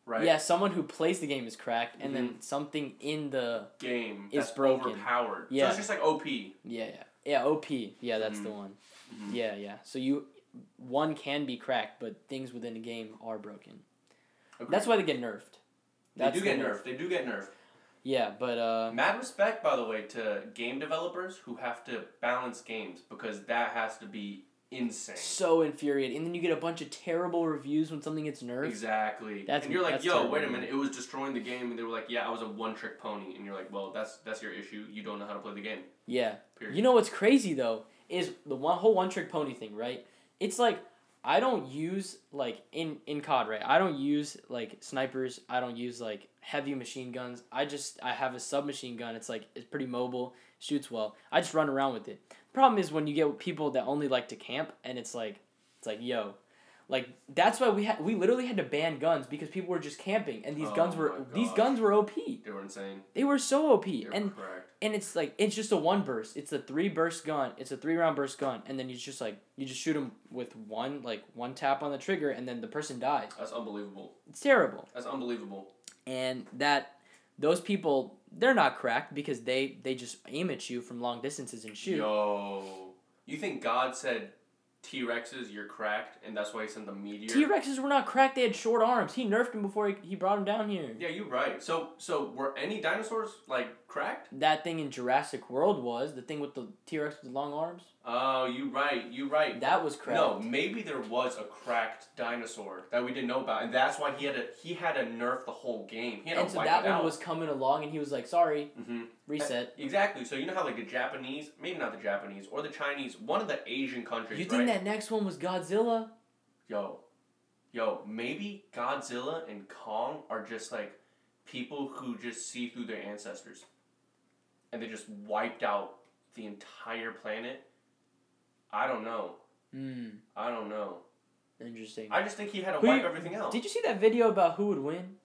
Speaker 2: right? Mm-hmm.
Speaker 1: Yeah, someone who plays the game is cracked and then something in the
Speaker 2: Game
Speaker 1: Is
Speaker 2: that's
Speaker 1: broken.
Speaker 2: overpowered. So
Speaker 1: Yeah.
Speaker 2: it's just like OP.
Speaker 1: yeah, yeah. Yeah, OP. Yeah, that's the one.
Speaker 2: Mhm.
Speaker 1: Yeah, yeah. So you one can be cracked, but things within a game are broken. That's why they get nerfed.
Speaker 2: they do
Speaker 1: the
Speaker 2: get
Speaker 1: nerf.
Speaker 2: nerfed. They do get nerfed.
Speaker 1: Yeah, but uh,
Speaker 2: Mad respect, by the way, to game developers who have to balance games because that has to be insane.
Speaker 1: so infuriating. And then you get a bunch of terrible reviews when something gets nerfed.
Speaker 2: Exactly.
Speaker 1: That's-
Speaker 2: and you're like,
Speaker 1: that's
Speaker 2: yo,
Speaker 1: terrible,
Speaker 2: wait a
Speaker 1: man.
Speaker 2: minute, it was destroying the game, and they were like, yeah, I was a one trick pony, and you're like, well, that's that's your issue. You don't know how to play the game.
Speaker 1: Yeah.
Speaker 2: Period.
Speaker 1: You know what's crazy though is the one whole one trick pony thing, right? It's like I don't use like in in COD, right? I don't use like snipers. I don't use like heavy machine guns. I just I have a submachine gun. It's like it's pretty mobile, shoots well. I just run around with it. Problem is when you get people that only like to camp and it's like it's like yo like that's why we had we literally had to ban guns because people were just camping and these
Speaker 2: Oh
Speaker 1: guns were
Speaker 2: my
Speaker 1: these
Speaker 2: gosh.
Speaker 1: guns were OP.
Speaker 2: They were insane.
Speaker 1: They were so OP
Speaker 2: They were
Speaker 1: and
Speaker 2: correct.
Speaker 1: and it's like it's just a one burst. It's a three burst gun. It's a three round burst gun, and then you just like you just shoot him with one like one tap on the trigger, and then the person dies.
Speaker 2: That's unbelievable.
Speaker 1: It's terrible.
Speaker 2: That's unbelievable.
Speaker 1: And that those people they're not cracked because they they just aim at you from long distances and shoot.
Speaker 2: Yo. You think God said T Rexes, you're cracked, and that's why he sent the meteor?
Speaker 1: T Rexes were not cracked. They had short arms. He nerfed him before he, he brought him down here.
Speaker 2: yeah, you're right. So, so were any dinosaurs like cracked?
Speaker 1: That thing in Jurassic World was the thing with the T Rex with the long arms.
Speaker 2: Oh, you right, you right.
Speaker 1: That was cracked.
Speaker 2: No, maybe there was a cracked dinosaur that we didn't know about, and that's why he had a he had to nerf the whole game. He had
Speaker 1: and
Speaker 2: to
Speaker 1: so
Speaker 2: wipe
Speaker 1: that
Speaker 2: it
Speaker 1: one
Speaker 2: out.
Speaker 1: was coming along, and he was like, "Sorry,
Speaker 2: Mhm.
Speaker 1: reset."
Speaker 2: Exactly. So you know how like the Japanese, maybe not the Japanese or the Chinese, one of the Asian countries,
Speaker 1: You think
Speaker 2: right?
Speaker 1: that next one was Godzilla?
Speaker 2: yo, yo, maybe Godzilla and Kong are just like people who just see through their ancestors, and they just wiped out the entire planet. I don't know.
Speaker 1: Hmm.
Speaker 2: I don't know.
Speaker 1: Interesting.
Speaker 2: I just think he had to
Speaker 1: Who
Speaker 2: wipe
Speaker 1: you-
Speaker 2: everything out.
Speaker 1: Did you see that video about who would win?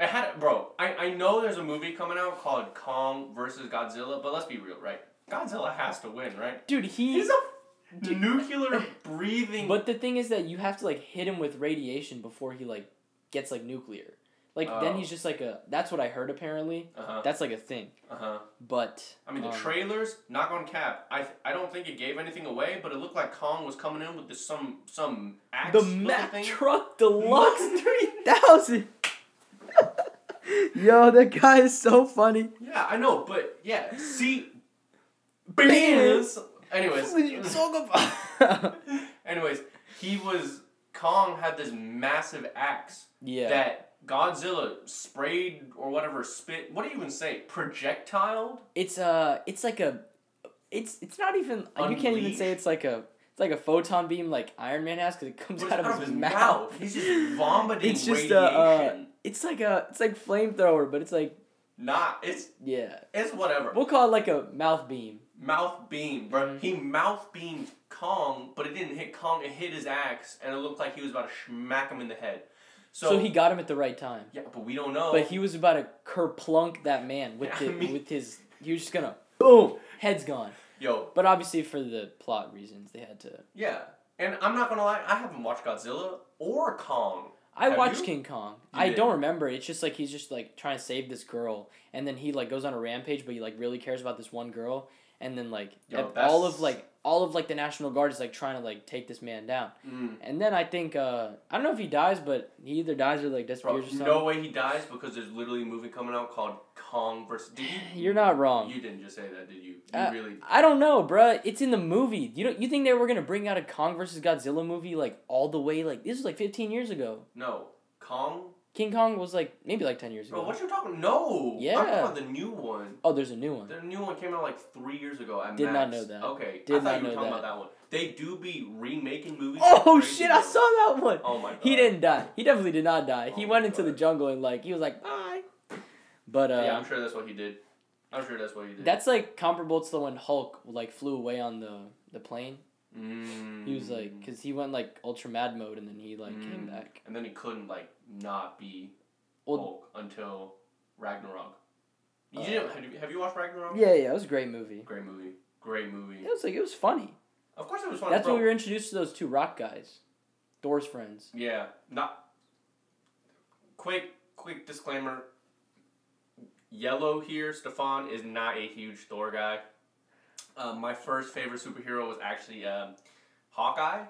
Speaker 2: I had bro. I, I know there's a movie coming out called Kong versus Godzilla, but let's be real, right? Godzilla has to win, right?
Speaker 1: Dude, he
Speaker 2: He's a nuclear breathing.
Speaker 1: But the thing is that you have to like hit him with radiation before he like gets like nuclear. Like then
Speaker 2: Oh.
Speaker 1: he's just like a. That's what I heard apparently.
Speaker 2: Uh huh.
Speaker 1: That's like a thing.
Speaker 2: Uh huh.
Speaker 1: But
Speaker 2: I mean, the
Speaker 1: um,
Speaker 2: trailers, knock on cap. I th- I don't think it gave anything away, but it looked like Kong was coming in with this some some axe.
Speaker 1: the
Speaker 2: looking
Speaker 1: Mack
Speaker 2: thing.
Speaker 1: Truck Deluxe three thousand. Yo, that guy is so funny.
Speaker 2: Yeah, I know, but yeah, see,
Speaker 1: Beans.
Speaker 2: beans. Anyways, anyways, he was Kong had this massive axe
Speaker 1: yeah.
Speaker 2: that Godzilla sprayed or whatever spit. What do you even say? Projectile.
Speaker 1: it's uh it's like a it's it's not even you can't even
Speaker 2: Unleash?
Speaker 1: say it's like a it's like a photon beam like Iron Man has because it comes
Speaker 2: But
Speaker 1: out,
Speaker 2: it's
Speaker 1: of his, mouth.
Speaker 2: He's just vomiting
Speaker 1: It's just
Speaker 2: radiation.
Speaker 1: a, uh, it's like a it's like flamethrower, but it's like
Speaker 2: nah, it's
Speaker 1: yeah.
Speaker 2: it's whatever.
Speaker 1: We'll Mm. call it like a mouth beam.
Speaker 2: Mouth beam, bro. He mouth beamed Kong, but it didn't hit Kong. It hit his axe, and it looked like he was about to smack him in the head. So,
Speaker 1: So, he got him at the right time,
Speaker 2: Yeah, but we don't know.
Speaker 1: but he was about to kerplunk that man with
Speaker 2: Yeah,
Speaker 1: the,
Speaker 2: I mean-
Speaker 1: with his. He was just gonna boom, head's gone.
Speaker 2: Yo,
Speaker 1: But obviously for the plot reasons, they had to.
Speaker 2: yeah. And I'm not gonna lie, I haven't watched Godzilla or Kong.
Speaker 1: I
Speaker 2: Have
Speaker 1: watched
Speaker 2: you?
Speaker 1: King Kong.
Speaker 2: You
Speaker 1: I
Speaker 2: did.
Speaker 1: don't remember. It's just like he's just like trying to save this girl, and then he like goes on a rampage, but he like really cares about this one girl, and then like
Speaker 2: Yo,
Speaker 1: ev- all
Speaker 2: that's-
Speaker 1: of like all of like the National Guard is like trying to like take this man down, and then I think uh I don't know if he dies, but he either dies or like
Speaker 2: Bro,
Speaker 1: disappears or something.
Speaker 2: no way he dies because there's literally a movie coming out called Kong versus. Did you,
Speaker 1: You're not wrong.
Speaker 2: You didn't just say that, did you? You
Speaker 1: Uh,
Speaker 2: really?
Speaker 1: I don't know, bruh. It's in the movie. You don't. You think they were gonna bring out a Kong versus Godzilla movie like all the way like this was like fifteen years ago.
Speaker 2: No, Kong.
Speaker 1: King Kong was like maybe like ten years ago.
Speaker 2: Bro, what you talking? No.
Speaker 1: Yeah.
Speaker 2: I'm talking about the new one.
Speaker 1: oh, there's a new one.
Speaker 2: The new one came out like three years ago. At
Speaker 1: Did not
Speaker 2: max.
Speaker 1: know that.
Speaker 2: Okay,
Speaker 1: Did
Speaker 2: I thought
Speaker 1: not
Speaker 2: you were
Speaker 1: know
Speaker 2: talking
Speaker 1: that.
Speaker 2: about that one. They do be remaking movies. like
Speaker 1: Oh
Speaker 2: crazy
Speaker 1: shit! I
Speaker 2: though.
Speaker 1: saw that one.
Speaker 2: Oh my god.
Speaker 1: He didn't die. He definitely did not die. he
Speaker 2: Oh
Speaker 1: went
Speaker 2: my
Speaker 1: into the
Speaker 2: God.
Speaker 1: jungle and like he was like bye. But uh,
Speaker 2: yeah, I'm sure that's what he did. I'm sure that's what he did.
Speaker 1: that's like comparable to when Hulk like flew away on the the plane.
Speaker 2: Mm.
Speaker 1: He was like, cause he went like ultra mad mode and then he like came
Speaker 2: Mm.
Speaker 1: back.
Speaker 2: And then he couldn't like not be
Speaker 1: Well-
Speaker 2: Hulk until Ragnarok. You
Speaker 1: Uh,
Speaker 2: didn't, have, you, have you watched Ragnarok?
Speaker 1: Yeah, yeah, it was a great movie.
Speaker 2: Great movie. Great movie.
Speaker 1: It was like it was funny.
Speaker 2: Of course it was fun.
Speaker 1: That's
Speaker 2: bro.
Speaker 1: when we were introduced to those two rock guys, Thor's friends.
Speaker 2: Yeah. Not. Quick, quick disclaimer. Yellow here, Stefan is not a huge Thor guy. Uh, my first favorite superhero was actually um, Hawkeye.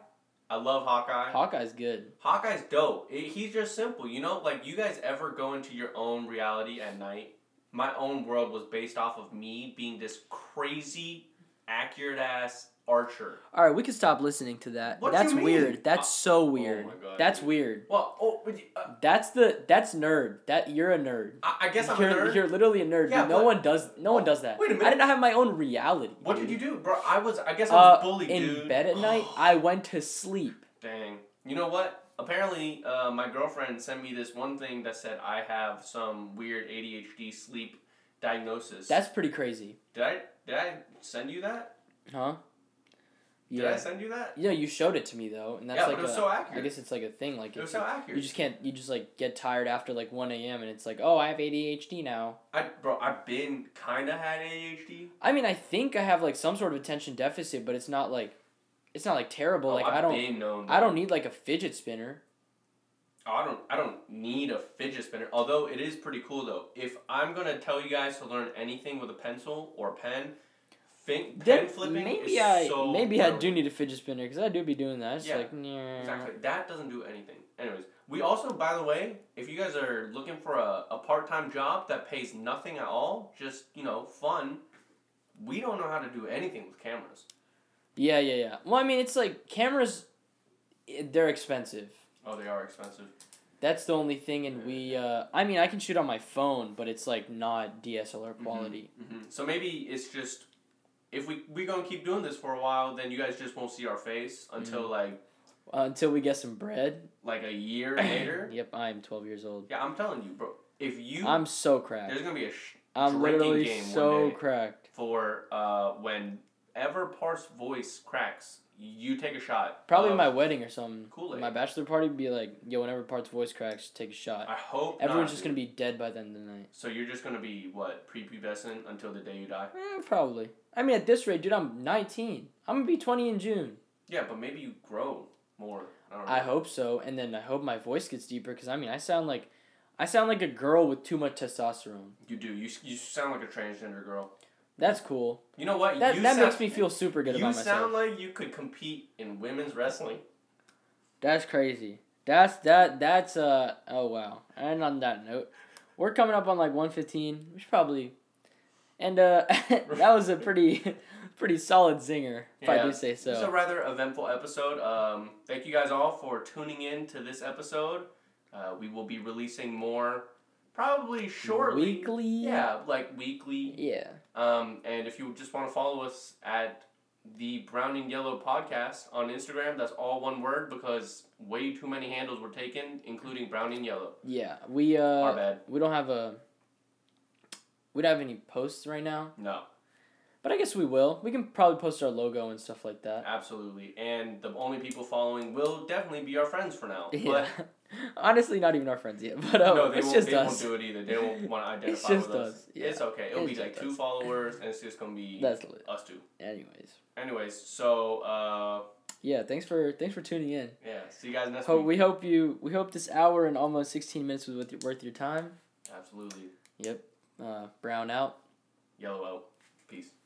Speaker 2: I love Hawkeye.
Speaker 1: Hawkeye's good.
Speaker 2: Hawkeye's dope. It, he's just simple, you know. Like you guys ever go into your own reality at night? My own world was based off of me being this crazy, accurate ass archer.
Speaker 1: All right, we can stop listening to that.
Speaker 2: What do
Speaker 1: That's
Speaker 2: you mean? Oh
Speaker 1: weird. That's so weird.
Speaker 2: my God,
Speaker 1: that's
Speaker 2: dude.
Speaker 1: weird.
Speaker 2: Well, oh, but, uh,
Speaker 1: That's the that's nerd. That you're a nerd.
Speaker 2: I, I guess I'm
Speaker 1: you're,
Speaker 2: a nerd.
Speaker 1: you're literally a nerd.
Speaker 2: Yeah,
Speaker 1: no
Speaker 2: but-
Speaker 1: one does. No one does that.
Speaker 2: Wait a minute.
Speaker 1: I did not have my own reality.
Speaker 2: What did you do, bro? I was. I guess I was
Speaker 1: Uh,
Speaker 2: bullied,
Speaker 1: in
Speaker 2: dude.
Speaker 1: bed at night, I went to sleep.
Speaker 2: Dang. You know what? Apparently, uh, my girlfriend sent me this one thing that said I have some weird ADHD sleep diagnosis.
Speaker 1: That's pretty crazy,
Speaker 2: did I did I send you that?
Speaker 1: huh?
Speaker 2: Did I
Speaker 1: Yeah.
Speaker 2: send you that?
Speaker 1: Yeah, you showed it to me though, and that's
Speaker 2: Yeah, but
Speaker 1: like
Speaker 2: it was
Speaker 1: a-
Speaker 2: so
Speaker 1: I
Speaker 2: accurate.
Speaker 1: guess it's like a thing. Like
Speaker 2: It was
Speaker 1: it's
Speaker 2: so
Speaker 1: like-
Speaker 2: accurate.
Speaker 1: you just can't. You just like get tired after like one a.m. and it's like, oh, I have ADHD now.
Speaker 2: I bro, I've been kind of had ADHD.
Speaker 1: I mean, I think I have like some sort of attention deficit, but it's not like, it's not like terrible. like
Speaker 2: Oh, I've
Speaker 1: I don't.
Speaker 2: Been known
Speaker 1: I don't need like a fidget spinner.
Speaker 2: I don't. I don't need a fidget spinner. Although it is pretty cool though. If I'm gonna tell you guys to learn anything with a pencil or pen, think pen
Speaker 1: Then
Speaker 2: flipping
Speaker 1: maybe
Speaker 2: is
Speaker 1: I
Speaker 2: so
Speaker 1: maybe I do
Speaker 2: brilliant.
Speaker 1: need a fidget spinner because I do be doing that. It's
Speaker 2: Yeah,
Speaker 1: like yeah.
Speaker 2: Exactly. That doesn't do anything. Anyways, we also, by the way, if you guys are looking for a, a part time job that pays nothing at all, just, you know, fun, we don't know how to do anything with cameras.
Speaker 1: Yeah, yeah, yeah. Well, I mean, it's like cameras, i- they're expensive.
Speaker 2: Oh, they are expensive.
Speaker 1: That's the only thing, and we.
Speaker 2: Mm-hmm.
Speaker 1: Uh, I mean, I can shoot on my phone, but it's like not DSLR quality.
Speaker 2: hmm So maybe it's just, if we we gonna keep doing this for a while, then you guys just won't see our face until like
Speaker 1: Uh, until we get some bread.
Speaker 2: like a year later.
Speaker 1: yep, I'm twelve years old.
Speaker 2: Yeah, I'm telling you, bro. If you,
Speaker 1: I'm so
Speaker 2: there's
Speaker 1: cracked.
Speaker 2: gonna be a sh-
Speaker 1: I'm
Speaker 2: drinking
Speaker 1: literally
Speaker 2: game one
Speaker 1: so
Speaker 2: day.
Speaker 1: cracked.
Speaker 2: for uh when ever Parse voice cracks, you take a shot.
Speaker 1: Probably
Speaker 2: of-
Speaker 1: my wedding or something.
Speaker 2: Kool-Aid.
Speaker 1: My bachelor party would be like, yo, whenever Part's voice cracks, take a shot.
Speaker 2: I hope
Speaker 1: Everyone's
Speaker 2: not,
Speaker 1: just
Speaker 2: dude.
Speaker 1: gonna be dead by the end of the night.
Speaker 2: So you're just gonna be what prepubescent until the day you die.
Speaker 1: Eh, probably. I mean, at this rate, dude, I'm 19. I'm gonna be 20 in June.
Speaker 2: Yeah, but maybe you grow more. I don't know.
Speaker 1: I hope so, and then I hope my voice gets deeper because I mean, I sound like, I sound like a girl with too much testosterone.
Speaker 2: you do. You, s- you sound like a transgender girl.
Speaker 1: That's cool.
Speaker 2: You know what?
Speaker 1: That
Speaker 2: you
Speaker 1: that
Speaker 2: sound-
Speaker 1: makes me feel super good
Speaker 2: You
Speaker 1: about myself.
Speaker 2: sound like you could compete in women's wrestling.
Speaker 1: That's crazy. That's that that's uh oh wow. And on that note, we're coming up on like one fifteen. We should probably and uh that was a pretty pretty solid zinger, if I
Speaker 2: Yeah.
Speaker 1: do say
Speaker 2: It's a
Speaker 1: so.
Speaker 2: rather eventful episode. Um, thank you guys all for tuning in to this episode. Uh, we will be releasing more probably shortly.
Speaker 1: Weekly
Speaker 2: Yeah, like weekly.
Speaker 1: Yeah.
Speaker 2: Um, and if you just want to follow us at the Brown and Yellow Podcast on Instagram, that's all one word because way too many handles were taken, including Brown and Yellow.
Speaker 1: Yeah. We
Speaker 2: Our
Speaker 1: uh
Speaker 2: bad.
Speaker 1: we don't have a we don't have any posts right now.
Speaker 2: No,
Speaker 1: But I guess we will. We can probably post our logo and stuff like that.
Speaker 2: absolutely. And the only people following will definitely be our friends for now.
Speaker 1: Yeah. Honestly not even our friends yet. But uh
Speaker 2: But no, they,
Speaker 1: it's
Speaker 2: won't,
Speaker 1: just
Speaker 2: they won't
Speaker 1: us.
Speaker 2: do it either. They don't want to identify
Speaker 1: It's just
Speaker 2: with us.
Speaker 1: us, yeah.
Speaker 2: It's okay. It'll
Speaker 1: It's
Speaker 2: be like
Speaker 1: just
Speaker 2: two
Speaker 1: us.
Speaker 2: followers, and it's just gonna be
Speaker 1: That's lit.
Speaker 2: us two.
Speaker 1: Anyways.
Speaker 2: Anyways, so uh,
Speaker 1: Yeah, thanks for thanks for tuning in.
Speaker 2: yeah, see you guys next
Speaker 1: Hope
Speaker 2: week.
Speaker 1: we hope you we hope this hour and almost sixteen minutes was worth your, worth your time.
Speaker 2: Absolutely,
Speaker 1: Yep. Uh, brown out.
Speaker 2: yellow out. Peace.